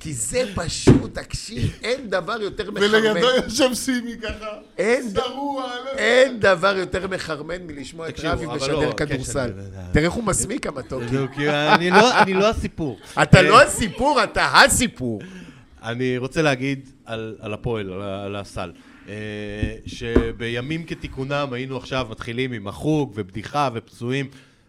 C: כי זה פשוט, תקשיב, אין דבר יותר מחרמן.
E: ולידו יושב סימי ככה.
C: אין ד-
E: זרוע, לא.
C: אין דבר יותר מחרמן מלשמוע את
B: תקשיבו,
C: רבי
B: אבל
C: משדר
B: לא,
C: כדורסל.
B: כן,
C: תראה איך הוא מסמיק המתוק.
B: זהו, כי אני לא- אני לא הסיפור.
C: אתה
B: אה,
C: לא הסיפור, אתה הסיפור.
B: אני רוצה להגיד על, על הפועל, על, ה- על הסל. אה, שבימים כתיקונם היינו עכשיו מתחילים עם החוג ובדיחה ופצועים.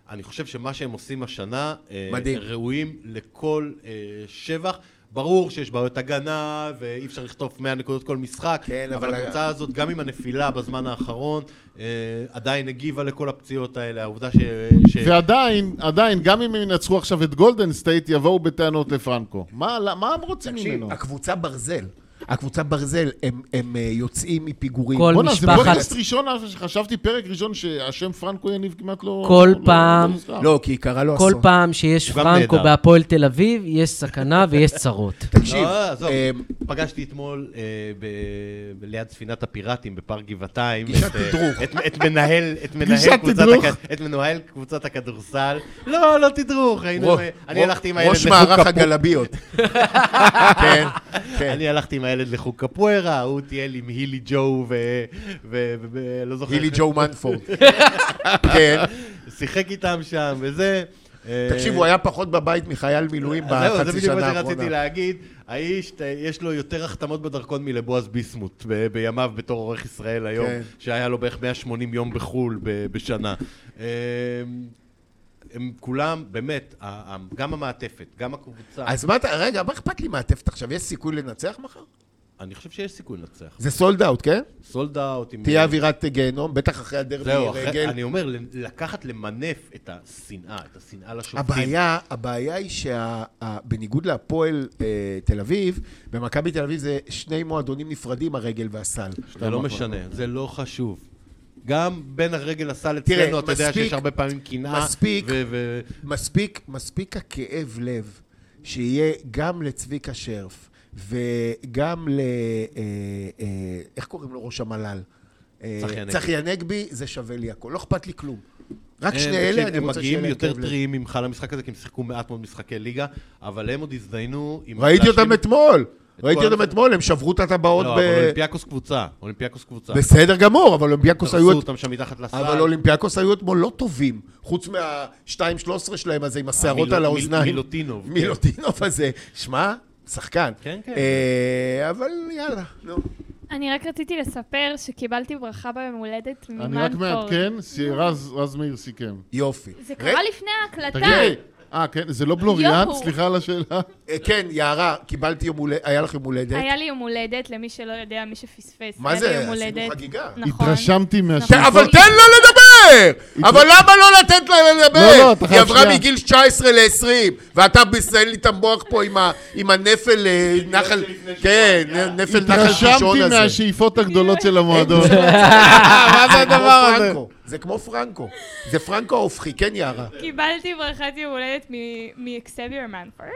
B: אני חושב שמה שהם עושים השנה, אה,
C: מדהים.
B: ראויים לכל אה, שבח. ברור שיש בעיות הגנה, ואי אפשר לכתוב 100 נקודות כל משחק,
C: כן,
B: אבל
C: אבל-
B: הקבוצה הזאת, גם עם הנפילה בזמן האחרון, אה, עדיין הגיבה לכל הפציעות האלה, העובדה ש... ש...
E: ועדיין, עדיין, גם אם הם ינצחו עכשיו את גולדן סטייט, יבואו בטענות לפרנקו. מה מה הם רוצים
C: תקשיב,
E: ממנו?
C: הקבוצה ברזל. הקבוצה ברזל, הם- הם אה, יוצאים מפיגורים.
D: כל
E: בואנה, זה
D: משפחת-
E: פודקאסט ראשון, אה, שחשבתי פרק ראשון שהשם פרנקו יניב כמעט לא...
D: כל
E: לא- לא
D: פעם-
E: הוזכר.
C: לא, כי קרה לו
D: כל
C: אסון.
D: פעם שיש
B: הוא גם
D: פרנקו
B: נהדר.
D: בהפועל תל אביב, יש סכנה ויש צרות.
C: תקשיב,
B: לא, עזוב,
C: אמ,
B: פגשתי אתמול אה, ב- ליד ספינת הפיראטים בפארק גבעתיים.
C: פגישת
B: את, אה,
C: תדרוך.
B: את- את מנהל את
C: פגישת
B: מנהל קבוצת
C: תדרוך.
B: הכ- את מנהל קבוצת הכדורסל. לא, לא תדרוך, היינו...
C: רו-
B: אה, אני
C: רו-
B: הלכתי עם הילד
C: ראש
B: לחוג
C: מערך
B: קפוא-
C: הגלביות. כן, כן.
B: אני הלכתי עם הילד לחוג קפוארה, הוא טייל עם הילי ג'ו ו- ו... ולא זוכר...
C: הילי
B: איך-
C: ג'ו מנפורד. כן.
B: שיחק איתם שם וזה. אה,
C: תקשיב, הוא היה פחות בבית מחייל מילואים בחצי שנה
B: זהו, זה
C: האחרונה.
B: בדיוק מה שרציתי להגיד. האיש, ת- יש לו יותר החתמות בדרכון מלבועז ביסמוט ב- בימיו בתור עורך ישראל היום,
C: כן.
B: שהיה לו בערך 180 יום בחו"ל ב- בשנה. אמ, הם כולם, באמת, ה- ה- גם המעטפת, גם הקבוצה.
C: אז מה אתה, רגע, מה אכפת לי מעטפת עכשיו? יש סיכוי לנצח מחר?
B: אני חושב שיש סיכוי לנצח.
C: זה סולד אאוט, כן?
B: סולד אאוט עם...
C: תהיה אווירת גיהנום, בטח אחרי הדרבי
B: זהו, אחרי-
C: רגל.
B: אני אומר, ל- לקחת, למנף את השנאה, את השנאה לשופטים.
C: הבעיה, הבעיה היא שבניגוד להפועל אה, תל אביב, במכבי תל אביב זה שני מועדונים נפרדים, הרגל והסל.
B: זה לא משנה, זה לא חשוב. גם בין הרגל לסל
C: תראה,
B: אצלנו, אתה יודע
C: מספיק-
B: שיש הרבה פעמים קנאה.
C: מספיק.
B: ו- ו-
C: מספיק, מספיק הכאב לב שיהיה גם לצביקה שרף וגם ל... אה, אה, איך קוראים לו ראש המל"ל? אה,
B: צחי הנגבי.
C: צחי הנגבי, זה שווה לי הכול. לא אכפת לי כלום. רק
B: הם-
C: שני
B: אה, תקשיב,
C: אלה, אני רוצה שיהיה
B: הם
C: להם
B: מגיעים יותר
C: כאב לב.
B: טריים ממך למשחק הזה, כי הם שיחקו מעט מאוד משחקי ליגה, אבל הם עוד הזדיינו עם...
C: ראיתי אותם
B: להשלים-
C: אתמול. ראיתי
B: כל
C: אותם
B: המשחק.
C: אתמול, הם שברו את הטבעות
B: לא,
C: ב...
B: אבל אולימפיאקוס קבוצה. אולימפיאקוס קבוצה.
C: בסדר גמור, אבל אולימפיאקוס
B: דרסו
C: היו...
B: אותם שם מתחת לסל.
C: אבל אולימפיאקוס היו אתמול לא טובים, חוץ מה-2-13 שלהם הזה עם השערות
B: המילו-
C: על
B: מיל-
C: האוזניים.
B: מילוטינוב, כן.
C: מילוטינוב הזה. שמע, שחקן.
B: כן, כן.
C: אה, אבל יאללה, נו.
F: אני רק רציתי לספר שקיבלתי ברכה ביום הולדת ממנפורד.
E: אני רק מעדכן, ס- רז רז מאיר סיכם.
C: יופי.
F: זה
C: רגע,
F: קרה לפני ההקלטה.
E: תגיד, אה, כן, זה לא בלוריאן?
F: יואו.
E: סליחה על השאלה.
C: אה, כן, יערה, קיבלתי יום הולדת, היה לך יום הולדת.
F: היה לי יום הולדת, למי שלא יודע, מי שפספס.
C: מה
F: היה לי
C: זה?
F: יום
C: עשינו
F: הולדת.
C: חגיגה.
F: נכון.
E: התרשמתי
C: ת-
E: מהשם
F: נכון.
E: פרנקו.
C: אה, אבל תן לה לדבר! אבל למה לא לתת לה לדבר?
E: לא, לא, אתה
C: היא
E: חייב
C: עברה
E: שנייה.
C: מגיל 19 ל-20, ואתה מסייל לי את המוח פה עם ה- עם הנפל אה, נחל... כן, נפל נחל קישון
E: התרשמתי
C: הזה.
E: מהשאיפות הגדולות של המועדון.
C: מה זה הדבר הזה? זה כמו פרנקו. זה פרנקו ההופכי, כן יערה.
F: קיבלתי ברכת יום הולדת מ- מאקסביור מנפורד,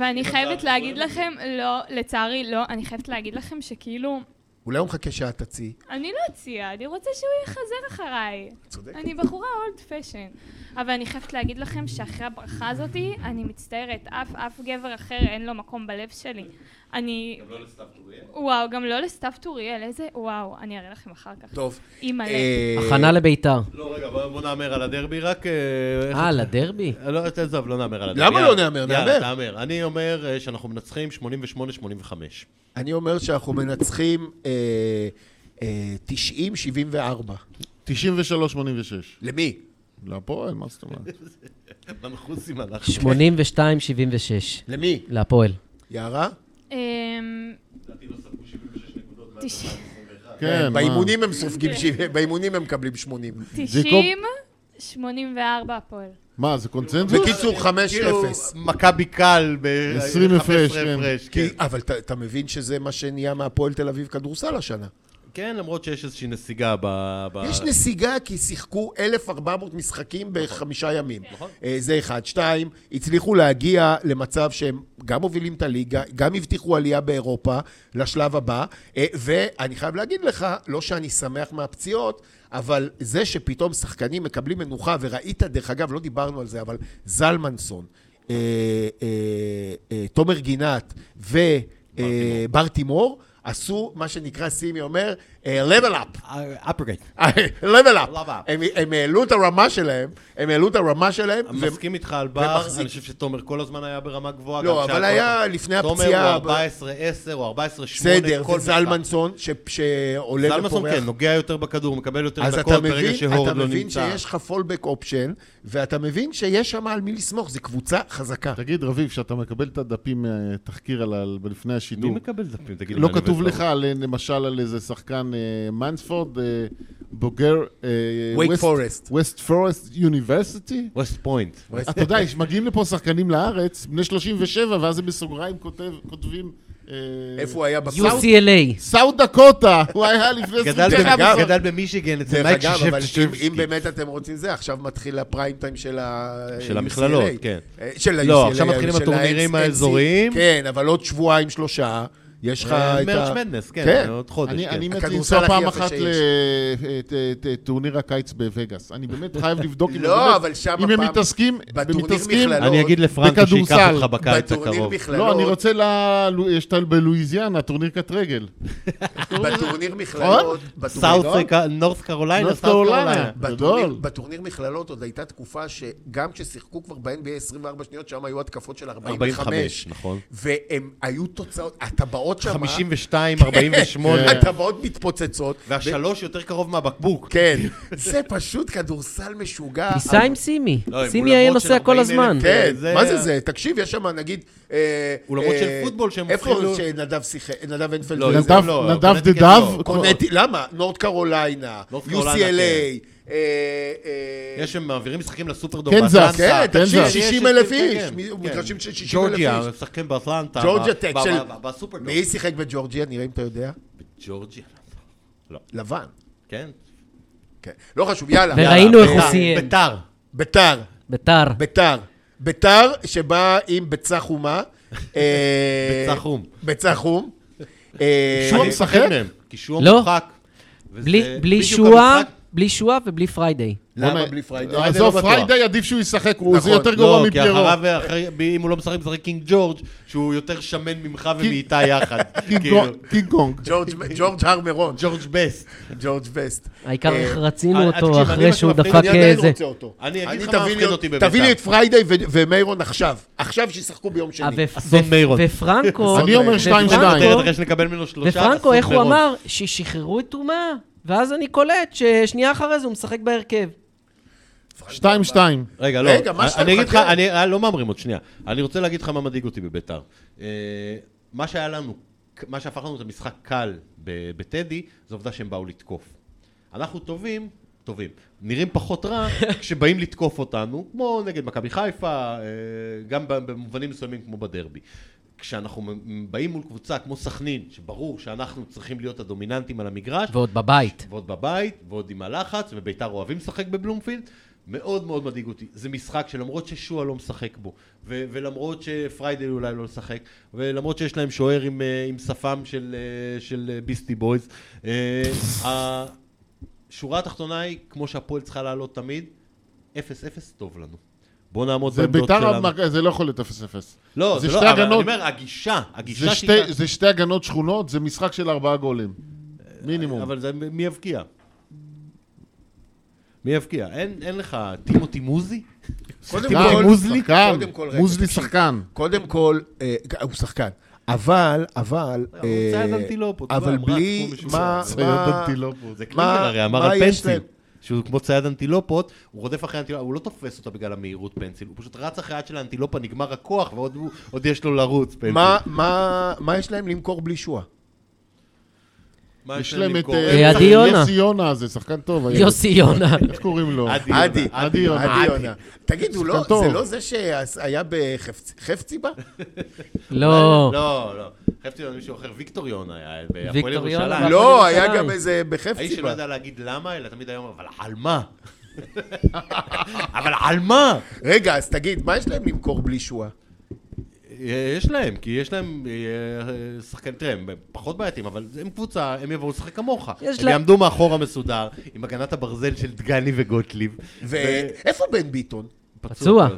F: ואני חייבת להגיד לכם, לא, לצערי לא, אני חייבת להגיד לכם שכאילו,
C: אולי הוא מחכה שאת תציעי.
F: אני לא אציע, אני רוצה שהוא יחזר אחריי.
C: צודק.
F: אני בחורה אולד פשן. אבל אני חייבת להגיד לכם שאחרי הברכה הזאתי, אני מצטערת, אף אף גבר אחר אין לו מקום בלב שלי. אני... גם לא לסתיו טוריאל? וואו, גם לא לסתיו טוריאל, איזה... וואו, אני אראה לכם אחר כך.
C: טוב.
F: אימא'לה.
C: אה,
D: הכנה לביתר.
B: לא, רגע, בוא בוא נאמר על הדרבי, רק... אה,
D: אה, לדרבי?
E: כן.
B: לא, תעזוב, לא נאמר על הדרבי.
C: למה לא
B: יאללה,
C: נאמר?
B: יאללה,
C: נאמר.
B: תאמר. אני אומר אה, שאנחנו מנצחים 88-85.
C: אני אומר שאנחנו מנצחים אה, אה, 90-74.
E: 93-86.
C: למי?
E: להפועל, לא, מה זאת אומרת?
C: אה,
B: מנחוסים אנחנו.
D: 82-76.
C: למי?
D: להפועל.
C: יערה?
F: אמ,
E: כן, מה?
C: באימונים הם סופגים, שבעים, באימונים הם מקבלים 80.
F: 90, 84 הפועל.
E: מה, זה קונצנזוס?
C: בקיצור, 5-0.
B: כאילו, מכבי קל ב...
E: 20 הפרש,
B: 15
E: כן.
B: כן.
C: כי- אבל אתה- אתה מבין שזה מה שנהיה מהפועל תל אביב כדורסל השנה.
B: כן, למרות שיש איזושהי נסיגה ב... ב...
C: יש נסיגה כי שיחקו 1,400 משחקים בחמישה ימים. אה, זה אחד. שתיים, הצליחו להגיע למצב שהם גם מובילים את הליגה, גם הבטיחו עלייה באירופה לשלב הבא, אה, ואני חייב להגיד לך, לא שאני שמח מהפציעות, אבל זה שפתאום שחקנים מקבלים מנוחה, וראית, דרך אגב, לא דיברנו על זה, אבל זלמנסון, אה, אה, אה, תומר גינת ובר תימור, עשו מה שנקרא, סימי אומר, אה, level up.
B: אפרגייט.
C: level up.
B: Level up.
C: הם, הם העלו את הרמה שלהם, הם העלו את הרמה שלהם.
B: אני מסכים איתך על בר,
C: ומחזיק.
B: אני חושב שתומר כל הזמן היה ברמה גבוהה.
C: לא,
B: גם
C: אבל
B: כשהיה
C: היה
B: כל-
C: לפני
B: תומר
C: הפציעה, ב-
B: הוא 14-10 או 14-8.
C: בסדר,
B: כל משחק.
C: וזלמנסון, ש- שעולה ופורח.
B: זלמנסון כן, נוגע יותר בכדור, מקבל יותר
C: אז
B: דקות
C: אתה
B: ברגע
C: מבין, אתה
B: שהורד לא
C: מבין
B: נמצא.
C: שיש לך פולבק אופשן, ואתה מבין שיש שם על מי לסמוך, זו קבוצה חזקה.
E: תגיד, רביב, כשאתה מקבל את הדפים מהתחקיר על- על- לפני
B: מי
E: השידור,
B: מקבל דפים? תגיד לי,
E: לא
B: אני
E: כתוב
B: עובד
E: לך, על, למשל, על איזה שחקן אה, מנספורד, אה, בוגר... אה,
C: Wake
E: West-
C: Forest.
E: West Forest University?
B: ווסט פוינט.
E: אתה יודע, יש- מגיעים לפה שחקנים לארץ, בני 37, ואז הם בסוגריים כותב- כותבים אה,
C: איפה הוא היה בסוף?
D: UCLA.
E: סאוט דקוטה, הוא היה לפני
B: גדל במ-
C: דרך אגב-
B: גדל במישיגן אצל
C: דרך
B: מייק
C: אגב, אבל אם-
B: שפשפסקי.
C: אם באמת אתם רוצים זה, עכשיו מתחיל הפריים טיים של ה...
B: של
C: UCLA.
B: המכללות, כן.
C: אה, של ה-UCLA.
B: לא, עכשיו מתחילים הטורנירים האזוריים.
C: כן, אבל עוד שבועיים, שלושה, יש לך
B: אה,
C: את
B: מרץ'
C: ה...
B: מדנס, כן,
C: כן.
B: עוד חודש,
E: אני,
B: כן.
E: אני מת
C: הכדורסל
E: לנסוע
C: הכי
E: פעם
C: יפה
E: אחת
C: שיש.
E: לטורניר הקיץ בווגאס. אני באמת חייב לבדוק אם
C: לא,
E: הם באמת-
C: אבל שם
E: אם הם
C: הפעם-
E: מתעסקים,
C: בטורניר
E: מתעסקים-
C: מכללות.
B: אני אגיד לפרנקו שייקח
E: בכדורסל,
B: אותך בקיץ
C: בטורניר
B: הקרוב.
C: מכללות.
E: לא, אני רוצה ל... לו- יש את ה- בלואיזיאנה, טורניר קט רגל.
B: נכון?
C: בטורניר מכללות... בטורניר- נכון?
B: סאוט קה- נורת קרוליינה,
E: נורת
B: סאוט קרוליינה.
E: קרוליינה.
C: בטורניר-
E: גדול.
C: בטורניר מכללות עוד הייתה תקופה שגם כששיחקו כבר ב-NBA 24 שניות, שם היו התקפות של
B: 45,
C: 45.
B: נכון.
C: והם היו תוצאות, הטבעות שם... אה? כן,
B: 52, 48.
C: הטבעות מתפוצצות.
B: והשלוש יותר קרוב מהבקבוק.
C: כן. זה פשוט כדורסל משוגע.
D: ניסה עם סימי.
B: לא, עם
D: סימי
B: אולמות
D: היה
B: של
D: נוסע כל
B: 40,000,
D: הזמן.
C: כן,
B: זה-
C: מה זה זה? תקשיב, יש שם נגיד... אה,
B: אולמות של
C: אה,
B: פוטבול שהם הופכים
C: איפה
B: ל-
C: שנדב שיחק? נדב אינפלד?
B: לא,
C: שיחק?
B: זה
E: נדב-
B: לא,
E: נדב
B: קונטיקט לא.
E: דדב,
C: קונטי, למה? נורד קרוליינה,
B: נורד
C: UCLA.
B: קרוליינה, כן.
C: אה, אה,
B: יש הם מעבירים משחקים לסופרדום.
E: קנזס,
C: כן,
B: באטלנטה.
C: תקשיב,
E: קנזס.
C: 60 אלף
B: כן,
C: איש.
B: כן.
C: מי- מגרשים של 60 אלף
B: ג'ורג'יה,
C: איש.
B: משחקים באטלנטה.
C: ג'ורג'יה
B: ב-
C: טק
B: ב-
C: של...
B: ב- ב- בסופרדום.
C: מי שיחק בג'ורג'יה? נראה אם אתה יודע.
B: ג'ורג'יה.
C: לבן.
B: כן.
C: כן. לא חשוב, יאללה.
D: וראינו
C: יאללה,
D: איך הוא
C: בית"ר.
D: סיים.
B: ביתר.
C: ביתר.
D: ביתר.
C: ביתר. ביתר שבאה עם ביצה חומה. אה,
B: ביצה חום.
C: ביצה חום. אה,
B: אני-
C: אני-
E: משחק?
B: מהם, כן. כי שועה
D: לא.
B: מורחק. וזה
D: בלי- בלי
B: בדיוק
D: שועה,
B: המשחק.
D: בלי שועה ובלי פריידיי.
C: למה
E: בוא'נה,
C: בלי פריידי?
B: פריידי לא
E: עזוב,
B: בטוח.
E: פריידי עדיף שהוא ישחק, הוא- זה
C: נכון.
E: יותר גרוע
B: לא, כי
E: מפיירו.
B: אחריו, אחרי- אם הוא לא משחק, משחק קינג ג'ורג', שהוא יותר שמן ממך ומאיתה יחד.
E: קינג
B: כאילו,
E: קונג- קינג קונג.
C: ג'ורג'- ג'ורג' הר מירון.
B: ג'ורג' בסט.
C: ג'ורג' בסט.
D: העיקר
C: אה,
D: איך רצינו
B: אה, תקשיב,
D: אותו
B: אני
D: אחרי
B: מה
D: שהוא
B: שמפריע
D: דפק אה,
B: לי,
C: אני עדיין
D: איזה...
C: רוצה אותו.
B: אני אגיד
C: אני
B: לך מה
C: תביא
B: מפחיד
C: לי-
B: אותי בביתר.
C: תביא לי את פריידי ו- ומיירון עכשיו. עכשיו שישחקו ביום
D: אה,
C: שני.
D: ו-
B: אסון
D: ו-
B: מירון.
D: ופרנקו,
E: אני אומר
D: ופרנקו-
E: 2-2.
B: כותרת אחרי שנקבל ממנו שלושה.
D: ופרנקו,
B: לעשות
D: איך הוא
B: מירון.
D: אמר? ששחררו את אומה. ואז אני קולט ששנייה אחרי זה הוא משחק בהרכב.
E: 2-2.
B: רגע, לא.
C: רגע, מה שאתה
B: אני אגיד לך,
C: מחכה?
B: אני אה, לא מהמרים עוד שנייה. אני רוצה להגיד לך מה מדאיג אותי בביתר. אה, מה שהיה לנו, מה שהפך לנו את המשחק קל ב- בטדי, זו עובדה שהם באו לתקוף. אנחנו טובים, טובים. נראים פחות רע כשבאים לתקוף אותנו, כמו נגד מכבי חיפה, אה, גם ב- במובנים מסוימים כמו בדרבי. כשאנחנו מ- באים מול קבוצה כמו סכנין, שברור שאנחנו צריכים להיות הדומיננטים על המגרש,
D: ועוד בבית.
B: ועוד בבית, ועוד עם הלחץ, וביתר אוהבים לשחק בבלומפילד, מאוד מאוד מדאיג אותי. זה משחק שלמרות ששועה לא משחק בו, ו- ולמרות שפריידי אולי לא לשחק, ולמרות שיש להם שוער עם, אה, עם שפם של, אה, של אה, ביסטי בויז, אה, השורה התחתונה היא, כמו שהפועל צריכה לעלות תמיד, 0-0 טוב לנו. בוא נעמוד
E: זה
B: בעמדות
E: ביתר,
B: שלנו.
E: עד מכ- זה לא יכול להיות 0-0.
B: לא,
E: זה
B: זה,
E: שתי
B: לא, אבל אני
E: הגנות.
B: אומר, הגישה, הגישה
E: זה
B: שהיא-
E: שתי- זה שתי הגנות שכונות, זה משחק של ארבעה גולים. מינימום.
B: אבל זה, מי יבקיע? מי יבקיע? אין, אין לך טימותי מוזי?
C: קודם
E: שחקן,
C: כל-
E: מוזלי,
C: שחקן. קודם כל, רגע,
E: מוזלי
C: תקשיב.
E: שחקן.
C: קודם כל, אה, הוא שחקן. אבל, אבל... אה,
B: הוא צייד אנטילופות,
C: אבל
B: הוא רץ כמו
C: בלי...
B: משוגע.
C: מה...
E: צייד
C: מה...
E: אנטילופות.
B: זה
C: מה-
B: קלינגר הרי אמר
C: מה
B: על
C: יש
B: פנסיל.
C: להם?
B: שהוא כמו צייד אנטילופות, הוא רודף אחרי האנטילופה, הוא לא תופס אותה בגלל המהירות פנסיל, הוא פשוט רץ אחרי היד של האנטילופה, נגמר הכוח, ועוד הוא- עוד יש לו לרוץ פנסיל.
C: מה, מה, מה יש להם למכור בלי שועה?
B: מה
E: יש להם את...
B: למכור?
E: אה,
D: אה, עדי יונה.
E: יוסי יונה הזה, שחקן טוב. הילד.
D: יוסי יונה.
E: איך קוראים לו?
B: עדי.
C: עדי,
B: יונה,
E: עדי יונה.
C: עדי יונה. תגידו, לא,
E: טוב. נכון,
C: זה לא זה שהיה בחפצי בה?
D: לא.
B: לא, לא. חשבתי על מישהו אחר, וייקטוריון היה, בהפועל
D: ויקטור יונה,
B: ירושלים.
D: אבל-
C: לא,
D: הפועל
C: היה
D: ירושלים.
C: גם איזה
B: האיש
C: בחפצי
B: שלא
C: בה.
B: ידע להגיד למה, אלא תמיד היה אומר, אבל על מה? אבל על מה?
C: רגע, אז תגיד, מה יש להם למכור בלי שועה?
B: יש להם, כי יש להם אה, שחקן, תראה, הם פחות בעייתיים, אבל הם קבוצה, הם יבואו לשחק כמוך.
D: יש
B: הם
D: להם-
B: יעמדו מאחור המסודר, עם הגנת הברזל של דגני וגוטליב.
C: ואיפה בן ביטון?
D: פצוע.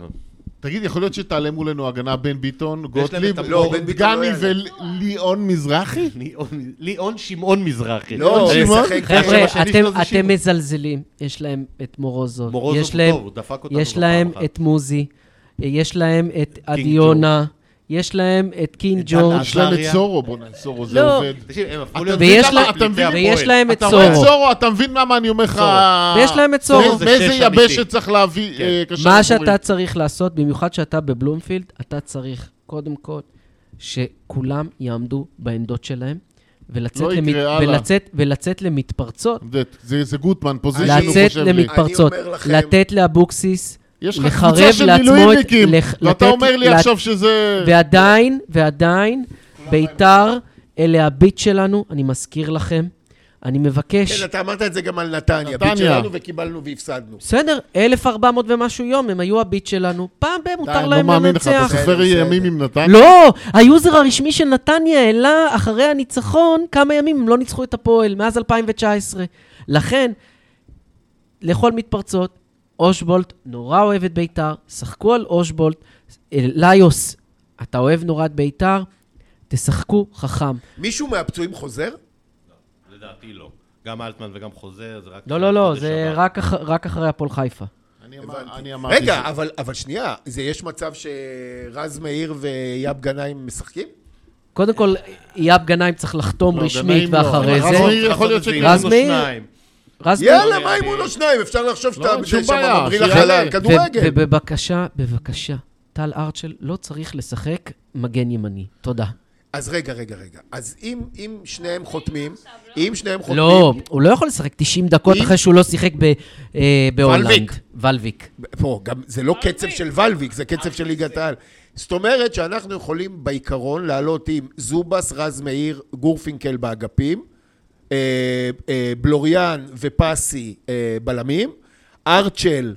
E: תגיד, יכול להיות שתעלה מולנו הגנה בן ביטון, גוטליב,
B: את
C: לא, בן ביטון לא
E: דגני
C: יעלה.
E: וליאון מזרחי?
B: ליאון- ליאון שמעון מזרחי.
C: לא,
E: שמעון?
C: הוא משחק-
D: חבר'ה,
B: השם
D: אתם-
B: שלו זה
D: אתם
B: שמעון.
D: מזלזלים. יש להם את מורוזוב.
B: מורוזוב
D: יש
B: הוא
D: להם-
B: טוב, הוא דפק אותנו
D: יש
B: כבר
D: להם
B: פעם אחת.
D: את מוזי. יש להם את עדי יונה. יש להם את קינג
B: את דן
C: אה,
D: ג'ורג'.
E: יש להם את
B: עזריה.
E: סורו, בוא'נה, סורו, זה
D: לא.
E: עובד.
B: תקשיב, הם הפכו
E: אתה
B: להיות...
E: מבין
D: ויש
E: למה-
D: להם-
E: אתה מבין?
D: ויש להם את
E: אתה רואה
D: סורו.
E: סורו, אתה מבין למה אני אומר לך...
B: סורו.
D: ויש להם את סורו.
B: זה
E: מאיזה
B: שש אמיתי.
E: יבשת צריך להביא
B: כן.
E: אה, קשר?
D: מה
E: אחורי?
D: שאתה צריך לעשות, במיוחד שאתה בבלומפילד, אתה צריך קודם כל שכולם יעמדו בעמדות שלהם, ולצאת,
E: לא יקרה,
D: למת...
E: הלאה.
D: ולצאת, ולצאת למתפרצות,
E: זה- זה זה גוטמן, פוזיישן הוא
D: לצאת
E: חושב לי.
D: למתפרצות,
C: אני אומר לכם-
D: לתת לאבוקסיס,
E: יש לך
D: לחרב
E: קבוצה של
D: לעצמו את-
E: מילואימניקים,
D: לח-
E: ואתה
D: לתת-
E: אומר לי
D: לת-
E: עכשיו שזה...
D: ועדיין, ועדיין, ביתר, אלה הביט שלנו, אני מזכיר לכם. אני מבקש...
C: כן, אתה אמרת את זה גם על נתניה.
E: נתניה.
C: ביט שלנו וקיבלנו והפסדנו.
D: בסדר, 1,400 ומשהו יום, הם היו הביט שלנו. פעם ב... מותר
E: אני לא
D: להם
E: מאמין לך, אתה
D: לנצח.
E: סופר
C: בסדר,
E: ימים
C: בסדר.
E: עם נתניה?
D: לא! היוזר הרשמי של נתניה העלה אחרי הניצחון כמה ימים הם לא ניצחו את הפועל, מאז 2019. לכן, לכל מתפרצות, אושבולט נורא אוהב את ביתר, שחקו על אושבולט. אה, ליוס, אתה אוהב נורא את ביתר, תשחקו חכם.
C: מישהו מהפצועים חוזר?
B: לדעתי לא. גם אלטמן וגם חוזר, זה רק...
D: לא, לא, לא,
B: חודש
D: זה
B: הבא.
D: רק אח- רק אחרי הפועל חיפה.
E: אני אמר-
C: הבנתי.
E: אני אמרתי...
C: רגע, אבל אבל שנייה, זה יש מצב שרז מאיר ויאב גנאים משחקים?
D: קודם כל, אייב גנאים צריך לחתום
E: לא,
D: רשמית
E: גנאים לא. אבל
D: ואחרי
B: נכון,
E: רז
D: זה.
E: מאיר- יכול להיות
B: לעשות את
E: שכן.
B: זה עם
D: רז
B: או
D: מאיר.
B: שניים.
D: רז כן,
C: יאללה,
B: אני-
C: מה אם הוא לא שניים? אפשר לחשוב
E: לא, אין
C: שאתה
E: שום
C: שם
E: בעיה,
C: ממריא
E: שיעלה.
C: לחלל, כדורגל.
D: ו- ובבקשה, בבקשה, טל ארצ'ל לא צריך לשחק מגן ימני. תודה.
C: אז רגע, רגע, רגע. אז אם, אם שניהם חותמים, אם שניהם חותמים...
D: לא, הוא לא יכול לשחק 90 דקות
C: אם-
D: אחרי שהוא לא שיחק ב- אה, בהולנד.
C: ולוויק.
D: ולוויק.
C: פה, גם, זה לא קצב של ולוויק, זה קצב של ליגת העל. זאת אומרת שאנחנו יכולים בעיקרון לעלות עם זובס, רז מאיר, גורפינקל באגפים, אה, אה, בלוריאן ופסי אה, בלמים, ארצ'ל,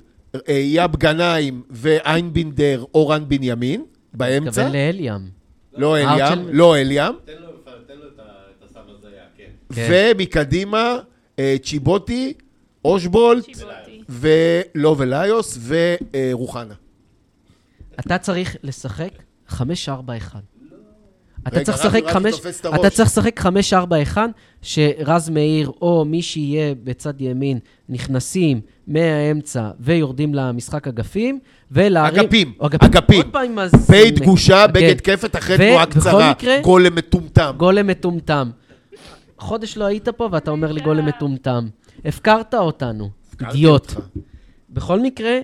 C: אה, יאב גנאים ואיינבינדר, אורן בנימין, באמצע.
D: מתכוון לאליאם.
C: לא אליאם,
D: אה, ארצ'ל-
C: לא אליאם.
B: תן לו תן לו את ה- את הסב הזיה, כן.
D: כן.
C: ומקדימה, אה, צ'יבוטי, אושבולט, אה,
F: צ'יבוטי.
C: ולא וליוס, ורוחנה.
D: אתה צריך לשחק 5-4-1. אתה
C: רגע,
D: צריך
C: רז-
D: לשחק
C: רז
D: חמש-
C: תופס את
D: אתה
C: הראש.
D: צריך לשחק 5-4-1, שרז מאיר או מי שיהיה בצד ימין נכנסים מהאמצע ויורדים למשחק אגפים, ולהרים...
C: אגפים,
D: או
C: אגפים.
D: עוד פעם עם הז-
C: פ'
D: עם-
C: דגושה,
D: כן.
C: בגד כפת אחרי
D: ו-
C: תנועה
D: בכל
C: קצרה.
D: מקרה-
C: גולם מטומטם.
D: גולם מטומטם. חודש לא היית פה ואתה אומר לי גולם מטומטם. הפקרת אותנו, אידיוט.
C: אותך.
D: בכל מקרה,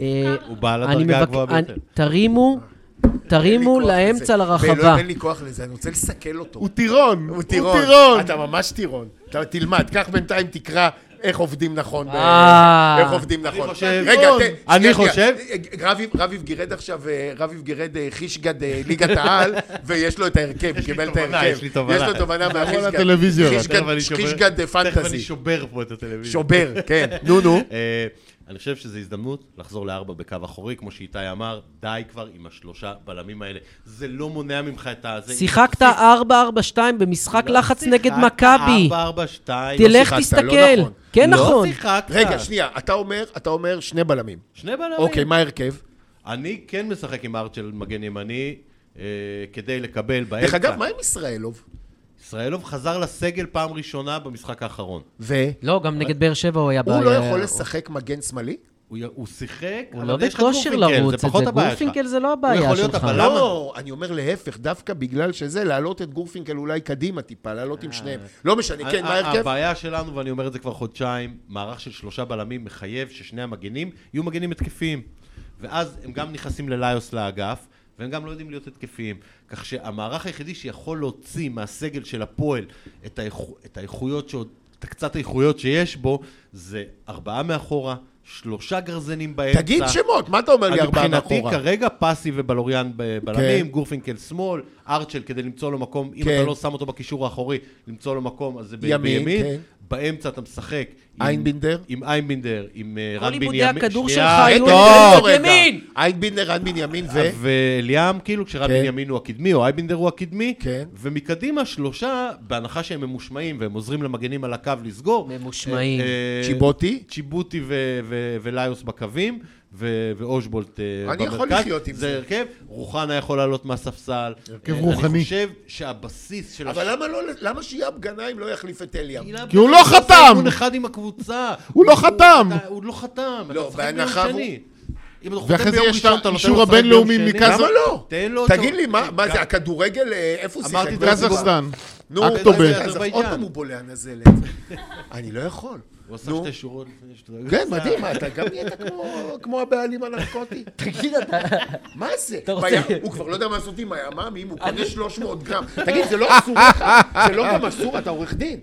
D: אה,
B: הוא בעל
D: אני
B: הדרגה
D: מבק-
B: הגבוהה
D: אני-
B: ביותר.
D: תרימו,
C: אין לי
D: תרימו
C: כוח
D: לאמצע
C: לזה.
D: לרחבה.
C: באלוהים אין לי כוח לזה, אני רוצה לסכל אותו.
E: הוא טירון, הוא
C: טירון.
E: טירון.
C: אתה ממש טירון. אתה תלמד, קח בינתיים, תקרא איך עובדים נכון. ב-
D: אה.
C: איך עובדים נכון.
B: חושב-
C: רגע,
B: טירון.
C: ת-
B: אני
C: שנייה,
B: חושב-
C: שנייה. רביב- רביב גירד עכשיו, אה, רביב גירד אה, חישגד אה, ליגת העל, ויש לו את ההרכב, הוא
B: לי
C: קיבל את
B: תובנה,
C: ההרכב.
B: יש לי תובנה.
C: יש לו תובנה
E: על
C: מהחישגד.
E: הטלוויזיה, רק.
C: חישגד-
B: תכף אני שובר-
C: חישגד אה,
B: תכף אני
C: פנטזי.
B: שובר פה את הטלוויזיה.
C: שובר, כן. נו, נו.
B: אה, אני חושב שזו הזדמנות לחזור לארבע בקו אחורי, כמו שאיתי אמר, די כבר עם השלושה בלמים האלה. זה לא מונע ממך את הזה. לא.
D: שיחקת 4-4-2 במשחק לחץ נגד מכבי.
B: ארבע, ארבע, שתיים.
C: לא
D: תלך
C: שיחקת, לא
D: תסתכל.
C: נכון.
D: כן נכון.
B: לא שיחקת.
C: רגע, שנייה, אתה אומר, אתה אומר שני בלמים.
B: שני בלמים.
C: אוקיי, מה ההרכב?
B: אני כן משחק עם ארצ'ל מגן ימני, אה, כדי לקבל באמצע.
C: דרך אגב, מה עם ישראלוב?
B: ישראלוב חזר לסגל פעם ראשונה במשחק האחרון.
C: ו...
D: לא, גם נגד באר שבע הוא היה
C: הוא
D: בעיה.
C: לא יכול לשחק מגן שמאלי?
B: הוא, י- הוא שיחק,
D: הוא
B: אבל
D: לא
B: יש לך
D: בכושר
B: גורפינקל,
D: לרוץ את
B: זה פחות
D: זה.
B: הבעיה שלך.
D: גורפינקל זה לא
B: הוא
D: הבעיה
B: יכול להיות
D: שלך.
B: הבלם.
C: לא, אני אומר להפך, דווקא בגלל שזה, להעלות את גורפינקל אולי קדימה טיפה, לעלות
B: אה.
C: עם שניהם. לא משנה, כן,
B: ה-
C: מה
B: ה-
C: ההרכב?
B: הבעיה שלנו, ואני אומר את זה כבר חודשיים, מערך של שלושה בלמים מחייב ששני המגנים יהיו מגנים התקפיים. ואז הם גם נכנסים לליוס לאגף, והם גם לא יודעים להיות התקפיים. כך שהמערך היחידי שיכול להוציא מהסגל של הפועל את, האיכו, את האיכויות שעוד, את הקצת האיכויות שיש בו, זה ארבעה מאחורה, שלושה גרזנים באמצע.
C: תגיד שמות, מה אתה אומר לי
B: אז
C: ארבעה
B: מבחינתי
C: מאחורה?
B: כרגע פסי ובלוריאן ב- בלמים,
C: כן.
B: גורפינקל שמאל, ארצ'ל כדי למצוא לו מקום, אם
C: כן.
B: אתה לא שם אותו בקישור האחורי, למצוא לו מקום, אז זה ב-
C: ימין,
B: בימין.
C: כן.
B: באמצע אתה משחק עם-
C: איינבינדר?
B: עם איינבינדר, עם אה,
D: כל
B: רן בנימין.
D: עיבודי הכדור
B: שנייה,
D: שלך היו
B: רגע,
D: לצד
C: כן, רגע.
D: ימין.
C: אייבינדר, רן בנימין ו...
B: ואליאם, כאילו, כשרן
C: אה? כן.
B: בנימין הוא הקדמי, או אייבינדר הוא הקדמי,
C: כן.
B: ומקדימה שלושה, בהנחה שהם ממושמעים והם עוזרים למגנים על הקו לסגור.
D: ממושמעים.
B: אה, אה,
C: צ'יבוטי?
B: צ'יבוטי ו- ו- וליוס בקווים, ו- ואושבולט אה,
C: אני
B: במרכז.
C: יכול לחיות עם
B: זה.
C: זה.
B: הרכב, רוחנה יכול לעלות מהספסל.
E: הרכב
B: אה, אני
E: רוחני.
B: חושב שהבסיס של...
C: אבל למה לא, למה שיאב גנאים לא יחליף את אליאם?
E: כי הוא לא חתם.
B: הוא אחד עם הקבוצה.
E: הוא לא חתם.
B: אתה- הוא לא חתם. אתה
C: לא,
B: משחק ביום
C: בהנחה הוא-
B: שני. אם אתה
E: ואחרי
B: חותם
E: זה
B: ביום
E: יש את
B: ראשון, אתה נותן לו
E: האישור
B: לשחק ביום
E: הבינלאומי
B: שני.
E: מקז-
C: למה לא?
B: תן לו את
C: תגיד
B: ה-
C: לי, מה מה
B: גם-
C: זה, הכדורגל, אה, איפה הוא שיחק?
B: אמרתי
C: באיזה
B: קזחסטן.
C: קבוצה?
E: קזחסטן.
C: נו,
E: אקטובה.
C: אז- אז
B: אזרבייג'אן.
C: עוד פעם הוא בולע נזלת. אני לא יכול.
B: הוא עשה
C: נו.
B: שתי שורות לפני שדרגה.
C: כן, מדהים, מה, אתה גם נהיית כמו- כמו הבעלים הנרקוטי.
D: תגיד, אתה...
C: מה זה?
D: אתה רוצה-
C: בים- הוא כבר לא יודע מה לעשות עם הימ"מים, הוא קונה 300 גרם. תגיד, זה לא אסור לך? זה לא גם אסור, אתה עורך דין.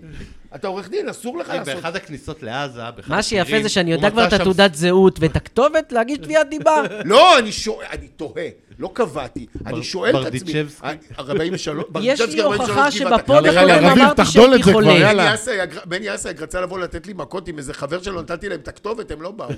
C: אתה עורך דין, אסור לך
B: אחי,
C: לעשות.
B: באחד הכניסות לעזה, באחד
D: מה שיפה
B: הצירים,
D: זה שאני
B: הוא
D: יודע כבר את
B: מצא שם
D: התעודת זהות ואת הכתובת להגיש תביעת דיבה.
C: לא, אני שואל, אני תוהה. לא קבעתי, אני שואל את עצמי.
B: ברדיצ'בסקי?
C: אה, 43,
D: יש לי
C: ברדיצ'בסקי, 43
D: הוכחה
C: גבעתיים.
D: שבפוד
E: רגע,
D: הקודם
E: רביב,
D: אמרתי
E: תחדול את
D: שהייתי
E: זה כבר,
D: חולה.
E: יאללה.
C: בן יאסייג- בן יאסייג רצה לבוא לתת לי מכות עם איזה חבר שלו, נתתי להם את הכתובת, הם לא באו.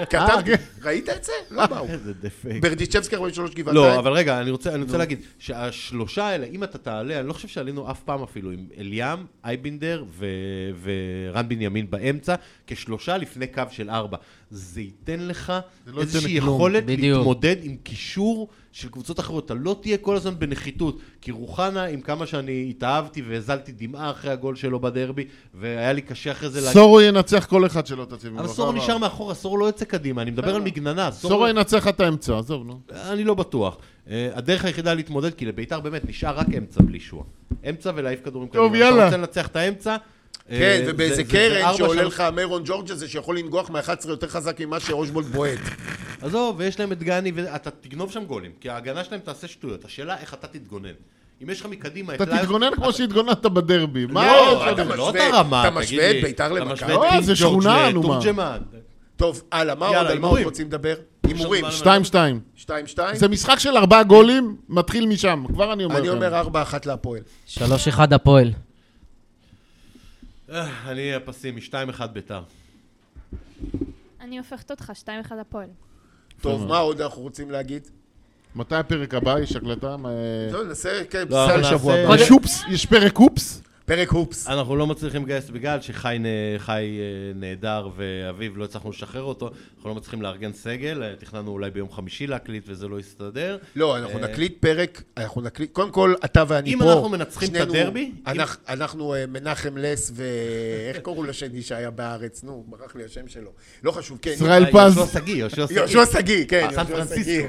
B: אה,
C: כתבתי,
B: אוקיי.
C: ראית את זה? לא באו.
B: איזה דפק.
C: ברדיצ'בסקי 43 גבעתיים.
B: לא, אבל רגע, אני רוצה, אני רוצה להגיד שהשלושה האלה, אם אתה תעלה, אני לא חושב שעלינו אף פעם אפילו עם אליאם, אייבינדר ו- ורן בנימין באמצע, כשלושה לפני קו של ארבע. זה ייתן לך
E: לא ייתן
B: איזושהי
E: לכלום,
B: יכולת
D: בדיוק.
B: להתמודד עם קישור של קבוצות אחרות. אתה לא תהיה כל הזמן בנחיתות, כי רוחנה, עם כמה שאני התאהבתי והזלתי דמעה אחרי הגול שלו בדרבי, והיה לי קשה אחרי זה להגיד...
E: סורו ינצח כל אחד שלא תציב ממנו.
B: אבל סורו נשאר מאחורה, סורו לא יוצא קדימה, אני מדבר על מגננה. לא
E: סורו ינצח את האמצע, עזוב, נו.
B: אני לא בטוח. אה, הדרך היחידה להתמודד, כי לביתר באמת נשאר רק אמצע בלי שועה. אמצע ולהעיף כדורים
E: טוב,
B: קדימה.
E: יאללה.
B: אתה רוצה לנצח את האמצע? אה,
C: כן,
B: זה- זה-
C: ובאיזה
B: זה
C: קרן
B: ארבע,
C: שעולה
B: שלוש-
C: לך המרון ג'ורג' הזה שיכול לנגוח מ-11 יותר חזק ממה שאושבולד בועט.
B: עזוב, ויש להם את גני, ואתה תגנוב שם גולים, כי ההגנה שלהם תעשה שטויות. השאלה איך אתה תתגונן. אם יש לך מקדימה את
E: אתה
B: ליוס-
E: תתגונן כמו שהתגוננת בדרבי. מה
B: לא,
E: יש
B: אתה
E: לך?
C: משווה-
B: לא את הרמה,
C: אתה
B: תגיד
C: משווה את
B: לי.
C: ביתר
B: אתה
C: למכבי?
B: משווה את
E: לא,
B: פינק
E: זה
B: ג'ורג'
E: שכונה, נו, מה.
B: לתורג'מן.
C: טוב, הלאה, מה עוד?
B: יאללה,
C: על מה עוד
B: הימורים.
C: רוצים לדבר?
B: לנו
C: הימורים.
B: מה-
E: 2-2.
C: 2-2?
E: זה משחק של ארבעה גולים, מתחיל משם, כבר אני אומר
C: אני
E: לכם.
C: אומר 4-1 להפועל.
D: 3-1 הפועל.
B: אה, אני הפסימי, 2-1 ביתר.
F: אני הופכת אותך, 2-1 הפועל.
C: טוב, מה עוד אנחנו רוצים להגיד?
E: מתי הפרק הבא? יש הקלטה? מה-
C: לא, נעשה כן,
B: לא,
C: סל
B: אנחנו
C: שבוע
B: נעשה-
C: הבא.
E: יש אופס? יש פרק אופס?
C: פרק הופס.
B: אנחנו לא מצליחים לגייס בגלל שחי נ- חי, אה, נהדר ואביב לא הצלחנו לשחרר אותו, אנחנו לא מצליחים לארגן סגל, אה, תכננו אולי ביום חמישי להקליט וזה לא הסתדר.
C: לא, אנחנו
B: אה,
C: נקליט פרק, אנחנו נקליט, קודם כל, אתה ואני
B: אם
C: פה.
B: אנחנו מנצחים את
C: שנינו-
B: הדרבי,
C: אנחנו- אנחנו אה, מנחם לס ו... איך קראו לשני שהיה בארץ? נו, ברח לי השם שלו. לא חשוב, כן.
E: ישראל
B: אה,
E: פז.
B: יהושע שגיא, יהושע שגיא.
C: יהושע שגיא, כן,
B: אה, סן
C: יהושע
B: פרנסיסקו.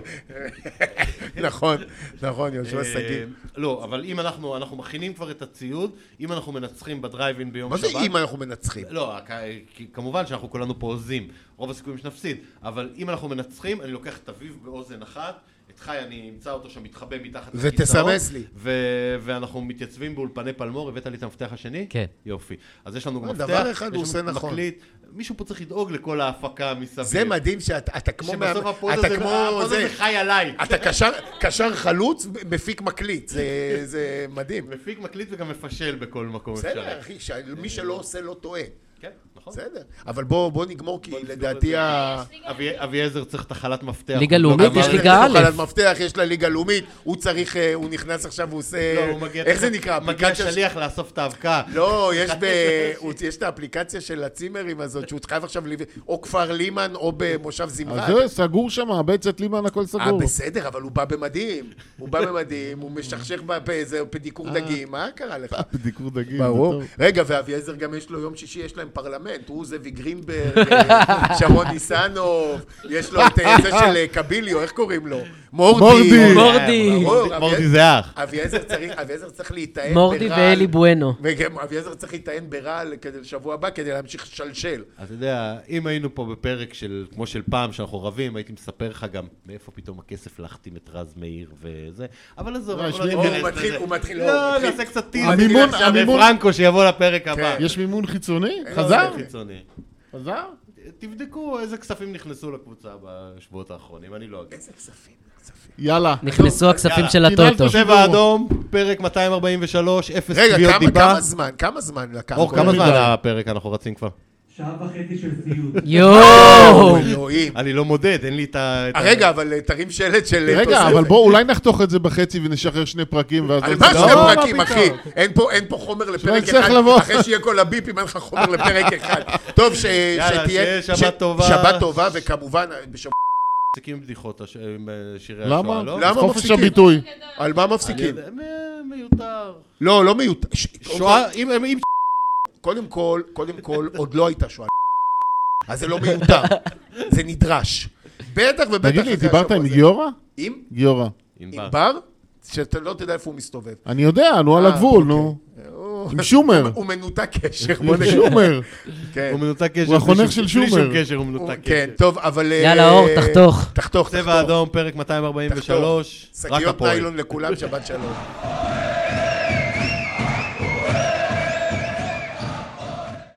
C: שגיא. נכון, נכון, יהושע
B: אה,
C: שגיא.
B: לא, אבל אם אנחנו, אנחנו מכינים כבר את הציוד, אם אנחנו מנצחים בדרייבין ביום
C: מה זה
B: שבת...
C: אם אנחנו מנצחים?
B: לא, כ- כי כמובן שאנחנו כולנו פה הוזים, רוב הסיכויים שנפסיד, אבל אם אנחנו מנצחים, אני לוקח את אביב באוזן אחת, את חי אני אמצא אותו שם מתחבא מתחת לכיסאות,
C: ותסמס לי.
B: ו- ואנחנו מתייצבים באולפני פלמור, הבאת לי את המפתח השני?
D: כן.
B: יופי. אז יש לנו גם
C: אה,
B: מפתח,
C: דבר אחד
B: יש
C: הוא
B: לנו
C: עושה נכון.
B: מקליט, מישהו פה צריך לדאוג לכל ההפקה מסביב.
C: זה מדהים שאתה אתה כמו...
B: אה, שבסוף
C: מאמן-
B: הפוד
C: אתה
B: הזה,
C: כמו
B: הפוד
C: זה.
B: הזה חי עליי.
C: אתה קשר, קשר חלוץ, מפיק מקליט, זה, זה מדהים.
B: מפיק, מקליט וגם מפשל בכל מקום
C: בסדר,
B: אפשרי.
C: אחי, ש- מי שלא עושה לא טועה.
B: כן, נכון.
C: בסדר. אבל בוא, בוא נגמור, כי
B: בוא נסגור את
C: לדעתי
B: זה.
C: ה...
B: אביה- אביעזר צריך את החלת מפתח.
D: ליגה
B: הוא לא
D: לאומית,
B: גמר
D: יש
B: את
D: ליגה
B: זה.
D: א'.
C: חלת מפתח, יש לה ליגה לאומית, הוא צריך, אה, הוא נכנס עכשיו, הוא עושה...
B: לא, הוא מגיע...
C: איך זה נקרא?
B: מגיע
C: אפליקציה ש-
B: שליח לאסוף את האבקה.
C: לא, יש ב... הוא- יש את האפליקציה של הצימרים הזאת, שהוא חייב עכשיו... לב- או כפר לימן, או במושב
E: אז
C: זמרת.
E: זה, סגור שם, הבצת לימן, הכל
C: אה,
E: סגור.
C: בסדר, אבל הוא בא במדים. הוא בא במדים, הוא משכשך בפה, איזה
D: אה.
C: פדיקור דגים, מה קרה לך?
E: דיקור דגים.
C: ברור.
E: כן, זה טוב.
C: רגע, ואביעזר גם יש לו, יום שישי יש להם פרלמנט, הוא זאבי גרינברג, אה, שרון ניסנוב, יש לו את אה, זה של אה, קביליו, איך קוראים לו? מורדי.
E: מורדי.
D: מורדי.
B: אה,
C: ברור, אביה-
B: מורדי זה אח.
C: אביעזר צריך, אביעזר צריך להיטען
D: מורדי
C: ברעל.
D: ואלי
C: אה,
D: בואנו.
C: וגם אביעזר צריך להיטען ברעל כדי לשבוע הבא, כדי להמשיך לשלשל.
B: אתה יודע, אם היינו פה בפרק של, כמו של פעם, שאנחנו רבים, הייתי מספר לך גם מאיפה פתאום הכסף להחתים את רז מאיר וזה. אבל עזוב,
E: לא,
B: אנחנו
E: יש
B: לא
E: לי-
B: ניכנס
C: הוא מתחיל-
B: לזה.
C: הוא מתחיל- לא, הוא
B: לא,
C: מתחיל-
B: נעשה קצת
C: הוא
B: טיזר.
E: מתחיל המימון-
C: עכשיו
E: המימון-
B: ופרנקו שיבוא לפרק הבא.
C: כן.
E: יש מימון חיצוני?
C: אה,
E: חזר?
B: חיצוני.
E: חזר?
B: תבדקו איזה כספים נכנסו לקבוצה בשבועות האחרונים, אני לא אגיד.
C: איזה כספים, איזה כספים.
E: יאללה.
D: נכנסו הכספים
B: יאללה.
D: של הטוטו.
E: קיבלת
B: צבע אדום, פרק 243, אפס
C: רגע,
B: תביעות
C: כמה-
B: דיבה.
C: כמה זמן, כמה זמן לקח?
B: אור,
C: כל
B: כמה
C: זה?
B: זמן הפרק אנחנו רצים כבר?
G: שעה וחצי של ציוד.
D: יואו!
C: או, אלוהים.
B: אני לא מודד, אין לי את ה... את ה-
C: רגע, אבל אה, תרים שלט של... אה,
E: רגע,
C: תוספת.
E: אבל בוא, אולי נחתוך את זה בחצי ונשחרר שני פרקים ואז...
C: על
E: לא
C: מה
E: נצטרך-
C: שני
E: לא,
C: פרקים,
E: מה
C: אחי?
E: פתאום?
C: אין פה- אין פה חומר לפרק
E: נצטרך
C: אחד.
E: לבוא.
C: אחרי שיהיה כל הביפים, אין לך חומר לפרק אחד. טוב, ש-
B: יאללה, שיהיה
C: שתהיה...
B: שבת
C: ש-
B: טובה.
C: שבת טובה, וכמובן, בשבת-
B: מפסיקים עם בדיחות הש- עם אה, שירי השואה,
E: למה?
B: לא?
C: למה
E: חופש
C: מפסיקים?
E: הביטוי.
C: על מה
B: אני
C: מפסיקים?
B: יודע, מ- מיותר.
C: לא, לא מיותר. ש-
B: שואה, אם... אם- אם-
C: קודם כל, קודם כל, עוד לא הייתה שואה. אז זה לא מיותר. זה נדרש. בטח ובטח...
E: תגיד לי,
C: אחרי
E: דיברת
C: השבוע
E: עם
C: הזה.
E: גיורא?
C: עם?
E: גיורא.
B: ענבר.
C: עם בר? שאתה לא תדע איפה הוא מסתובב.
E: אני יודע, נו, על
C: אה,
E: הגבול,
C: אוקיי.
E: נו.
C: הוא-
E: עם שומר.
C: הוא מנותק קשר, בוא
E: עם
C: נגיד.
E: שומר.
C: כן.
B: הוא מנותק קשר.
E: הוא החונך
B: בלי
E: של
B: שום- בלי
E: שומר.
B: שום קשר, הוא
C: הוא-
B: מנותק
C: כן,
B: קשר.
C: טוב, אבל... אה,
D: יאללה, אור, תחתוך.
C: תחתוך, תחתוך.
B: צבע אדום, פרק 243, רק
C: שקיות
B: הפועל.
C: ניילון לכולם, שבת שלום.